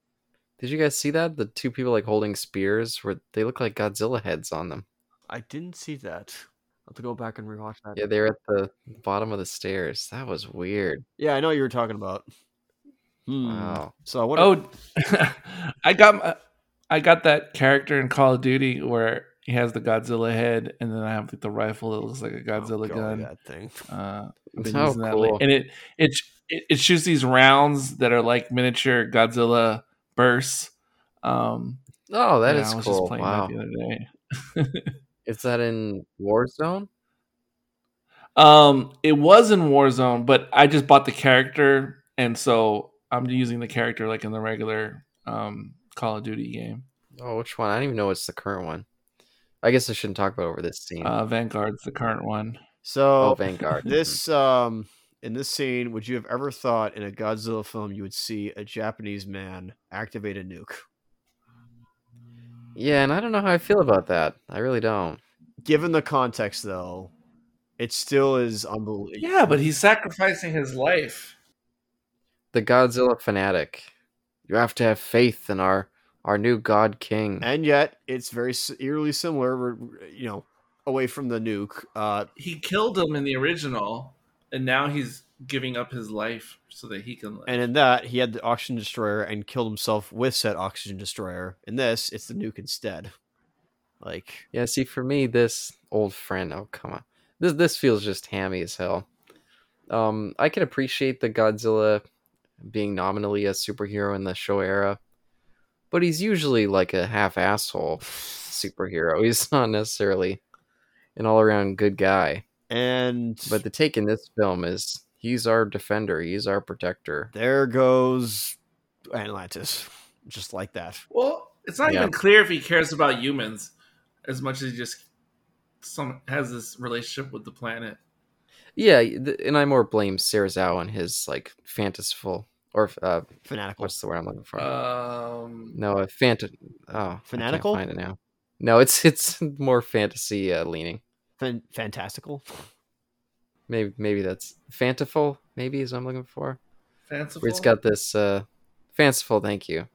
Speaker 2: Did you guys see that? The two people like holding spears, where they look like Godzilla heads on them.
Speaker 1: I didn't see that. I'll have to go back and rewatch that.
Speaker 2: Yeah, they're at the bottom of the stairs. That was weird.
Speaker 1: Yeah, I know what you were talking about. Hmm.
Speaker 2: Wow.
Speaker 1: So I wonder.
Speaker 2: (laughs)
Speaker 3: Oh, (laughs) I got my, I got that character in Call of Duty where he has the Godzilla head, and then I have like the rifle that looks like a
Speaker 1: Oh,
Speaker 3: Godzilla
Speaker 1: God,
Speaker 3: gun.
Speaker 1: That
Speaker 2: (laughs)
Speaker 1: thing.
Speaker 3: Uh, I've been
Speaker 2: How
Speaker 3: using that lately.
Speaker 2: cool.
Speaker 3: and it, it it it shoots these rounds that are like miniature Godzilla bursts. Um,
Speaker 2: Oh, that
Speaker 3: yeah,
Speaker 2: is
Speaker 3: I was
Speaker 2: cool.
Speaker 3: just playing
Speaker 2: Wow.
Speaker 3: that the other day.
Speaker 2: Is that in Warzone?
Speaker 3: Um, it was in Warzone, but I just bought the character, and so I'm using the character like in the regular um, Call of Duty game.
Speaker 2: Oh, which one? I don't even know what's the current one. I guess I shouldn't talk about it over this scene.
Speaker 3: Uh, Vanguard's the current one.
Speaker 2: oh,
Speaker 1: So
Speaker 2: Vanguard.
Speaker 1: (clears throat) this um in this scene, would you have ever thought in a Godzilla film you would see a Japanese man activate a nuke?
Speaker 2: Yeah, and I don't know how I feel about that. I really don't.
Speaker 1: Given the context, though, it still is unbelievable.
Speaker 3: Yeah, but he's sacrificing his life.
Speaker 2: The Godzilla fanatic. You have to have faith in our our new God King.
Speaker 1: and yet it's very s- eerily similar. we're- You know, away from the nuke. Uh,
Speaker 3: He killed him in the original, and now he's giving up his life so that he can. Live.
Speaker 1: and in that, he had the oxygen destroyer and killed himself with said oxygen destroyer. In this, it's the nuke instead. Like,
Speaker 2: Yeah, see, for me, this old friend. Oh, come on, this this feels just hammy as hell. Um, I can appreciate the Godzilla being nominally a superhero in the show era, but he's usually like a half asshole superhero. (laughs) He's not necessarily an all around good guy.
Speaker 1: and
Speaker 2: But the take in this film is he's our defender, he's our protector.
Speaker 1: there goes Atlantis, just like that.
Speaker 3: Well, it's not
Speaker 2: Yeah.
Speaker 3: even clear if he cares about humans as much as he just some has this relationship with the planet.
Speaker 2: Yeah, th- and I more blame Sarazawa and his like fantastical or uh,
Speaker 1: Fanatical.
Speaker 2: what's the word I'm looking for?
Speaker 3: Um,
Speaker 2: No, a fanta. Oh,
Speaker 1: Fanatical?
Speaker 2: I can't find it now. No, it's it's (laughs) more fantasy uh, leaning.
Speaker 1: Fan- fantastical.
Speaker 2: Maybe maybe that's fantiful. Maybe is what I'm looking for.
Speaker 3: fanciful.
Speaker 2: Where he's got this uh, fanciful. Thank you.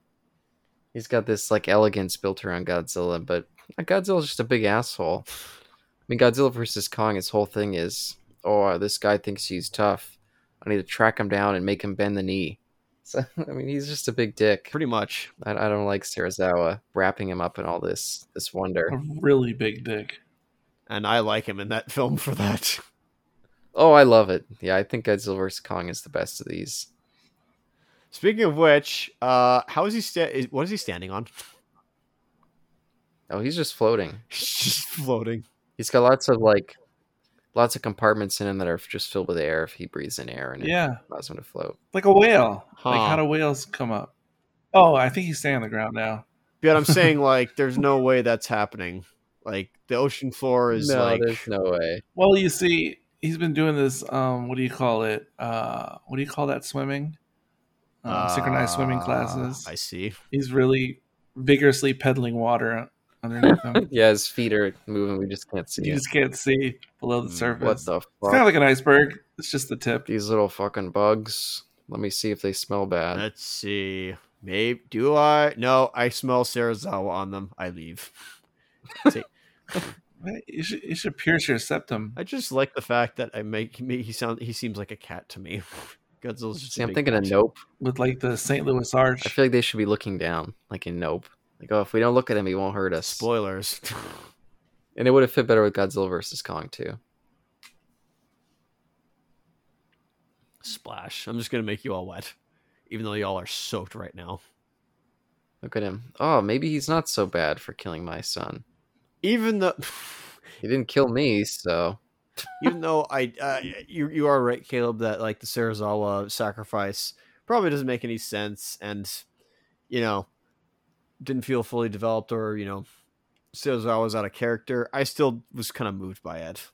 Speaker 2: He's got this like elegance built around Godzilla, but Godzilla's just a big asshole. I mean, Godzilla versus Kong. His whole thing is, oh, this guy thinks he's tough. I need to track him down and make him bend the knee. (laughs) So I mean, he's just a big dick.
Speaker 1: Pretty much.
Speaker 2: I, I don't like Sarazawa wrapping him up in all this this wonder.
Speaker 3: a really big dick.
Speaker 1: And I like him in that film for that. (laughs)
Speaker 2: Oh, I love it. Yeah, I think Godzilla vs Kong is the best of these.
Speaker 1: Speaking of which, uh, how is he? Sta- is, what is he standing on? (laughs)
Speaker 2: Oh, he's just floating.
Speaker 1: just floating.
Speaker 2: He's got lots of like, lots of compartments in him that are just filled with air. If he breathes in air, and
Speaker 3: Yeah,
Speaker 2: it allows him to float.
Speaker 3: like a whale. Like
Speaker 1: Huh.
Speaker 3: how do whales come up? Oh, I think he's staying on the ground now.
Speaker 1: But
Speaker 3: (laughs)
Speaker 1: I'm saying like, there's no way that's happening. Like the ocean floor is
Speaker 2: no,
Speaker 1: like
Speaker 2: there's no way.
Speaker 3: Well, you see, he's been doing this. Um, what do you call it? Uh, what do you call that swimming? Um, synchronized swimming
Speaker 1: Ah,
Speaker 3: classes.
Speaker 1: I see.
Speaker 3: He's really vigorously peddling water
Speaker 2: (laughs)
Speaker 3: underneath him.
Speaker 2: Yeah, his feet are moving. We just can't see
Speaker 3: You
Speaker 2: it.
Speaker 3: just can't see below the
Speaker 1: Mm,
Speaker 2: What
Speaker 3: surface.
Speaker 2: the
Speaker 3: it's kind of
Speaker 2: fuck?
Speaker 3: like an iceberg. It's just the tip.
Speaker 2: These little fucking bugs. Let me see if they smell bad.
Speaker 1: Let's see. Maybe do I? No, I smell Sarazawa on them. I leave. (laughs)
Speaker 3: You should, you should pierce your septum.
Speaker 1: I just like the fact that I make me he sound he seems like a cat to me. (laughs) Godzilla's just.
Speaker 2: see,
Speaker 1: a
Speaker 2: I'm
Speaker 1: big
Speaker 2: thinking
Speaker 1: cat.
Speaker 2: of Nope.
Speaker 3: with like the St. Louis
Speaker 2: I
Speaker 3: Arch.
Speaker 2: feel like they should be looking down, like in Nope. Like, oh, if we don't look at him, he won't hurt us.
Speaker 1: Spoilers. (laughs)
Speaker 2: And it would have fit better with Godzilla versus Kong too.
Speaker 1: Splash. I'm just gonna make you all wet, even though y'all are soaked right now.
Speaker 2: Look at him. Oh, maybe he's not so bad for killing my son.
Speaker 1: Even (laughs) though,
Speaker 2: He didn't kill me, so
Speaker 1: even though I, uh, you you are right, Caleb. That like the Sarazawa sacrifice probably doesn't make any sense, and you know, didn't feel fully developed, or you know, Sarazawa was out of character. I still was kind of moved by it.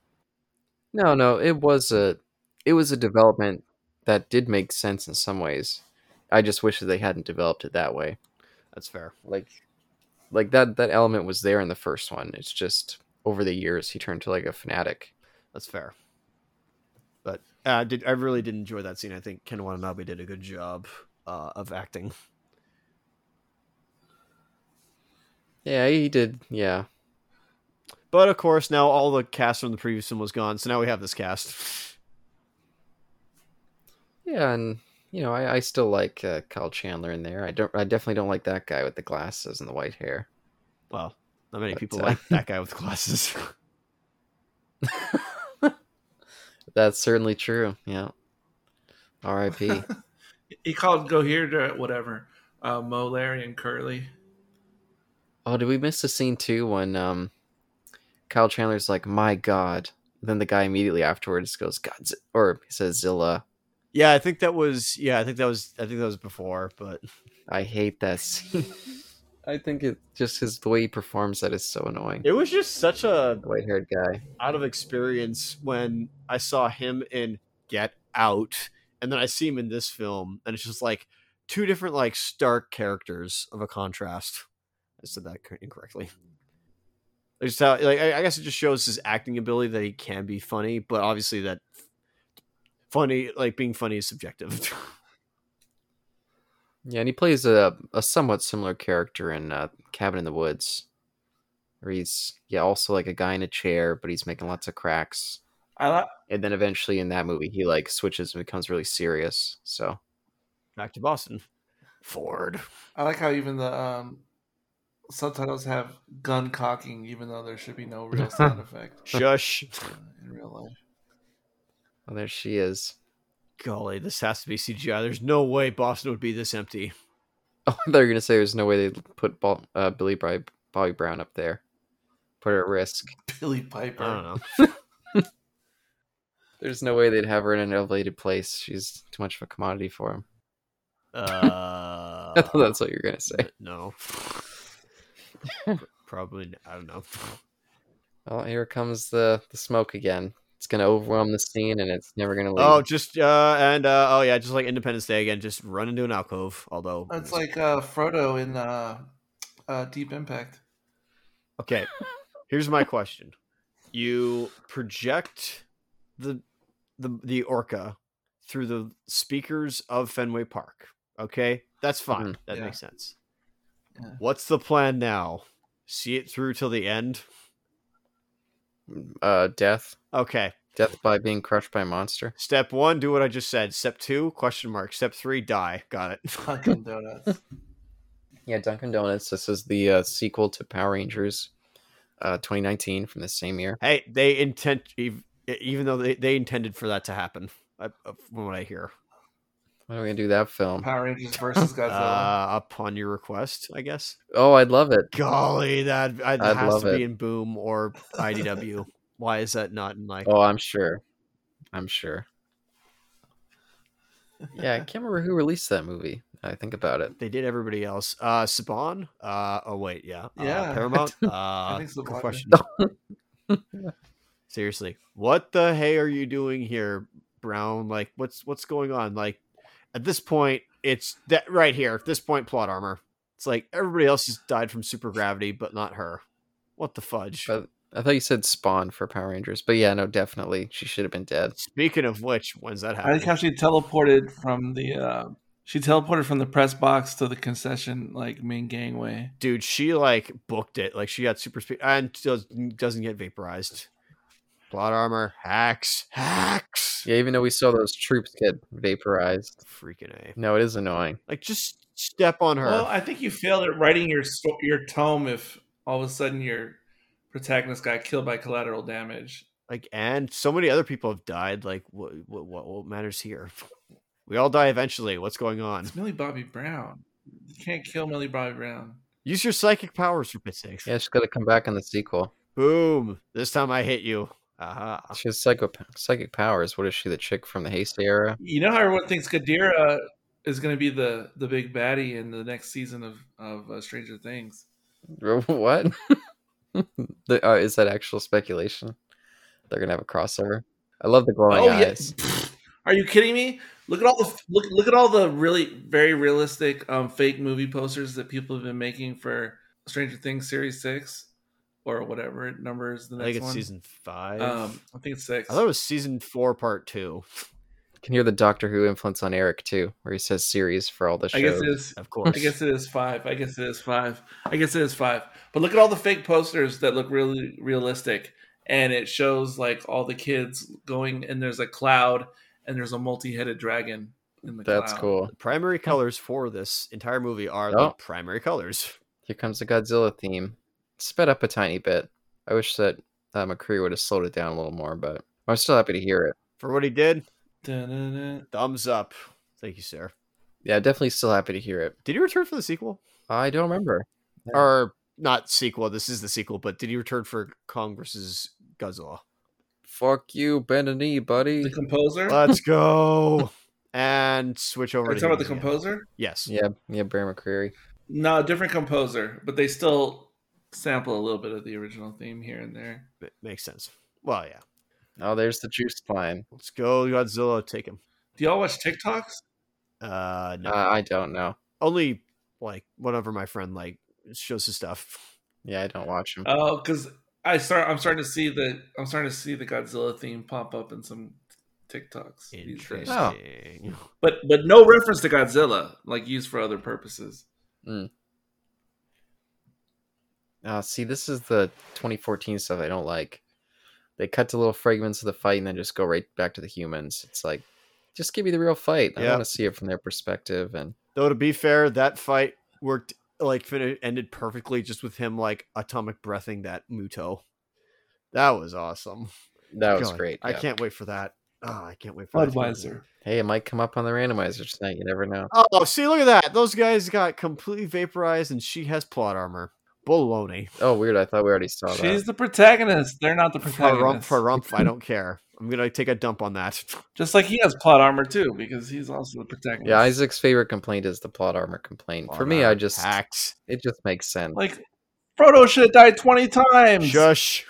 Speaker 2: no, no. It was a, it was a development that did make sense in some ways. I just wish that they hadn't developed it that way.
Speaker 1: That's fair.
Speaker 2: Like, like that that element was there in the first one. It's just over the years he turned to like a fanatic.
Speaker 1: That's fair. But uh, I did I really did enjoy that scene. I think Ken Watanabe did a good job uh, of acting.
Speaker 2: Yeah, he did. Yeah,
Speaker 1: But of course, now all the cast from the previous one was gone, so now we have this cast.
Speaker 2: yeah, and you know I, I still like uh, Kyle Chandler in there. I don't. I definitely don't like that guy with the glasses and the white hair. (laughs)
Speaker 1: Well, not many
Speaker 2: But,
Speaker 1: people
Speaker 2: uh,
Speaker 1: like that
Speaker 2: (laughs)
Speaker 1: guy with glasses.
Speaker 2: That's certainly true. Yeah. R.I.P.
Speaker 3: (laughs) He called Gohirder whatever, uh, Mo, Larry, and Curly.
Speaker 2: Oh, did we miss the scene too when um Kyle Chandler's like, "My God!" Then the guy immediately afterwards goes, "God," or he says, "Zilla."
Speaker 1: yeah, I think that was yeah, I think that was I think that was before, but
Speaker 2: I hate that (laughs) scene. I think it just his the way he performs that is so annoying.
Speaker 1: it was just such a
Speaker 2: The white-haired guy.
Speaker 1: out of experience when I saw him in Get Out, and then I see him in this film, and it's just like two different like stark characters of a contrast. I said that cor- incorrectly. It's Just how, like I I guess it just shows his acting ability that he can be funny, but obviously that funny like being funny is subjective. (laughs)
Speaker 2: Yeah, and he plays a a somewhat similar character in uh, Cabin in the Woods, where he's yeah also like a guy in a chair, but he's making lots of cracks.
Speaker 3: I like.
Speaker 2: And then eventually in that movie, he like switches and becomes really serious. So
Speaker 1: Back to Boston, Ford.
Speaker 3: I like how even the um, subtitles have gun cocking, even though there should be
Speaker 1: (laughs)
Speaker 3: no real sound effect
Speaker 1: Shush.
Speaker 3: uh, in real life. (laughs)
Speaker 2: well, oh, there she is.
Speaker 1: Golly, this has to be CGI. There's no way Boston would be this empty.
Speaker 2: (laughs) Oh, I thought you were gonna say there's no way they put Bal- uh, Billy Bri- Bobby Brown up there, put her at risk.
Speaker 3: Billy Piper.
Speaker 1: I don't know.
Speaker 2: There's no way they'd have her in an elevated place. She's too much of a commodity for him. (laughs)
Speaker 1: Uh,
Speaker 2: I thought that's what you were gonna say.
Speaker 1: N- No. Pr- Probably, n- I don't know.
Speaker 2: Well, here comes the the smoke again. It's gonna overwhelm the scene, and it's never gonna leave.
Speaker 1: Oh, just uh, and uh, oh yeah, just like Independence Day again, just run into an alcove. Although
Speaker 3: It's like uh, Frodo in uh, uh, Deep Impact. (laughs)
Speaker 1: okay, here's my question: You project the the the orca through the speakers of Fenway Park. Okay, that's fine.
Speaker 2: Mhm.
Speaker 1: That
Speaker 3: Yeah.
Speaker 1: makes sense.
Speaker 3: Yeah.
Speaker 1: What's the plan now? See it through till the end.
Speaker 2: uh, death,
Speaker 1: Okay.
Speaker 2: death by being crushed by a monster.
Speaker 1: Step one, do what I just said. Step two, question mark. Step three, die. Got
Speaker 3: (laughs)
Speaker 1: it.
Speaker 3: Dunkin' Donuts.
Speaker 2: Yeah, Dunkin' Donuts. This is the uh, sequel to Power Rangers, uh, 2019 from the same year.
Speaker 1: Hey, they intent ev- e, even though they, they intended for that to happen. uh, uh, From what I hear,
Speaker 2: When are we gonna do that film?
Speaker 3: Power Rangers versus Godzilla.
Speaker 1: (laughs) uh, upon your request, I guess.
Speaker 2: Oh, I'd love it.
Speaker 1: Golly, that uh, that
Speaker 2: I'd
Speaker 1: has
Speaker 2: love
Speaker 1: to
Speaker 2: it.
Speaker 1: be in Boom or
Speaker 2: (laughs)
Speaker 1: IDW. Why is that not in like?
Speaker 2: Oh, I'm sure. I'm sure. Yeah, I can't remember who released that movie. I think about it.
Speaker 1: They did everybody else. Uh, Saban. Uh, oh wait, yeah.
Speaker 3: Yeah.
Speaker 1: Uh,
Speaker 3: (laughs)
Speaker 1: Paramount. Uh,
Speaker 3: think
Speaker 1: good
Speaker 3: Saban did.
Speaker 1: question. (laughs) Seriously, what the hey are you doing here, Brown? Like, what's what's going on? Like, at this point, it's that right here. At this point, plot armor. It's like everybody else has died from super gravity, but not her. What the fudge?
Speaker 2: But- I thought you said Spawn for Power Rangers, but yeah, no, definitely she should have been dead.
Speaker 1: Speaking of which, when's that
Speaker 3: I like
Speaker 1: happening?
Speaker 3: how she teleported from the uh, she teleported from the press box to the concession like main gangway.
Speaker 1: Dude, she like booked it. Like she got super speed and does, doesn't get vaporized. plot armor, hacks, hacks.
Speaker 2: Yeah, even though we saw those troops get vaporized.
Speaker 1: Freaking a!
Speaker 2: No, it is annoying.
Speaker 1: Like just step on her.
Speaker 3: Well, I think you failed at writing your sto- your tome if all of a sudden your protagonist got killed by collateral damage.
Speaker 1: like, and so many other people have died. Like, what what what, what matters here? (laughs) We all die eventually. What's going on?
Speaker 3: It's Millie Bobby Brown. You can't kill Millie Bobby Brown.
Speaker 1: Use your psychic powers for bit's sake.
Speaker 2: Yeah, she's got to come back in the sequel.
Speaker 1: Boom! This time I hit you. Aha!
Speaker 2: She has psycho- psychic powers. What is she, the chick from the Hasty era?
Speaker 3: You know how everyone thinks Gadira is going to be the the big baddie in the next season of of uh, Stranger Things.
Speaker 2: what? (laughs) The- uh, is that actual speculation? They're going to have a crossover? I love the
Speaker 1: Oh,
Speaker 3: Oh,
Speaker 2: glowing eyes.
Speaker 3: Pfft. Are you kidding me? Look at all the look look at all the really very realistic um, fake movie posters that people have been making for Stranger Things series six or whatever number is the
Speaker 1: I
Speaker 3: next
Speaker 1: think it's
Speaker 3: one.
Speaker 1: season five.
Speaker 3: um, I think it's six.
Speaker 1: I thought it was season four, part two.
Speaker 2: can hear the Doctor Who influence on Eric, too, where he says series for all the shows.
Speaker 3: I guess it is.
Speaker 1: Of
Speaker 3: I
Speaker 1: course.
Speaker 2: (laughs)
Speaker 3: guess it is five. I guess it is five. I guess it is five. But look at all the fake posters that look really realistic, and it shows like all the kids going, and there's a cloud, and there's a multi-headed dragon in the
Speaker 2: That's
Speaker 3: cloud.
Speaker 2: cool.
Speaker 1: the primary colors for this entire movie are
Speaker 2: Oh.
Speaker 1: the primary colors. (laughs)
Speaker 2: Here comes the Godzilla theme. Sped up a tiny bit. I wish that uh, McCree would have slowed it down a little more, but I'm still happy to hear it.
Speaker 1: For what he did,
Speaker 3: Dun-dun-dun.
Speaker 1: thumbs up. Thank you, sir.
Speaker 2: Yeah, definitely still happy to hear it.
Speaker 1: Did he return for the sequel?
Speaker 2: I don't remember. Yeah.
Speaker 1: Or not sequel, this is the sequel, but did he return for Kong versus Godzilla?
Speaker 2: Fuck you, bend a knee, buddy.
Speaker 3: (laughs) The composer.
Speaker 1: Let's go. (laughs) and switch over
Speaker 3: Are you
Speaker 1: to
Speaker 3: talking about the
Speaker 1: him again.
Speaker 3: composer?
Speaker 1: Yes.
Speaker 2: Yeah, yeah, Barry McCreary.
Speaker 3: No, different composer, but they still sample a little bit of the original theme here and there.
Speaker 1: ma- makes sense. Well, yeah.
Speaker 2: Oh, there's the juice line.
Speaker 1: Let's go, Godzilla. Take him.
Speaker 3: Do y'all watch TikToks?
Speaker 1: Uh, no.
Speaker 2: Uh, I don't know.
Speaker 1: Only like whatever my friend like shows his stuff.
Speaker 2: Yeah, I don't watch him.
Speaker 3: Oh, because I start. I'm starting to see the. I'm starting to see the Godzilla theme pop up in some TikToks. these days.
Speaker 1: Interesting.
Speaker 3: But but no reference to Godzilla, like used for other purposes.
Speaker 2: Uh, see, this is the 2014 stuff I don't like. They cut to little fragments of the fight and then just go right back to the humans. It's like, just give me the real fight. I
Speaker 1: Yeah.
Speaker 2: want to see it from their perspective. And
Speaker 1: Though to be fair, that fight worked like fin- ended perfectly just with him like atomic breathing that Muto. That was awesome.
Speaker 2: that was
Speaker 1: God,
Speaker 2: great.
Speaker 1: I
Speaker 2: yeah.
Speaker 1: can't wait for that. Oh, I can't wait for that to come out.
Speaker 3: Budweiser.
Speaker 2: Hey, it might come up on the randomizer tonight. You never know.
Speaker 1: Oh, see, look at that. Those guys got completely vaporized, and she has plot armor. Baloney.
Speaker 2: Oh, weird. I thought we already saw
Speaker 3: She's
Speaker 2: that.
Speaker 3: the protagonist. They're not the
Speaker 1: For rump,
Speaker 3: protagonist.
Speaker 1: for rump. I don't care. I'm gonna take a dump on that.
Speaker 3: Just like he has plot armor too, because he's also the protagonist.
Speaker 2: Yeah, Isaac's favorite complaint is the plot armor complaint. For
Speaker 1: Plot
Speaker 2: me, I
Speaker 1: armor
Speaker 2: just
Speaker 1: hacks.
Speaker 2: it just makes sense.
Speaker 3: like Frodo should have died twenty times.
Speaker 1: Shush.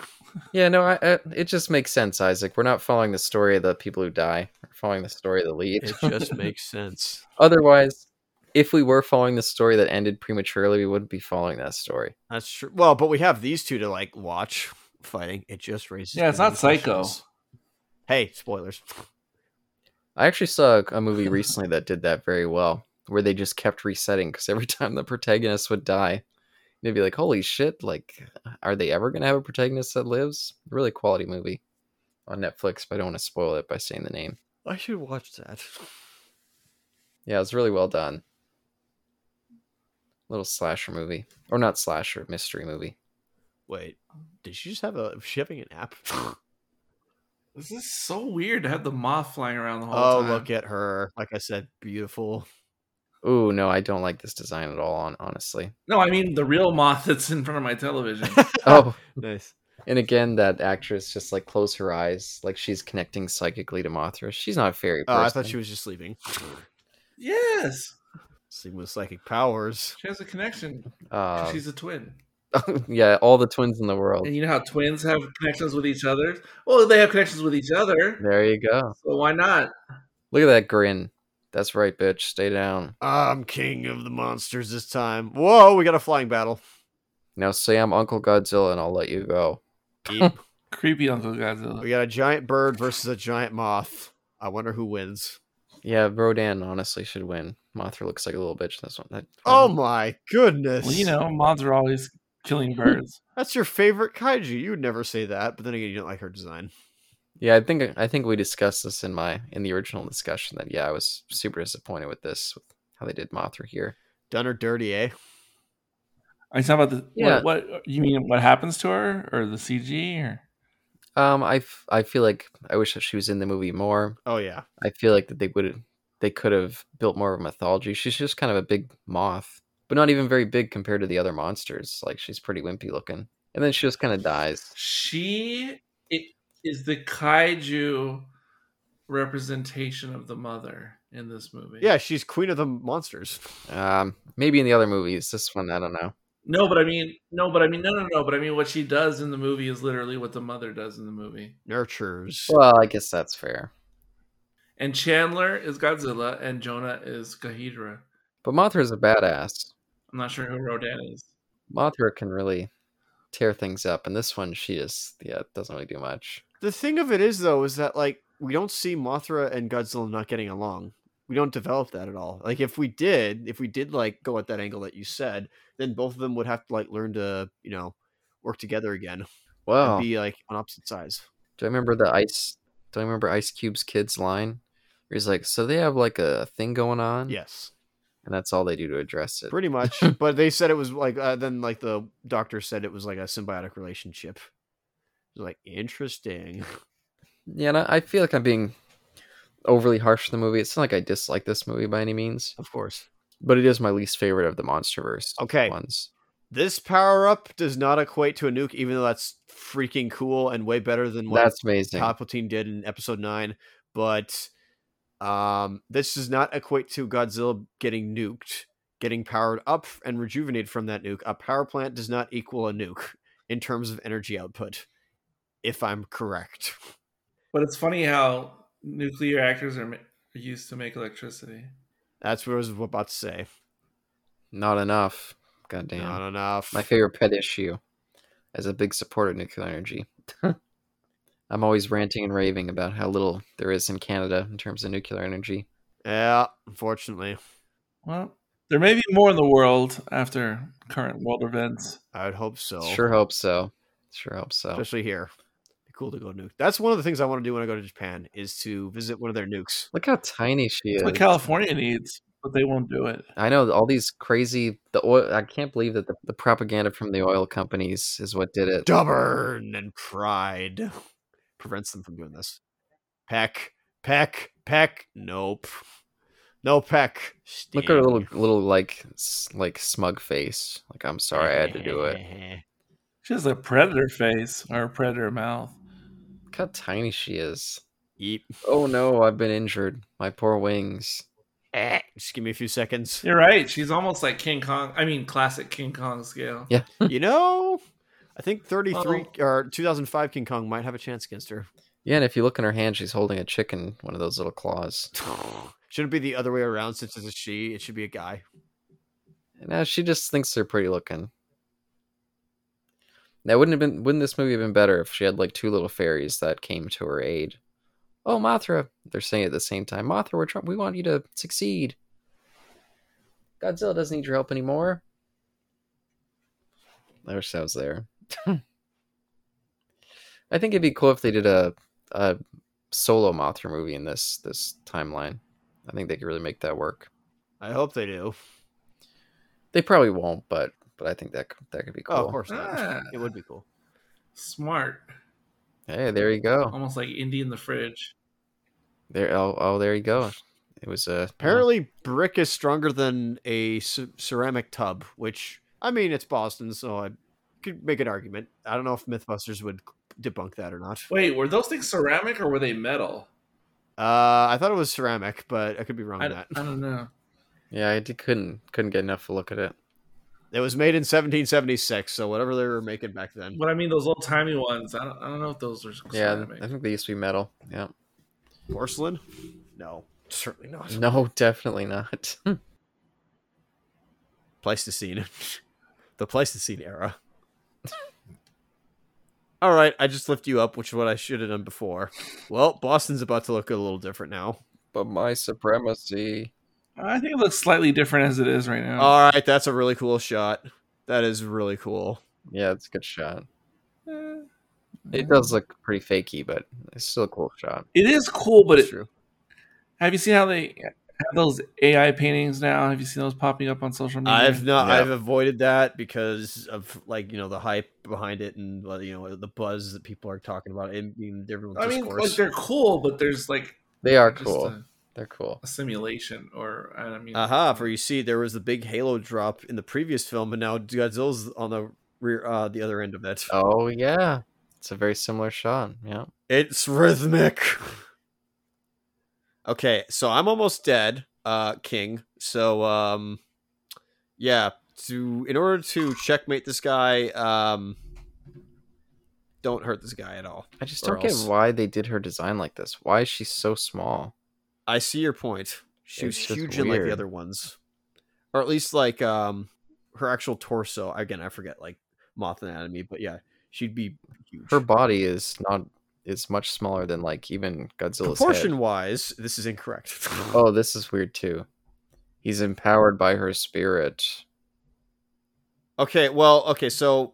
Speaker 2: Yeah, no, I, I, it just makes sense, Isaac. We're not following the story of the people who die. We're following the story of the lead. (laughs)
Speaker 1: just makes sense.
Speaker 2: Otherwise, if we were following the story that ended prematurely, we wouldn't be following that story.
Speaker 1: That's true. Well, but we have these two to like watch fighting. It just raises.
Speaker 3: Yeah, it's
Speaker 1: too many
Speaker 3: not Psycho.
Speaker 1: questions. Hey, spoilers. (laughs)
Speaker 2: I actually saw a- a movie recently that did that very well, where they just kept resetting because every (laughs) time the protagonist would die, they'd be like, "Holy shit! Like, are they ever gonna have a protagonist that lives?" Really quality movie on Netflix, but I don't want to spoil it by saying the name.
Speaker 1: I should watch that. (laughs)
Speaker 2: Yeah, it's really well done. Little slasher movie, or not slasher, mystery movie.
Speaker 1: Wait, did she just have a? is She having an (laughs) app?
Speaker 3: This is so weird to have the moth flying around the whole
Speaker 1: oh,
Speaker 3: time.
Speaker 1: look at her! Like I said,
Speaker 3: (laughs)
Speaker 1: beautiful.
Speaker 2: Ooh, no, I don't like this design at all. On honestly,
Speaker 3: No, I mean the real moth (laughs) that's in front of my television.
Speaker 2: oh,
Speaker 1: nice.
Speaker 2: and again, that actress just like close her eyes, like she's connecting psychically to Mothra. She's not a fairy.
Speaker 1: Oh,
Speaker 2: Person.
Speaker 1: I thought she was just sleeping. (laughs)
Speaker 3: yes,
Speaker 1: sleeping with psychic powers.
Speaker 3: she has a connection. 'cause
Speaker 2: Uh,
Speaker 3: She's a twin,
Speaker 2: (laughs) yeah, all the twins in the world.
Speaker 3: and you know how twins have connections with each other. Well, they have connections with each other,
Speaker 2: There you go.
Speaker 3: so why not?
Speaker 2: Look at that grin. That's right, bitch. Stay down.
Speaker 1: I'm king of the monsters this time. Whoa, we got a flying
Speaker 3: (laughs)
Speaker 1: battle.
Speaker 2: Now say I'm Uncle Godzilla, and I'll let you go.
Speaker 1: Eep.
Speaker 3: Creepy Uncle Godzilla.
Speaker 1: we got a giant bird versus a giant moth. I wonder who wins.
Speaker 2: Yeah, Rodan honestly should win. Mothra looks like a little bitch in this one. That,
Speaker 1: Oh my goodness!
Speaker 3: Well, you know, moths are (laughs) always killing birds.
Speaker 1: That's your favorite kaiju. You would never say that, but then again, you don't like her design.
Speaker 2: Yeah, I think I think we discussed this in my in the original discussion that yeah, I was super disappointed with this with how they did Mothra here.
Speaker 1: Done her dirty, eh?
Speaker 3: Are you talking about the
Speaker 2: Yeah.
Speaker 3: what, what you mean? What happens to her or the CG or
Speaker 2: Um, I f- I feel like I wish that she was in the movie more.
Speaker 1: Oh yeah.
Speaker 2: I feel like that they would they could have built more of a mythology. She's just kind of a big moth, but not even very big compared to the other monsters. Like she's pretty wimpy looking, and then she just kind of dies.
Speaker 3: she it is the kaiju representation of the mother in this movie.
Speaker 1: Yeah, she's queen of the monsters.
Speaker 2: Um, maybe in the other movies, this one I don't know.
Speaker 3: No, but I mean, no, but I mean, no, no, no. But I mean, what she does in the movie is literally what the mother does in the movie.
Speaker 1: Nurtures.
Speaker 2: Well, I guess that's fair.
Speaker 3: And Chandler is Godzilla, and Jonah is Ghidorah.
Speaker 2: But Mothra's a badass.
Speaker 3: I'm not sure who Rodan is.
Speaker 2: Mothra can really tear things up, and this one she is yeah doesn't really do much.
Speaker 1: The thing of it is though, is that like we don't see Mothra and Godzilla not getting along. We don't develop that at all. Like if we did, if we did like go at that angle that you said, then both of them would have to like learn to, you know, work together again and
Speaker 2: Wow.
Speaker 1: be like on opposite sides.
Speaker 2: Do I remember the ice? Do I remember Ice Cube's kids line? Where he's like, so they have like a thing going on,
Speaker 1: Yes.
Speaker 2: and that's all they do to address it.
Speaker 1: Pretty (laughs) much. but they said it was like uh, then like the doctor said it was like a symbiotic relationship. It was like interesting.
Speaker 2: Yeah, and I, I feel like I'm being overly harsh to the movie. It's not like I dislike this movie by any means,
Speaker 1: (laughs) Of course.
Speaker 2: but it is my least favorite of the MonsterVerse
Speaker 1: Okay.
Speaker 2: ones.
Speaker 1: This power up does not equate to a nuke, even though that's freaking cool and way better than what
Speaker 2: That's amazing.
Speaker 1: Palpatine did in episode nine. But um this does not equate to Godzilla getting nuked, getting powered up and rejuvenated from that nuke. A power plant does not equal a nuke in terms of energy output, if I'm correct.
Speaker 3: But it's funny how nuclear reactors are, ma- are used to make electricity.
Speaker 1: That's what I was about to say.
Speaker 2: Not enough. God damn.
Speaker 1: Not enough.
Speaker 2: my favorite pet issue as a big supporter of nuclear energy. (laughs) I'm always ranting and raving about how little there is in Canada in terms of nuclear energy.
Speaker 1: yeah, unfortunately,
Speaker 3: Well, there may be more in the world after current world events.
Speaker 1: I would hope so.
Speaker 2: Sure hope so. Sure hope so.
Speaker 1: especially here. Be cool to go nuke. That's one of the things I want to do when I go to Japan is to visit one of their nukes.
Speaker 2: Look how tiny she
Speaker 3: That's
Speaker 2: is.
Speaker 3: what California needs, but they won't do it.
Speaker 2: I know all these crazy the oil I can't believe that the, the propaganda from the oil companies is what did it.
Speaker 1: Stubborn and pride (laughs) prevents them from doing this. Peck, peck, peck. Nope, no peck.
Speaker 2: Look at her little little like s- like smug face. Like I'm (laughs) sorry I had to do it.
Speaker 1: (laughs)
Speaker 3: She has a predator face or a predator mouth.
Speaker 2: Look how tiny she is.
Speaker 1: Eep.
Speaker 2: Oh no, I've been injured. My poor wings.
Speaker 1: Eh, Just give me a few seconds.
Speaker 2: (laughs)
Speaker 3: You're right. She's almost like King Kong. I mean, classic King Kong scale.
Speaker 2: Yeah.
Speaker 1: you know, I think 33
Speaker 2: Oh.
Speaker 1: or 2005 King Kong might have a chance against her.
Speaker 2: Yeah, and if you look in her hand, she's holding a chicken, one of those little claws.
Speaker 1: (sighs) Shouldn't be the other way around since it's a she. It should be a guy.
Speaker 2: And now she just thinks they're pretty looking. Now wouldn't have been wouldn't this movie have been better if she had like two little fairies that came to her aid? Oh Mothra, they're saying at the same time, Mothra, we're trying, we want you to succeed. Godzilla doesn't need your help anymore. I wish that was there. (laughs) I think it'd be cool if they did a a solo Mothra movie in this this timeline. I think they could really make that work.
Speaker 1: I hope they do.
Speaker 2: They probably won't, but but I think that c- that could be cool.
Speaker 1: Oh, of course not.
Speaker 3: Ah.
Speaker 1: It would be cool.
Speaker 3: Smart.
Speaker 2: Hey, there you go.
Speaker 3: Almost like Indy in the fridge.
Speaker 2: There, oh, oh there you go. It was uh, a
Speaker 1: Apparently, brick is stronger than a c- ceramic tub, which I mean, it's Boston, so I could make an argument. I don't know if MythBusters would debunk that or not.
Speaker 3: Wait, were those things ceramic or were they metal?
Speaker 1: Uh, I thought it was ceramic, but I could be wrong
Speaker 3: I,
Speaker 1: on
Speaker 3: I
Speaker 1: that.
Speaker 3: don't know.
Speaker 2: yeah. I d- couldn't couldn't get enough to look at it.
Speaker 1: It was made in 1776, so whatever they were making back then.
Speaker 3: But I mean, those old timey ones. I don't, I don't know if those are
Speaker 2: Yeah,
Speaker 3: ceramic.
Speaker 2: I think they used to be metal. Yeah,
Speaker 1: Porcelain? No, certainly not.
Speaker 2: no, (laughs) definitely not.
Speaker 1: Pleistocene. (laughs) the Pleistocene era. (laughs) All right, I just lift you up, which is what I should have done before. Well, Boston's about to look a little different now.
Speaker 2: but my supremacy.
Speaker 3: I think it looks slightly different as it is right now.
Speaker 2: Uh,
Speaker 1: All right, that's a really cool shot. That is really cool.
Speaker 2: Yeah, it's a good shot.
Speaker 3: Eh,
Speaker 2: It does look pretty fakey, but it's still a cool shot.
Speaker 3: It is cool, but
Speaker 2: It's
Speaker 3: it,
Speaker 2: true.
Speaker 3: have you seen how they have those AI paintings now? Have you seen those popping up on social media?
Speaker 1: I've not.
Speaker 2: Yeah.
Speaker 1: I've avoided that because of like you know the hype behind it and well, you know the buzz that people are talking about it in different
Speaker 3: I mean, like
Speaker 1: discourse.
Speaker 3: they're cool, but there's like
Speaker 2: They are
Speaker 3: just
Speaker 2: cool.
Speaker 3: a,
Speaker 2: They're cool.
Speaker 3: a simulation, or I mean,
Speaker 1: Aha! For you see, there was the big Halo drop in the previous film, and now Godzilla's on the rear, uh, the other end of that.
Speaker 2: Oh yeah, it's a very similar shot. Yeah.
Speaker 1: It's rhythmic. Okay, so I'm almost dead, uh, King. So, um, yeah. To in order to checkmate this guy, um, don't hurt this guy at all.
Speaker 2: I just
Speaker 1: Or
Speaker 2: don't get
Speaker 1: else.
Speaker 2: why they did her design like this. Why is she so small?
Speaker 1: I see your point. She was
Speaker 2: It's just
Speaker 1: huge in like the
Speaker 2: weird.
Speaker 1: other ones, or at least like um her actual torso. Again, I forget like Moth Anatomy, but yeah, she'd be huge.
Speaker 2: Her body is not is much smaller than like even Godzilla's
Speaker 1: proportion
Speaker 2: head.
Speaker 1: wise, this is incorrect.
Speaker 2: Oh, this is weird too. He's empowered by her spirit.
Speaker 1: Okay, well, okay, so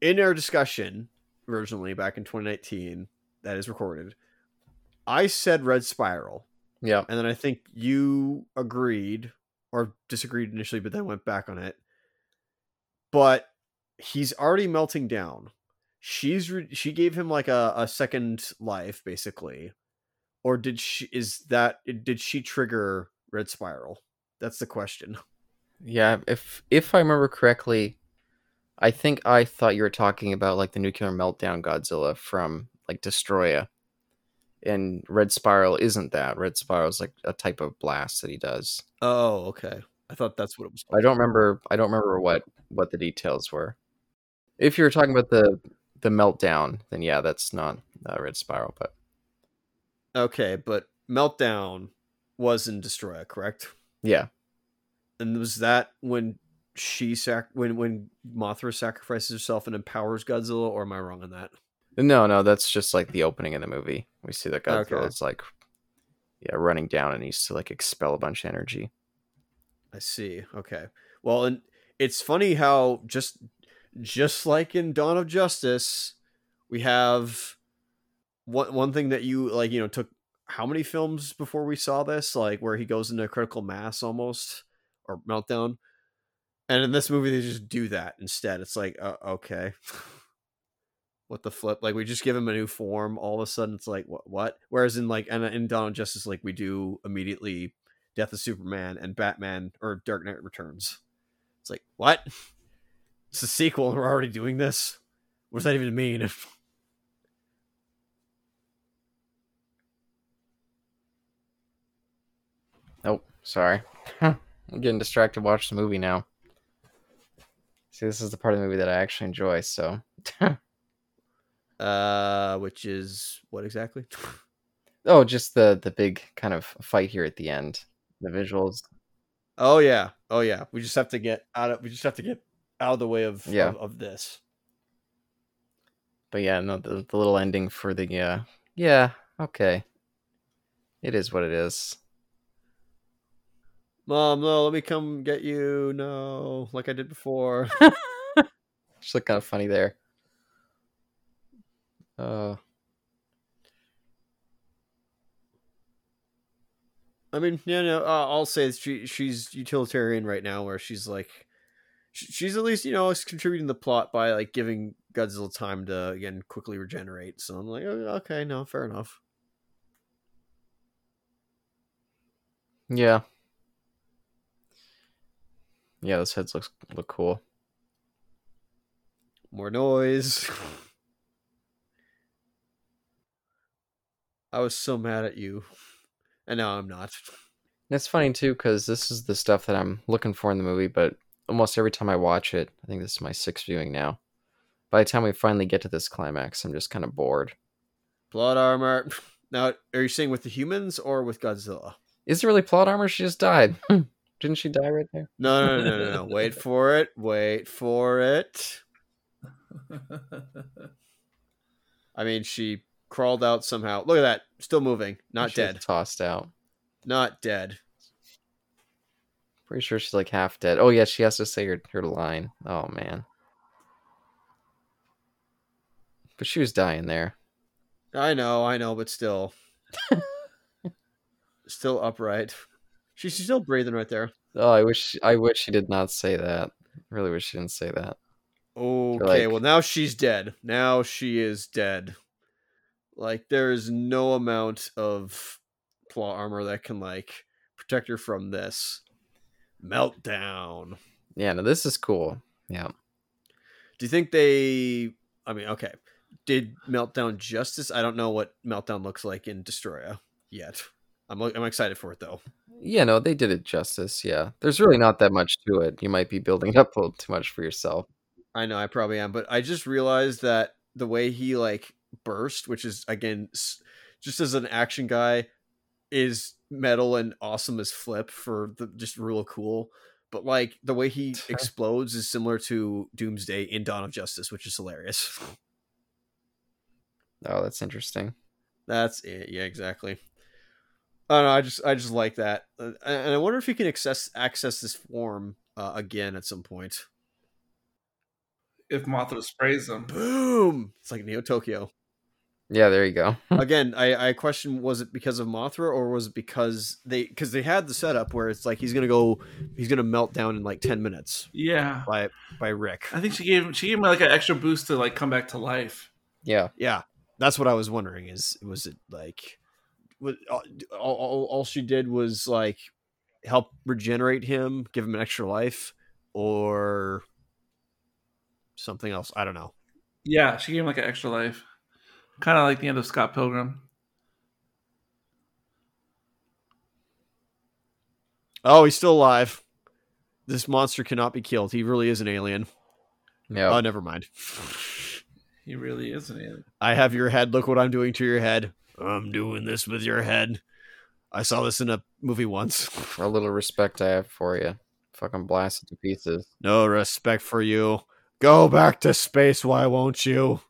Speaker 1: in our discussion originally back in 2019 that is recorded, I said Red Spiral,
Speaker 2: Yeah.
Speaker 1: and then I think you agreed or disagreed initially, but then went back on it. But he's already melting down. She's re- she gave him like a, a second life basically, or did she? Is that did she trigger Red Spiral? That's the question.
Speaker 2: Yeah, if if I remember correctly, I think I thought you were talking about like the nuclear meltdown Godzilla from like Destroya. And Red Spiral isn't that. Red Spiral is like a type of blast that he does.
Speaker 1: Oh, okay. I thought that's what it was.
Speaker 2: I don't remember I don't remember what what the details were. If you were talking about the the meltdown, then yeah, that's not uh, Red Spiral, but
Speaker 1: Okay, but Meltdown was in Destroya, correct?
Speaker 2: yeah.
Speaker 1: And was that when she sac when when Mothra sacrifices herself and empowers Godzilla, or am I wrong on that?
Speaker 2: No, no, that's just like the opening of the movie. We see that Godzilla
Speaker 1: Okay.
Speaker 2: is like yeah, running down and he's to like expel a bunch of energy.
Speaker 1: I see. Okay. Well, and it's funny how just just like in Dawn of Justice, we have one one thing that you like, you know, took how many films before we saw this, like where he goes into critical mass almost or meltdown. And in this movie they just do that instead. It's like, uh, okay. (laughs) what the flip? Like we just give him a new form. All of a sudden it's like what what? Whereas in like and in Dawn of Justice like we do immediately Death of Superman and Batman or Dark Knight Returns. It's like, what? It's a sequel and we're already doing this? What does that even mean? (laughs)
Speaker 2: Oh, sorry. (laughs) I'm getting distracted. Watch the movie now. See, this is the part of the movie that I actually enjoy. So, (laughs)
Speaker 1: Uh which is what exactly? (laughs)
Speaker 2: oh, just the the big kind of fight here at the end. The visuals.
Speaker 1: Oh yeah. Oh yeah. We just have to get out of we just have to get out of the way of
Speaker 2: Yeah.
Speaker 1: of, of this.
Speaker 2: But yeah, no, the, the little ending for the uh, yeah, okay. It is what it is.
Speaker 1: Mom, no, let me come get you. No, like I did before.
Speaker 2: Just look kind of funny there. Uh,
Speaker 1: I mean, yeah, no, uh, I'll say it's she, she's utilitarian right now, where she's like, sh- she's at least you know is contributing to the plot by like giving Godzilla time to again quickly regenerate. So I'm like, oh, okay, no, fair enough.
Speaker 2: yeah. Yeah, those heads looks look cool.
Speaker 1: More noise. (laughs) I was so mad at you, and now I'm not.
Speaker 2: And it's funny too because this is the stuff that I'm looking for in the movie, but almost every time I watch it, I think this is my sixth viewing now. By the time we finally get to this climax, I'm just kind of bored.
Speaker 1: Plot armor. Now, are you saying with the humans or with Godzilla?
Speaker 2: Is it really plot armor? She just died.
Speaker 1: Hmm.
Speaker 2: Didn't she die right there?
Speaker 1: No, no, no, no, no. no. Wait for it. Wait for it. I mean, she crawled out somehow. Look at that. Still moving. Not
Speaker 2: She was
Speaker 1: dead.
Speaker 2: Tossed out.
Speaker 1: Not dead.
Speaker 2: Pretty sure she's like half dead. Oh yeah, she has to say her, her line. Oh man. But she was dying there.
Speaker 1: I know, I know, but still, still upright. She's still breathing right there.
Speaker 2: Oh, I wish I wish she did not say that. I really wish she didn't say that.
Speaker 1: Okay,
Speaker 2: like-
Speaker 1: well now she's dead. Now she is dead. Like there is no amount of claw armor that can like protect her from this meltdown.
Speaker 2: Yeah, no, this is cool.
Speaker 1: Do you think they? I mean, okay, did meltdown justice? I don't know what meltdown looks like in Destroya yet. I'm I'm excited for it though.
Speaker 2: Yeah, no, they did it justice. Yeah, there's really not that much to it. You might be building (laughs) it up a little too much for yourself.
Speaker 1: I know I probably am, but I just realized that the way he like burst, which is again s- just as an action guy, is metal and awesome as flip for the just real cool. But like the way he explodes is similar to Doomsday in Dawn of Justice, which is hilarious. (laughs)
Speaker 2: Oh, that's interesting.
Speaker 1: That's it. Yeah, exactly. I don't know. I just I just like that, Uh, and I wonder if he can access access this form uh, again at some point.
Speaker 3: (laughs) If Mothra sprays them,
Speaker 1: Boom! It's like Neo Tokyo.
Speaker 2: Yeah, there you go. (laughs)
Speaker 1: again I, I question was it because of mothra or was it because they because they had the setup where it's like he's gonna go he's gonna melt down in like 10 minutes
Speaker 3: yeah.
Speaker 1: by by rick
Speaker 3: I think she gave she gave him like an extra boost to like come back to life.
Speaker 2: yeah,
Speaker 1: yeah that's what i was wondering is was it like was, all, all, all she did was like help regenerate him give him an extra life or something else i don't know
Speaker 3: Yeah, she gave him like an extra life, kind of like the end of Scott Pilgrim.
Speaker 1: oh he's still alive this monster cannot be killed he really is an alien
Speaker 2: yeah.
Speaker 1: oh never mind (laughs)
Speaker 3: He really is an alien.
Speaker 1: I have your head. Look what I'm doing to your head. I'm doing this with your head. I saw this in a movie once. (laughs)
Speaker 2: a little respect I have for you. Fucking blast it to pieces.
Speaker 1: no respect for you. Go back to space, why won't you?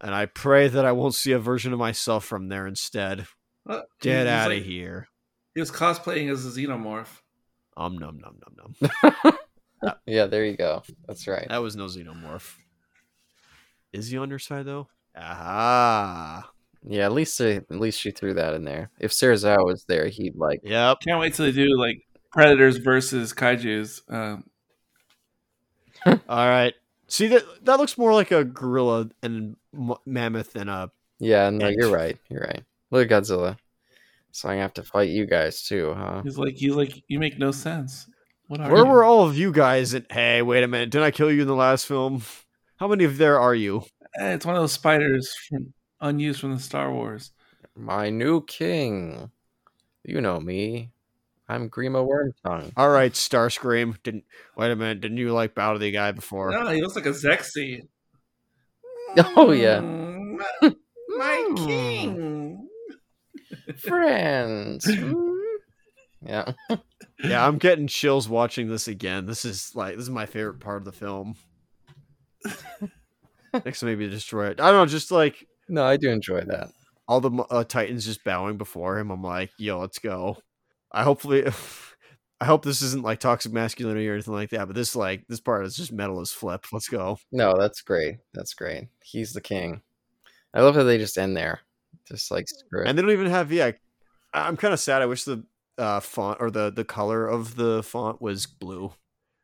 Speaker 1: And I pray that I won't see a version of myself from there instead.
Speaker 3: Uh,
Speaker 1: Get
Speaker 3: he's
Speaker 1: out of
Speaker 3: like-
Speaker 1: here.
Speaker 3: He was cosplaying as a xenomorph.
Speaker 1: Um, num, num, num, num.
Speaker 3: (laughs)
Speaker 2: Yeah, there you go. That's right.
Speaker 1: That was no xenomorph. Is he on your side, though? Aha.
Speaker 2: Yeah, at least they, at least she threw that in there. If Sarazawa was there, he'd like.
Speaker 1: Yep.
Speaker 3: Can't wait till they do like predators versus kaiju's. Um,
Speaker 1: All right. See, that, that looks more like a gorilla and m- mammoth than a
Speaker 2: Yeah, no,
Speaker 1: And-
Speaker 2: you're right. You're right. Look at Godzilla. So I have to fight you guys too, huh?
Speaker 3: he's like he's like you make no sense. What are
Speaker 1: Where
Speaker 3: you?
Speaker 1: were all of you guys? And hey, wait a minute, didn't I kill you in the last film? How many of there are you?
Speaker 3: Eh, it's one of those spiders from, unused from the Star Wars.
Speaker 2: My new king. You know me. I'm Grima Wormtongue.
Speaker 1: All right, Starscream. Didn't wait a minute? Didn't you like bow to the guy before?
Speaker 3: No, he looks like a Zexy.
Speaker 2: (laughs) Oh, yeah. (laughs)
Speaker 3: Mm,
Speaker 2: Hmm.
Speaker 3: (laughs)
Speaker 2: friends. Mm. yeah,
Speaker 1: Yeah, I'm getting chills watching this again. This is like this is my favorite part of the film. Next, maybe destroy it. I don't know. Just like
Speaker 2: no, I do enjoy that.
Speaker 1: all the uh, Titans just bowing before him. I'm like, yo, let's go. I hopefully, (laughs) I hope this isn't like toxic masculinity or anything like that. But this like this part is just metal as flip. Let's go.
Speaker 2: No, that's great. That's great. He's the king. I love how they just end there, just like screw it.
Speaker 1: and they don't even have yeah I- i'm kind of sad i wish the uh font or the the color of the font was blue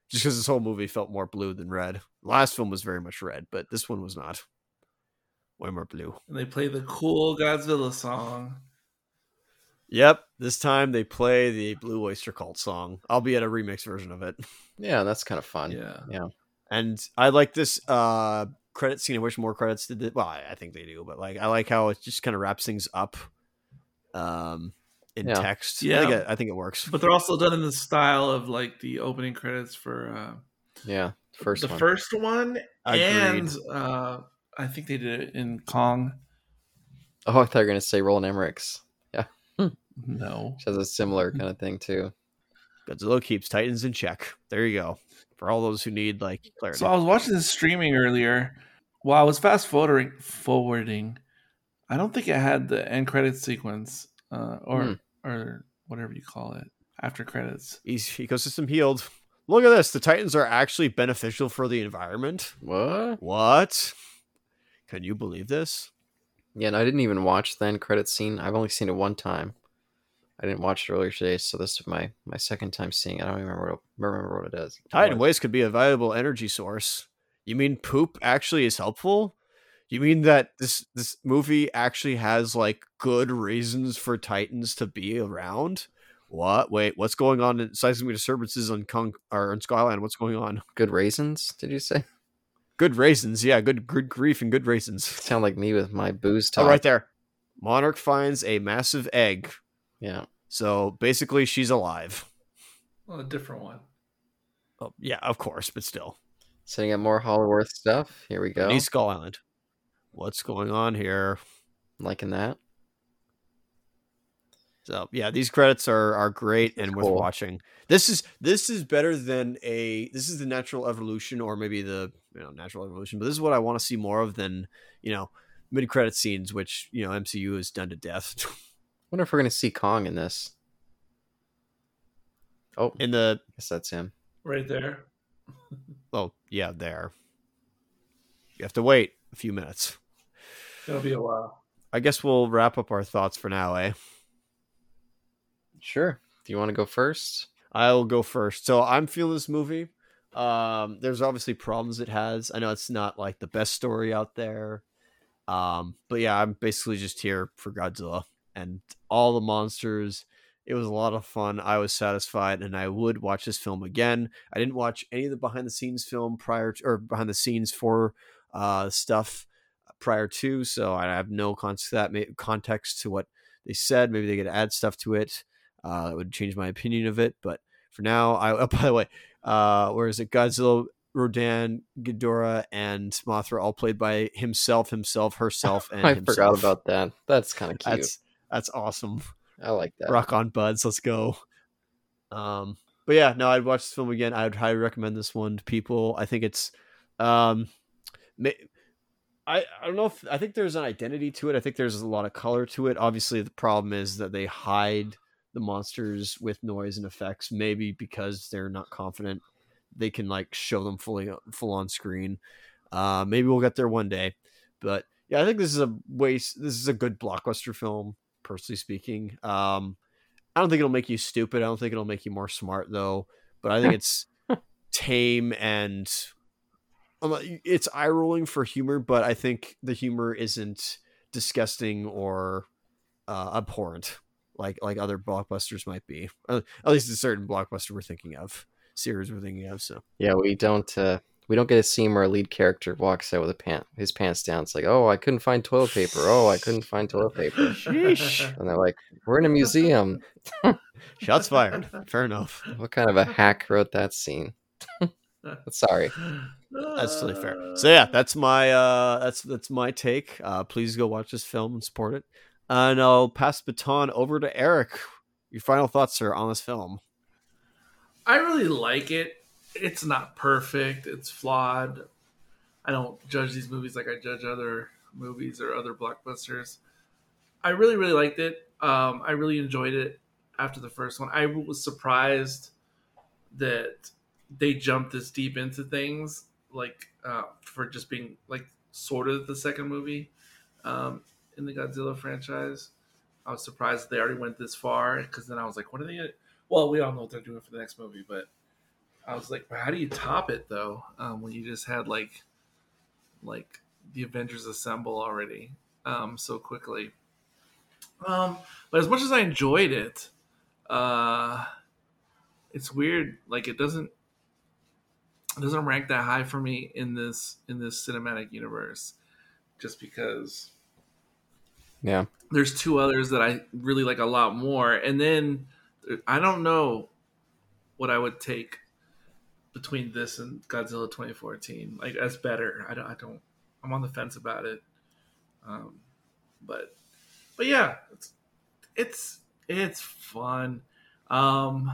Speaker 1: just because this whole movie felt more blue than red last film was very much red but this one was not way more blue
Speaker 3: And they play the cool Godzilla song.
Speaker 1: yep this time they play the blue oyster cult song albeit a remix version of it
Speaker 2: yeah, that's kind of fun.
Speaker 3: Yeah.
Speaker 1: and i like this uh credit scene i wish more credits did it well i I think they do but like i like how it just kind of wraps things up um in
Speaker 2: Yeah.
Speaker 1: text I,
Speaker 3: Yeah.
Speaker 1: think it, I think it works
Speaker 3: But they're also done in the style of like the opening credits for uh,
Speaker 2: Yeah, first
Speaker 3: the
Speaker 2: one.
Speaker 3: first one,
Speaker 1: Agreed.
Speaker 3: and uh, I think they did it in Kong.
Speaker 2: Oh, I thought you were gonna say Roland Emmerich's,
Speaker 3: No,
Speaker 2: which has a similar kind of thing too.
Speaker 1: Godzilla keeps Titans in check. There you go. For all those who need like clarity.
Speaker 3: so I was watching this streaming earlier while I was fast forwarding. Forwarding, I don't think it had the end credits sequence uh, or
Speaker 2: Hmm.
Speaker 3: or whatever you call it after credits.
Speaker 1: He's ecosystem healed. Look at this. The Titans are actually beneficial for the environment.
Speaker 2: What?
Speaker 1: What? Can you believe this?
Speaker 2: Yeah, and I didn't even watch the end credit scene. I've only seen it one time. I didn't watch it earlier today, so this is my my second time seeing. it. I don't even remember what, remember what it is.
Speaker 1: Tidal waste could be a valuable energy source. You mean poop actually is helpful? You mean that this this movie actually has like good reasons for Titans to be around? What? Wait, what's going on in seismic disturbances on Kong or on Skyline? What's going on?
Speaker 2: Good raisins, did you say? (laughs)
Speaker 1: Good raisins, yeah. Good good grief and good raisins.
Speaker 2: Sound like me with my booze talk.
Speaker 1: Oh, right there. Monarch finds a massive egg.
Speaker 2: Yeah.
Speaker 1: So basically, she's alive.
Speaker 4: Well, a different one.
Speaker 1: Oh, yeah, of course, but still.
Speaker 2: Setting up more Hollowworth stuff. Here we go.
Speaker 1: New Skull Island. What's going on here?
Speaker 2: Liking that.
Speaker 1: So yeah, these credits are are great and worth
Speaker 2: Cool.
Speaker 1: watching. This is this is better than a this is the natural evolution or maybe the you know natural evolution, but this is what I want to see more of than you know mid credit scenes, which you know MCU has done to death. (laughs)
Speaker 2: Wonder if we're gonna see Kong in this. Oh, I
Speaker 1: In the
Speaker 2: guess that's him.
Speaker 4: Right there.
Speaker 1: oh yeah, there. You have to wait a few minutes.
Speaker 4: It'll be a while.
Speaker 1: I guess we'll wrap up our thoughts for now, eh?
Speaker 2: Sure. Do you want to go first?
Speaker 1: I'll go first. So I'm feeling this movie. Um, there's obviously problems it has. I know it's not like the best story out there. Um, but yeah, I'm basically just here for Godzilla and all the monsters. It was a lot of fun. I was satisfied, and I would watch this film again. I didn't watch any of the behind the scenes film prior to, or behind the scenes for uh, stuff prior to, so I have no context to that may- context to what they said. Maybe they could add stuff to it uh, that would change my opinion of it. But for now, I (laughs) oh, by the way, uh, where is it? Godzilla, Rodan, Ghidorah, and Mothra all played by himself, himself, herself, and
Speaker 2: (laughs) I
Speaker 1: himself.
Speaker 2: forgot about that. That's kind of cute.
Speaker 1: that's that's awesome.
Speaker 2: I like that.
Speaker 1: Rock on, buds. Let's go. Um, but yeah, no, I'd watch this film again. I would highly recommend this one to people. I think it's, um, ma- I I don't know if I think there's an identity to it. I think there's a lot of color to it. Obviously, the problem is that they hide the monsters with noise and effects. Maybe because they're not confident, they can like show them fully full on screen. Uh, maybe we'll get there one day, but yeah, I think this is a waste. This is a good blockbuster film personally speaking. Um, I don't think it'll make you stupid. I don't think it'll make you more smart though. But I think it's tame and I'm not- it's eye rolling for humor. But I think the humor isn't disgusting or uh, abhorrent like like other blockbusters might be. Uh, at least a certain blockbuster we're thinking of, series we're thinking of. So
Speaker 2: Yeah, we don't uh we don't get a scene where a lead character walks out with a pant his pants down. It's like, oh, I couldn't find toilet paper. Oh, I couldn't find toilet paper.
Speaker 4: (laughs)
Speaker 1: Sheesh.
Speaker 2: And they're like, we're in a museum.
Speaker 1: shots fired. Fair enough.
Speaker 2: What kind of a hack wrote that scene? (laughs) Sorry.
Speaker 1: that's totally fair. So yeah, that's my uh, that's that's my take. Uh, please go watch this film and support it. And I'll pass the baton over to Eric. Your final thoughts, sir, on this film.
Speaker 3: I really like it. It's not perfect. It's flawed. I don't judge these movies like I judge other movies or other blockbusters. I really, really liked it. Um, I really enjoyed it after the first one. I was surprised that they jumped this deep into things, like uh, for just being like sort of the second movie um, in the Godzilla franchise. I was surprised they already went this far because then I was like, what are they? Gonna... Well, we all know what they're doing for the next movie, but I was like, well, how do you top it though? Um, when you just had like, like the Avengers assemble already um, so quickly. Um, but as much as I enjoyed it, uh, it's weird. Like it doesn't it doesn't rank that high for me in this in this cinematic universe, just because
Speaker 2: Yeah.
Speaker 3: there's two others that I really like a lot more, and then I don't know what I would take between this and Godzilla 2014. Like that's better. I don't. I don't. I'm on the fence about it. Um, but but yeah, it's it's it's fun. Um,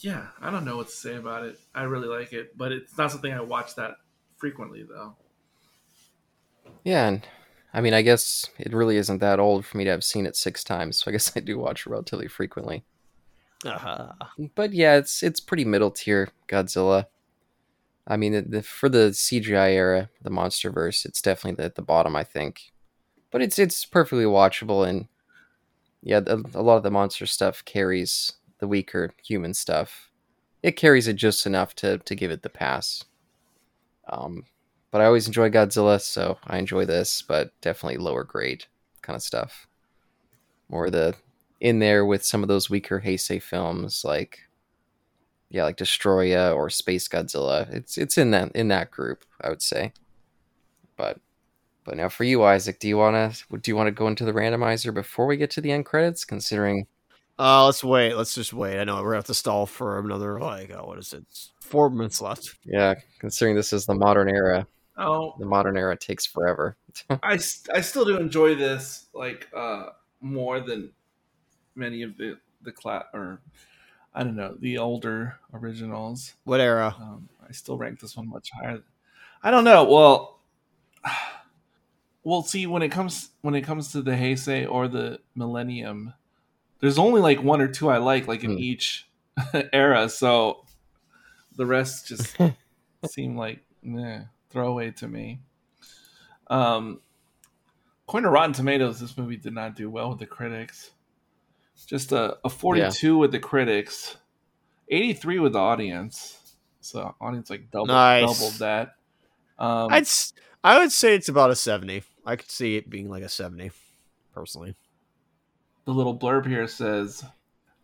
Speaker 3: yeah, I don't know what to say about it. I really like it, but it's not something I watch that frequently though.
Speaker 2: Yeah, and I mean I guess it really isn't that old for me to have seen it six times, so I guess I do watch it relatively frequently.
Speaker 1: Uh-huh.
Speaker 2: but yeah, it's it's pretty middle tier Godzilla. I mean, the, the, for the CGI era, the MonsterVerse, it's definitely at the bottom, I think. But it's it's perfectly watchable, and yeah, the, a lot of the monster stuff carries the weaker human stuff. It carries it just enough to to give it the pass. Um, but I always enjoy Godzilla, so I enjoy this, but definitely lower grade kind of stuff. More the in there with some of those weaker Heisei films, like yeah, like Destroya or Space Godzilla. It's it's in that in that group, I would say. But but now for you, Isaac, do you wanna do you wanna go into the randomizer before we get to the end credits? Considering
Speaker 1: Uh, let's wait. Let's just wait. I know we're gonna have to stall for another like oh, what is it? Four minutes left.
Speaker 2: yeah, considering this is the modern era,
Speaker 3: Oh,
Speaker 2: the modern era takes forever.
Speaker 3: I, s- I still do enjoy this like uh more than many of the the class or I don't know the older originals.
Speaker 1: What era?
Speaker 3: Um, I still rank this one much higher. I don't know. Well, (sighs) well, see when it comes when it comes to the Heisei or the Millennium, there's only like one or two I like, like in
Speaker 2: Hmm.
Speaker 3: each (laughs) era. So the rest just seem like meh, throwaway to me. Um, according to Rotten Tomatoes, this movie did not do well with the critics. Just a, a 42 with the critics, 83 with the audience. So audience like double
Speaker 1: Nice.
Speaker 3: doubled that. Um,
Speaker 1: I'd s- I would say it's about a seventy. I could see it being like a seventy, personally.
Speaker 3: the little blurb here says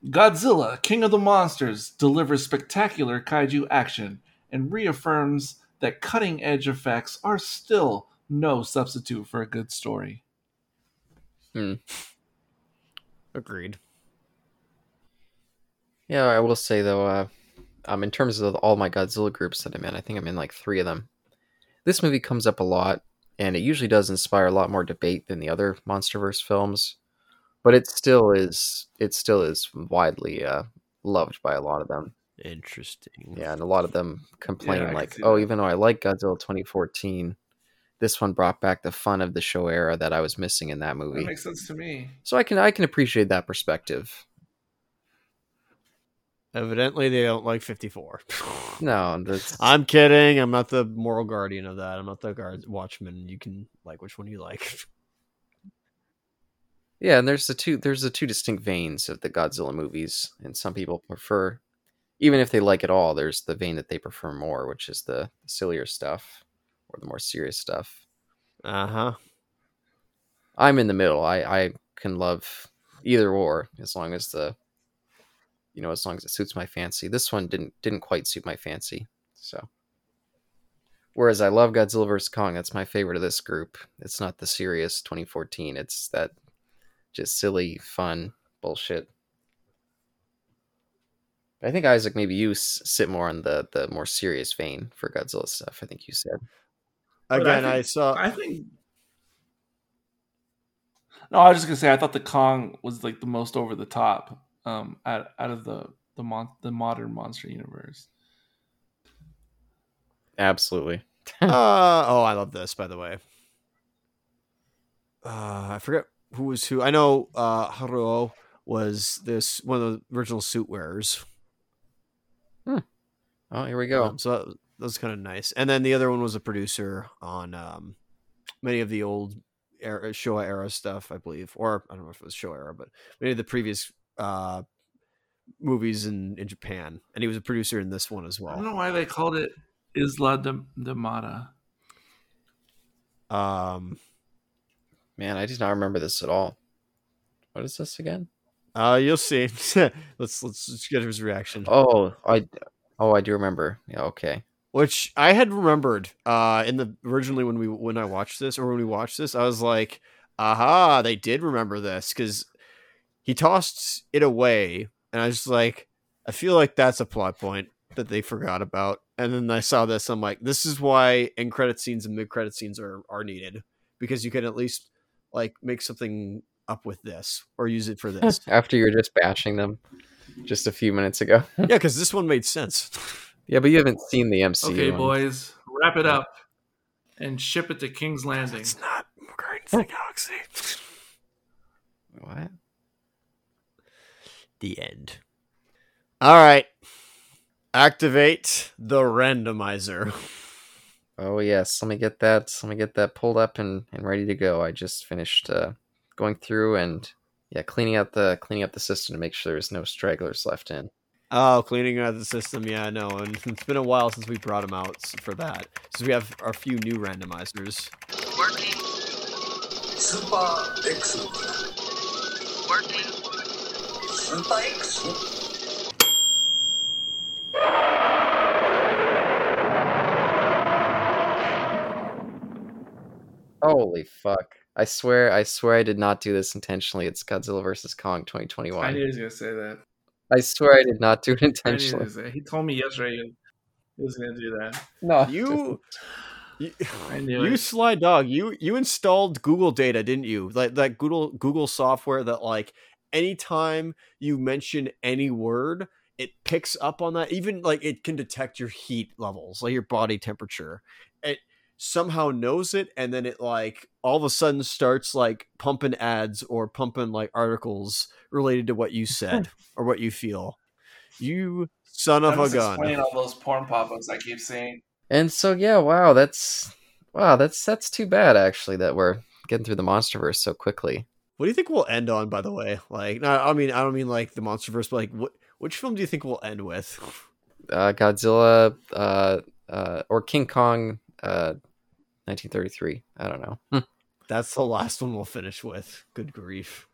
Speaker 3: Godzilla, King of the Monsters, delivers spectacular kaiju action and reaffirms that cutting edge effects are still no substitute for a good story.
Speaker 1: Agreed.
Speaker 2: Yeah, I will say though, uh, um, in terms of all my Godzilla groups that I'm in, I think I'm in like three of them. This movie comes up a lot, and it usually does inspire a lot more debate than the other MonsterVerse films, but it still is it still is widely uh, loved by a lot of them.
Speaker 1: Interesting.
Speaker 2: Yeah, and a lot of them complain
Speaker 3: Mm. Yeah, I can
Speaker 2: like,
Speaker 3: see
Speaker 2: "Oh,
Speaker 3: that.
Speaker 2: even though I like Godzilla 2014, this one brought back the fun of the show era that I was missing in that
Speaker 3: That
Speaker 2: movie."
Speaker 3: makes sense to me.
Speaker 2: so I can I can appreciate that perspective.
Speaker 1: Evidently, they don't like fifty-four. (laughs)
Speaker 2: No, that's,
Speaker 1: I'm kidding. I'm not the moral guardian of that. I'm not the guard watchman. You can like which one you like. (laughs)
Speaker 2: Yeah, and there's the two there's the two distinct veins of the Godzilla movies, and some people prefer, even if they like it all, there's the vein that they prefer more, which is the sillier stuff or the more serious stuff.
Speaker 1: Uh huh.
Speaker 2: I'm in the middle. I I can love either or as long as the, you know, as long as it suits my fancy. This one didn't didn't quite suit my fancy, so. Whereas I love Godzilla vs Kong, that's my favorite of this group. It's not the serious 2014. It's that just silly fun bullshit. I think Isaac, maybe you s- sit more on the the more serious vein for Godzilla stuff. I think you said.
Speaker 3: But I
Speaker 1: Again, I,
Speaker 3: think-
Speaker 1: saw.
Speaker 3: I think. No, I was just gonna say I thought the Kong was like the most over the top um, out out of the the mon- the modern monster universe.
Speaker 2: Absolutely.
Speaker 1: uh, oh, I love this. By the way, uh, I forget who was who. I know uh, Haruo was this one of the original suit wearers.
Speaker 2: Oh, here we go.
Speaker 1: Um, so that, that was kind of nice. And then the other one was a producer on um, many of the old era, Showa era stuff, I believe, or I don't know if it was Showa era, but many of the previous uh, movies in, in Japan. And he was a producer in this one as
Speaker 3: I don't
Speaker 1: well.
Speaker 3: know why they called it Isla de, de Mata.
Speaker 1: Um,
Speaker 2: Man, I did not remember this at all. What is this again?
Speaker 1: uh, you'll see. (laughs) let's, let's let's get his reaction,
Speaker 2: Oh, I oh I do remember. Yeah, okay.
Speaker 1: which I had remembered uh, in the originally when we when I watched this or when we watched this, I was like, aha, they did remember this because he tossed it away, and I was just like, I feel like that's a plot point that they forgot about. And then I saw this, I'm like, this is why end credit scenes and mid credit scenes are are needed because you can at least like make something up with this or use it for
Speaker 2: (laughs)
Speaker 1: this.
Speaker 2: After you were just bashing them just a few minutes ago. (laughs)
Speaker 1: yeah, because this one made sense.
Speaker 2: yeah, but you haven't seen the MCU.
Speaker 3: Okay,
Speaker 2: one.
Speaker 3: boys, wrap it up and ship it to King's Landing.
Speaker 1: it's not Guardians of the Galaxy.
Speaker 2: What?
Speaker 1: the end. All right. Activate the randomizer. (laughs)
Speaker 2: Oh yes, let me get that. Let me get that pulled up and, and ready to go. I just finished uh, going through and yeah, cleaning out the cleaning up the system to make sure there's no stragglers left in.
Speaker 1: Oh, cleaning out the system. Yeah, I know. And it's been a while since we brought them out s- for that. So we have our few new randomizers.
Speaker 5: Working,
Speaker 6: Super Excellent.
Speaker 5: working,
Speaker 6: Super Excellent.
Speaker 2: Holy fuck! I swear, I swear, I did not do this intentionally. It's Godzilla vs Kong
Speaker 7: I
Speaker 2: 2021.
Speaker 7: knew he was gonna say that.
Speaker 2: I swear, I did not do
Speaker 7: I
Speaker 2: it
Speaker 7: knew he, was
Speaker 2: intentionally.
Speaker 7: gonna say, he told me yesterday he was gonna do that.
Speaker 2: No,
Speaker 1: You. You,
Speaker 7: I knew
Speaker 1: you
Speaker 7: it.
Speaker 1: sly dog, you you installed Google Data, didn't you? Like that Google Google software that like anytime you mention any word, it picks up on that. Even like it can detect your heat levels, like your body temperature. It somehow knows it, and then it like all of a sudden starts like pumping ads or pumping like articles related to what you said or what you feel. You son of
Speaker 3: I'm
Speaker 1: a
Speaker 3: just
Speaker 1: gun.
Speaker 3: explaining all those porn pop-ups I keep seeing.
Speaker 2: And so yeah, wow, that's wow, that's that's too bad actually that we're getting through the MonsterVerse so quickly.
Speaker 1: What do you think we'll end on, by the way? Like, no, I mean, I don't mean like the MonsterVerse, but like, what which film do you think we'll end with? (laughs)
Speaker 2: Uh, Godzilla uh, uh, or King Kong uh, 1933. I don't know. Hmm.
Speaker 1: That's the last one we'll finish with. Good grief!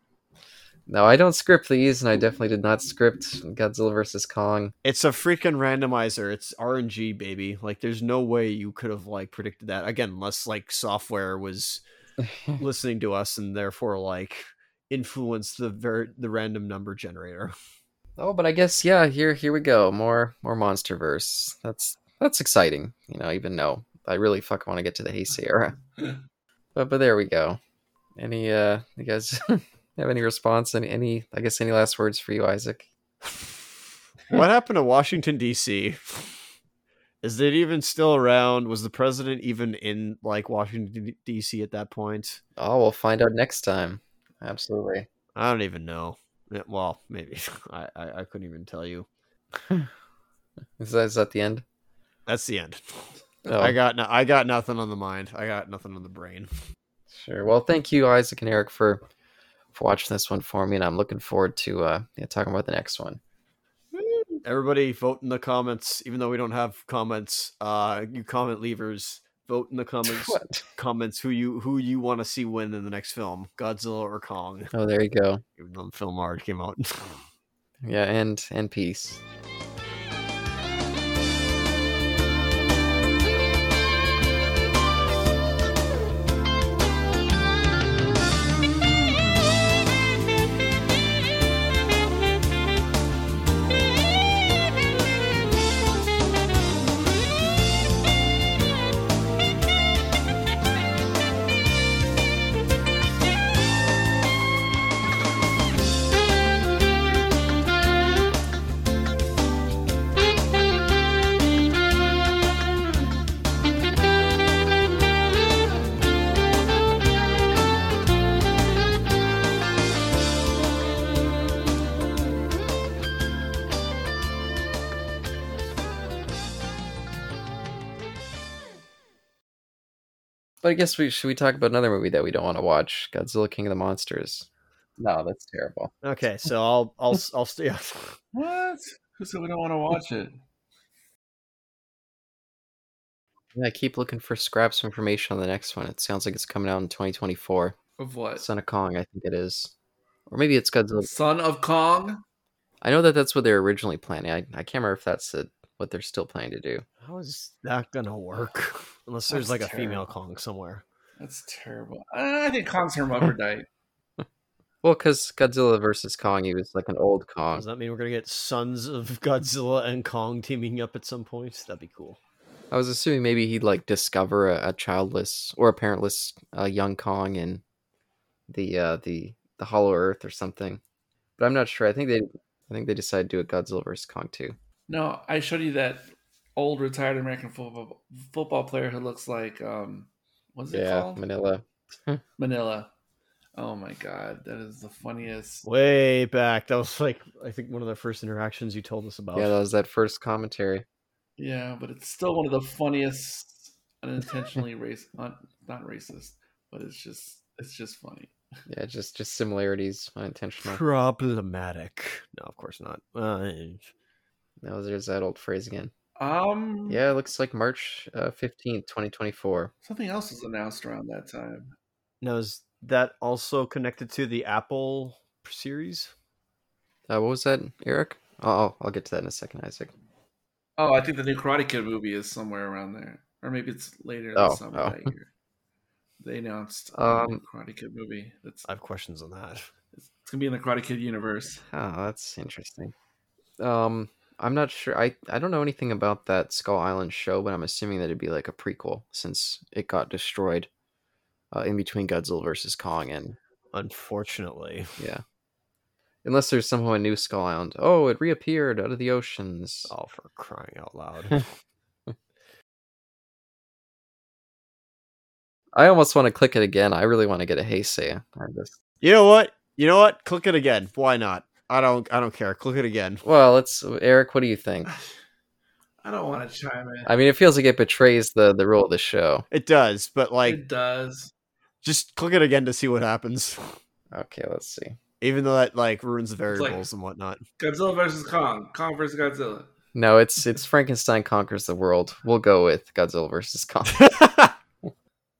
Speaker 2: No, I don't script these, and I definitely did not script Godzilla
Speaker 1: (laughs)
Speaker 2: versus Kong.
Speaker 1: It's a freaking randomizer. It's RNG, baby. Like, there's no way you could have like predicted that again, unless like software was listening to us and therefore like influenced the ver- the random number generator.
Speaker 2: Oh, but I guess yeah. Here, here we go. More, more MonsterVerse. That's that's exciting. You know, even though I really fuck want to get to the Heisei
Speaker 1: (laughs)
Speaker 2: era. but but there we go. Any uh, you guys (laughs) have any response? Any any? I guess any last words for you, Isaac?
Speaker 1: what happened to Washington D.C.? Is it even still around? Was the president even in like Washington D.C. at that point?
Speaker 2: Oh, we'll find out next time. Absolutely.
Speaker 1: I don't even know. Yeah, Well, maybe (laughs) I, I, I couldn't even tell you.
Speaker 2: Is that, is that the end?
Speaker 1: That's the end.
Speaker 2: Oh,
Speaker 1: I got no, I got nothing on the mind. I got nothing on the brain.
Speaker 2: sure. Well, thank you, Isaac and Eric, for for watching this one for me, and I'm looking forward to uh, yeah, talking about the next one.
Speaker 1: Everybody vote in the comments, even though we don't have comments. Uh, you comment leavers, vote in the comments.
Speaker 2: (laughs) What?
Speaker 1: Comments who you who you want to see win in the next film, Godzilla or Kong?
Speaker 2: Oh, there you go.
Speaker 1: Even though the film already came out. (laughs)
Speaker 2: Yeah, and and peace. But I guess we should we talk about another movie that we don't want to watch, Godzilla King of the Monsters. No, that's terrible.
Speaker 1: okay, so I'll I'll I'll (laughs) stay.
Speaker 7: What? Who said we don't want to watch it?
Speaker 2: Yeah, I keep looking for scraps of information on the next one. It sounds like it's coming out in 2024.
Speaker 7: Of what?
Speaker 2: Son of Kong, I think it is, or maybe it's Godzilla.
Speaker 7: Son of Kong.
Speaker 2: I know that that's what they're originally planning. I, I can't remember if that's the, what they're still planning to do.
Speaker 1: How is that gonna work? (laughs) Unless there's
Speaker 7: That's
Speaker 1: like a female
Speaker 7: terrible.
Speaker 1: Kong somewhere.
Speaker 7: That's terrible. I think Kong's hermaphrodite.
Speaker 2: Well, because Godzilla versus Kong, he was like an old Kong.
Speaker 1: Does that mean we're gonna get Sons of Godzilla and Kong teaming up at some point? That'd be cool.
Speaker 2: I was assuming maybe he'd like discover a, a childless or a parentless uh, young Kong in the uh, the the Hollow Earth or something. But I'm not sure. I think they I think they decided to do a Godzilla vs Kong too.
Speaker 7: No, I showed you that old retired American football football player who looks like um, what's it
Speaker 2: Yeah,
Speaker 7: called?
Speaker 2: Manila.
Speaker 7: Manila.
Speaker 3: Oh my god, that is the funniest.
Speaker 1: Way back. That was like I think one of the first interactions you told us about.
Speaker 2: Yeah, that was that first commentary.
Speaker 3: Yeah, but it's still one of the funniest unintentionally race not not racist, but it's just it's just funny.
Speaker 2: Yeah, just just similarities, unintentional.
Speaker 1: Problematic. No, of course not. Uh,
Speaker 2: Now there's that old phrase again.
Speaker 3: Um
Speaker 2: Yeah, it looks like March uh, fifteenth, twenty twenty four.
Speaker 3: something else was announced around that time.
Speaker 1: now is that also connected to the Apple series?
Speaker 2: Uh, what was that, Eric? Oh, I'll get to that in a second, Isaac.
Speaker 3: Oh, I think the new Karate Kid movie is somewhere around there. Or maybe it's later
Speaker 2: Oh,
Speaker 3: this summer
Speaker 2: oh.
Speaker 3: that year. They announced a new
Speaker 2: Um,
Speaker 3: Karate Kid movie. That's
Speaker 1: I have questions on that.
Speaker 3: it's gonna be in the Karate Kid universe.
Speaker 2: Oh, that's interesting. Um, I'm not sure. I I don't know anything about that Skull Island show, but I'm assuming that it'd be like a prequel since it got destroyed uh, in between Godzilla versus Kong and
Speaker 1: Unfortunately.
Speaker 2: yeah. Unless there's somehow a new Skull Island. Oh, it reappeared out of the oceans.
Speaker 1: Oh, for crying out
Speaker 2: (laughs)
Speaker 1: loud.
Speaker 2: I almost want to click it again. I really want to get a Heisei. I just-
Speaker 1: you know what? You know what? Click it again. Why not? I don't I don't care. Click it again.
Speaker 2: Well, let's Eric. What do you think?
Speaker 7: I don't want to chime in.
Speaker 2: I mean, it feels like it betrays the the rule of the show.
Speaker 1: It does, but like
Speaker 7: it does.
Speaker 1: just click it again to see what happens. (laughs)
Speaker 2: Okay, let's see.
Speaker 1: Even though that like ruins the
Speaker 7: like-
Speaker 1: variables and whatnot.
Speaker 7: Godzilla versus Kong. Kong versus Godzilla.
Speaker 2: No, it's it's Frankenstein conquers the world. We'll go with Godzilla versus Kong.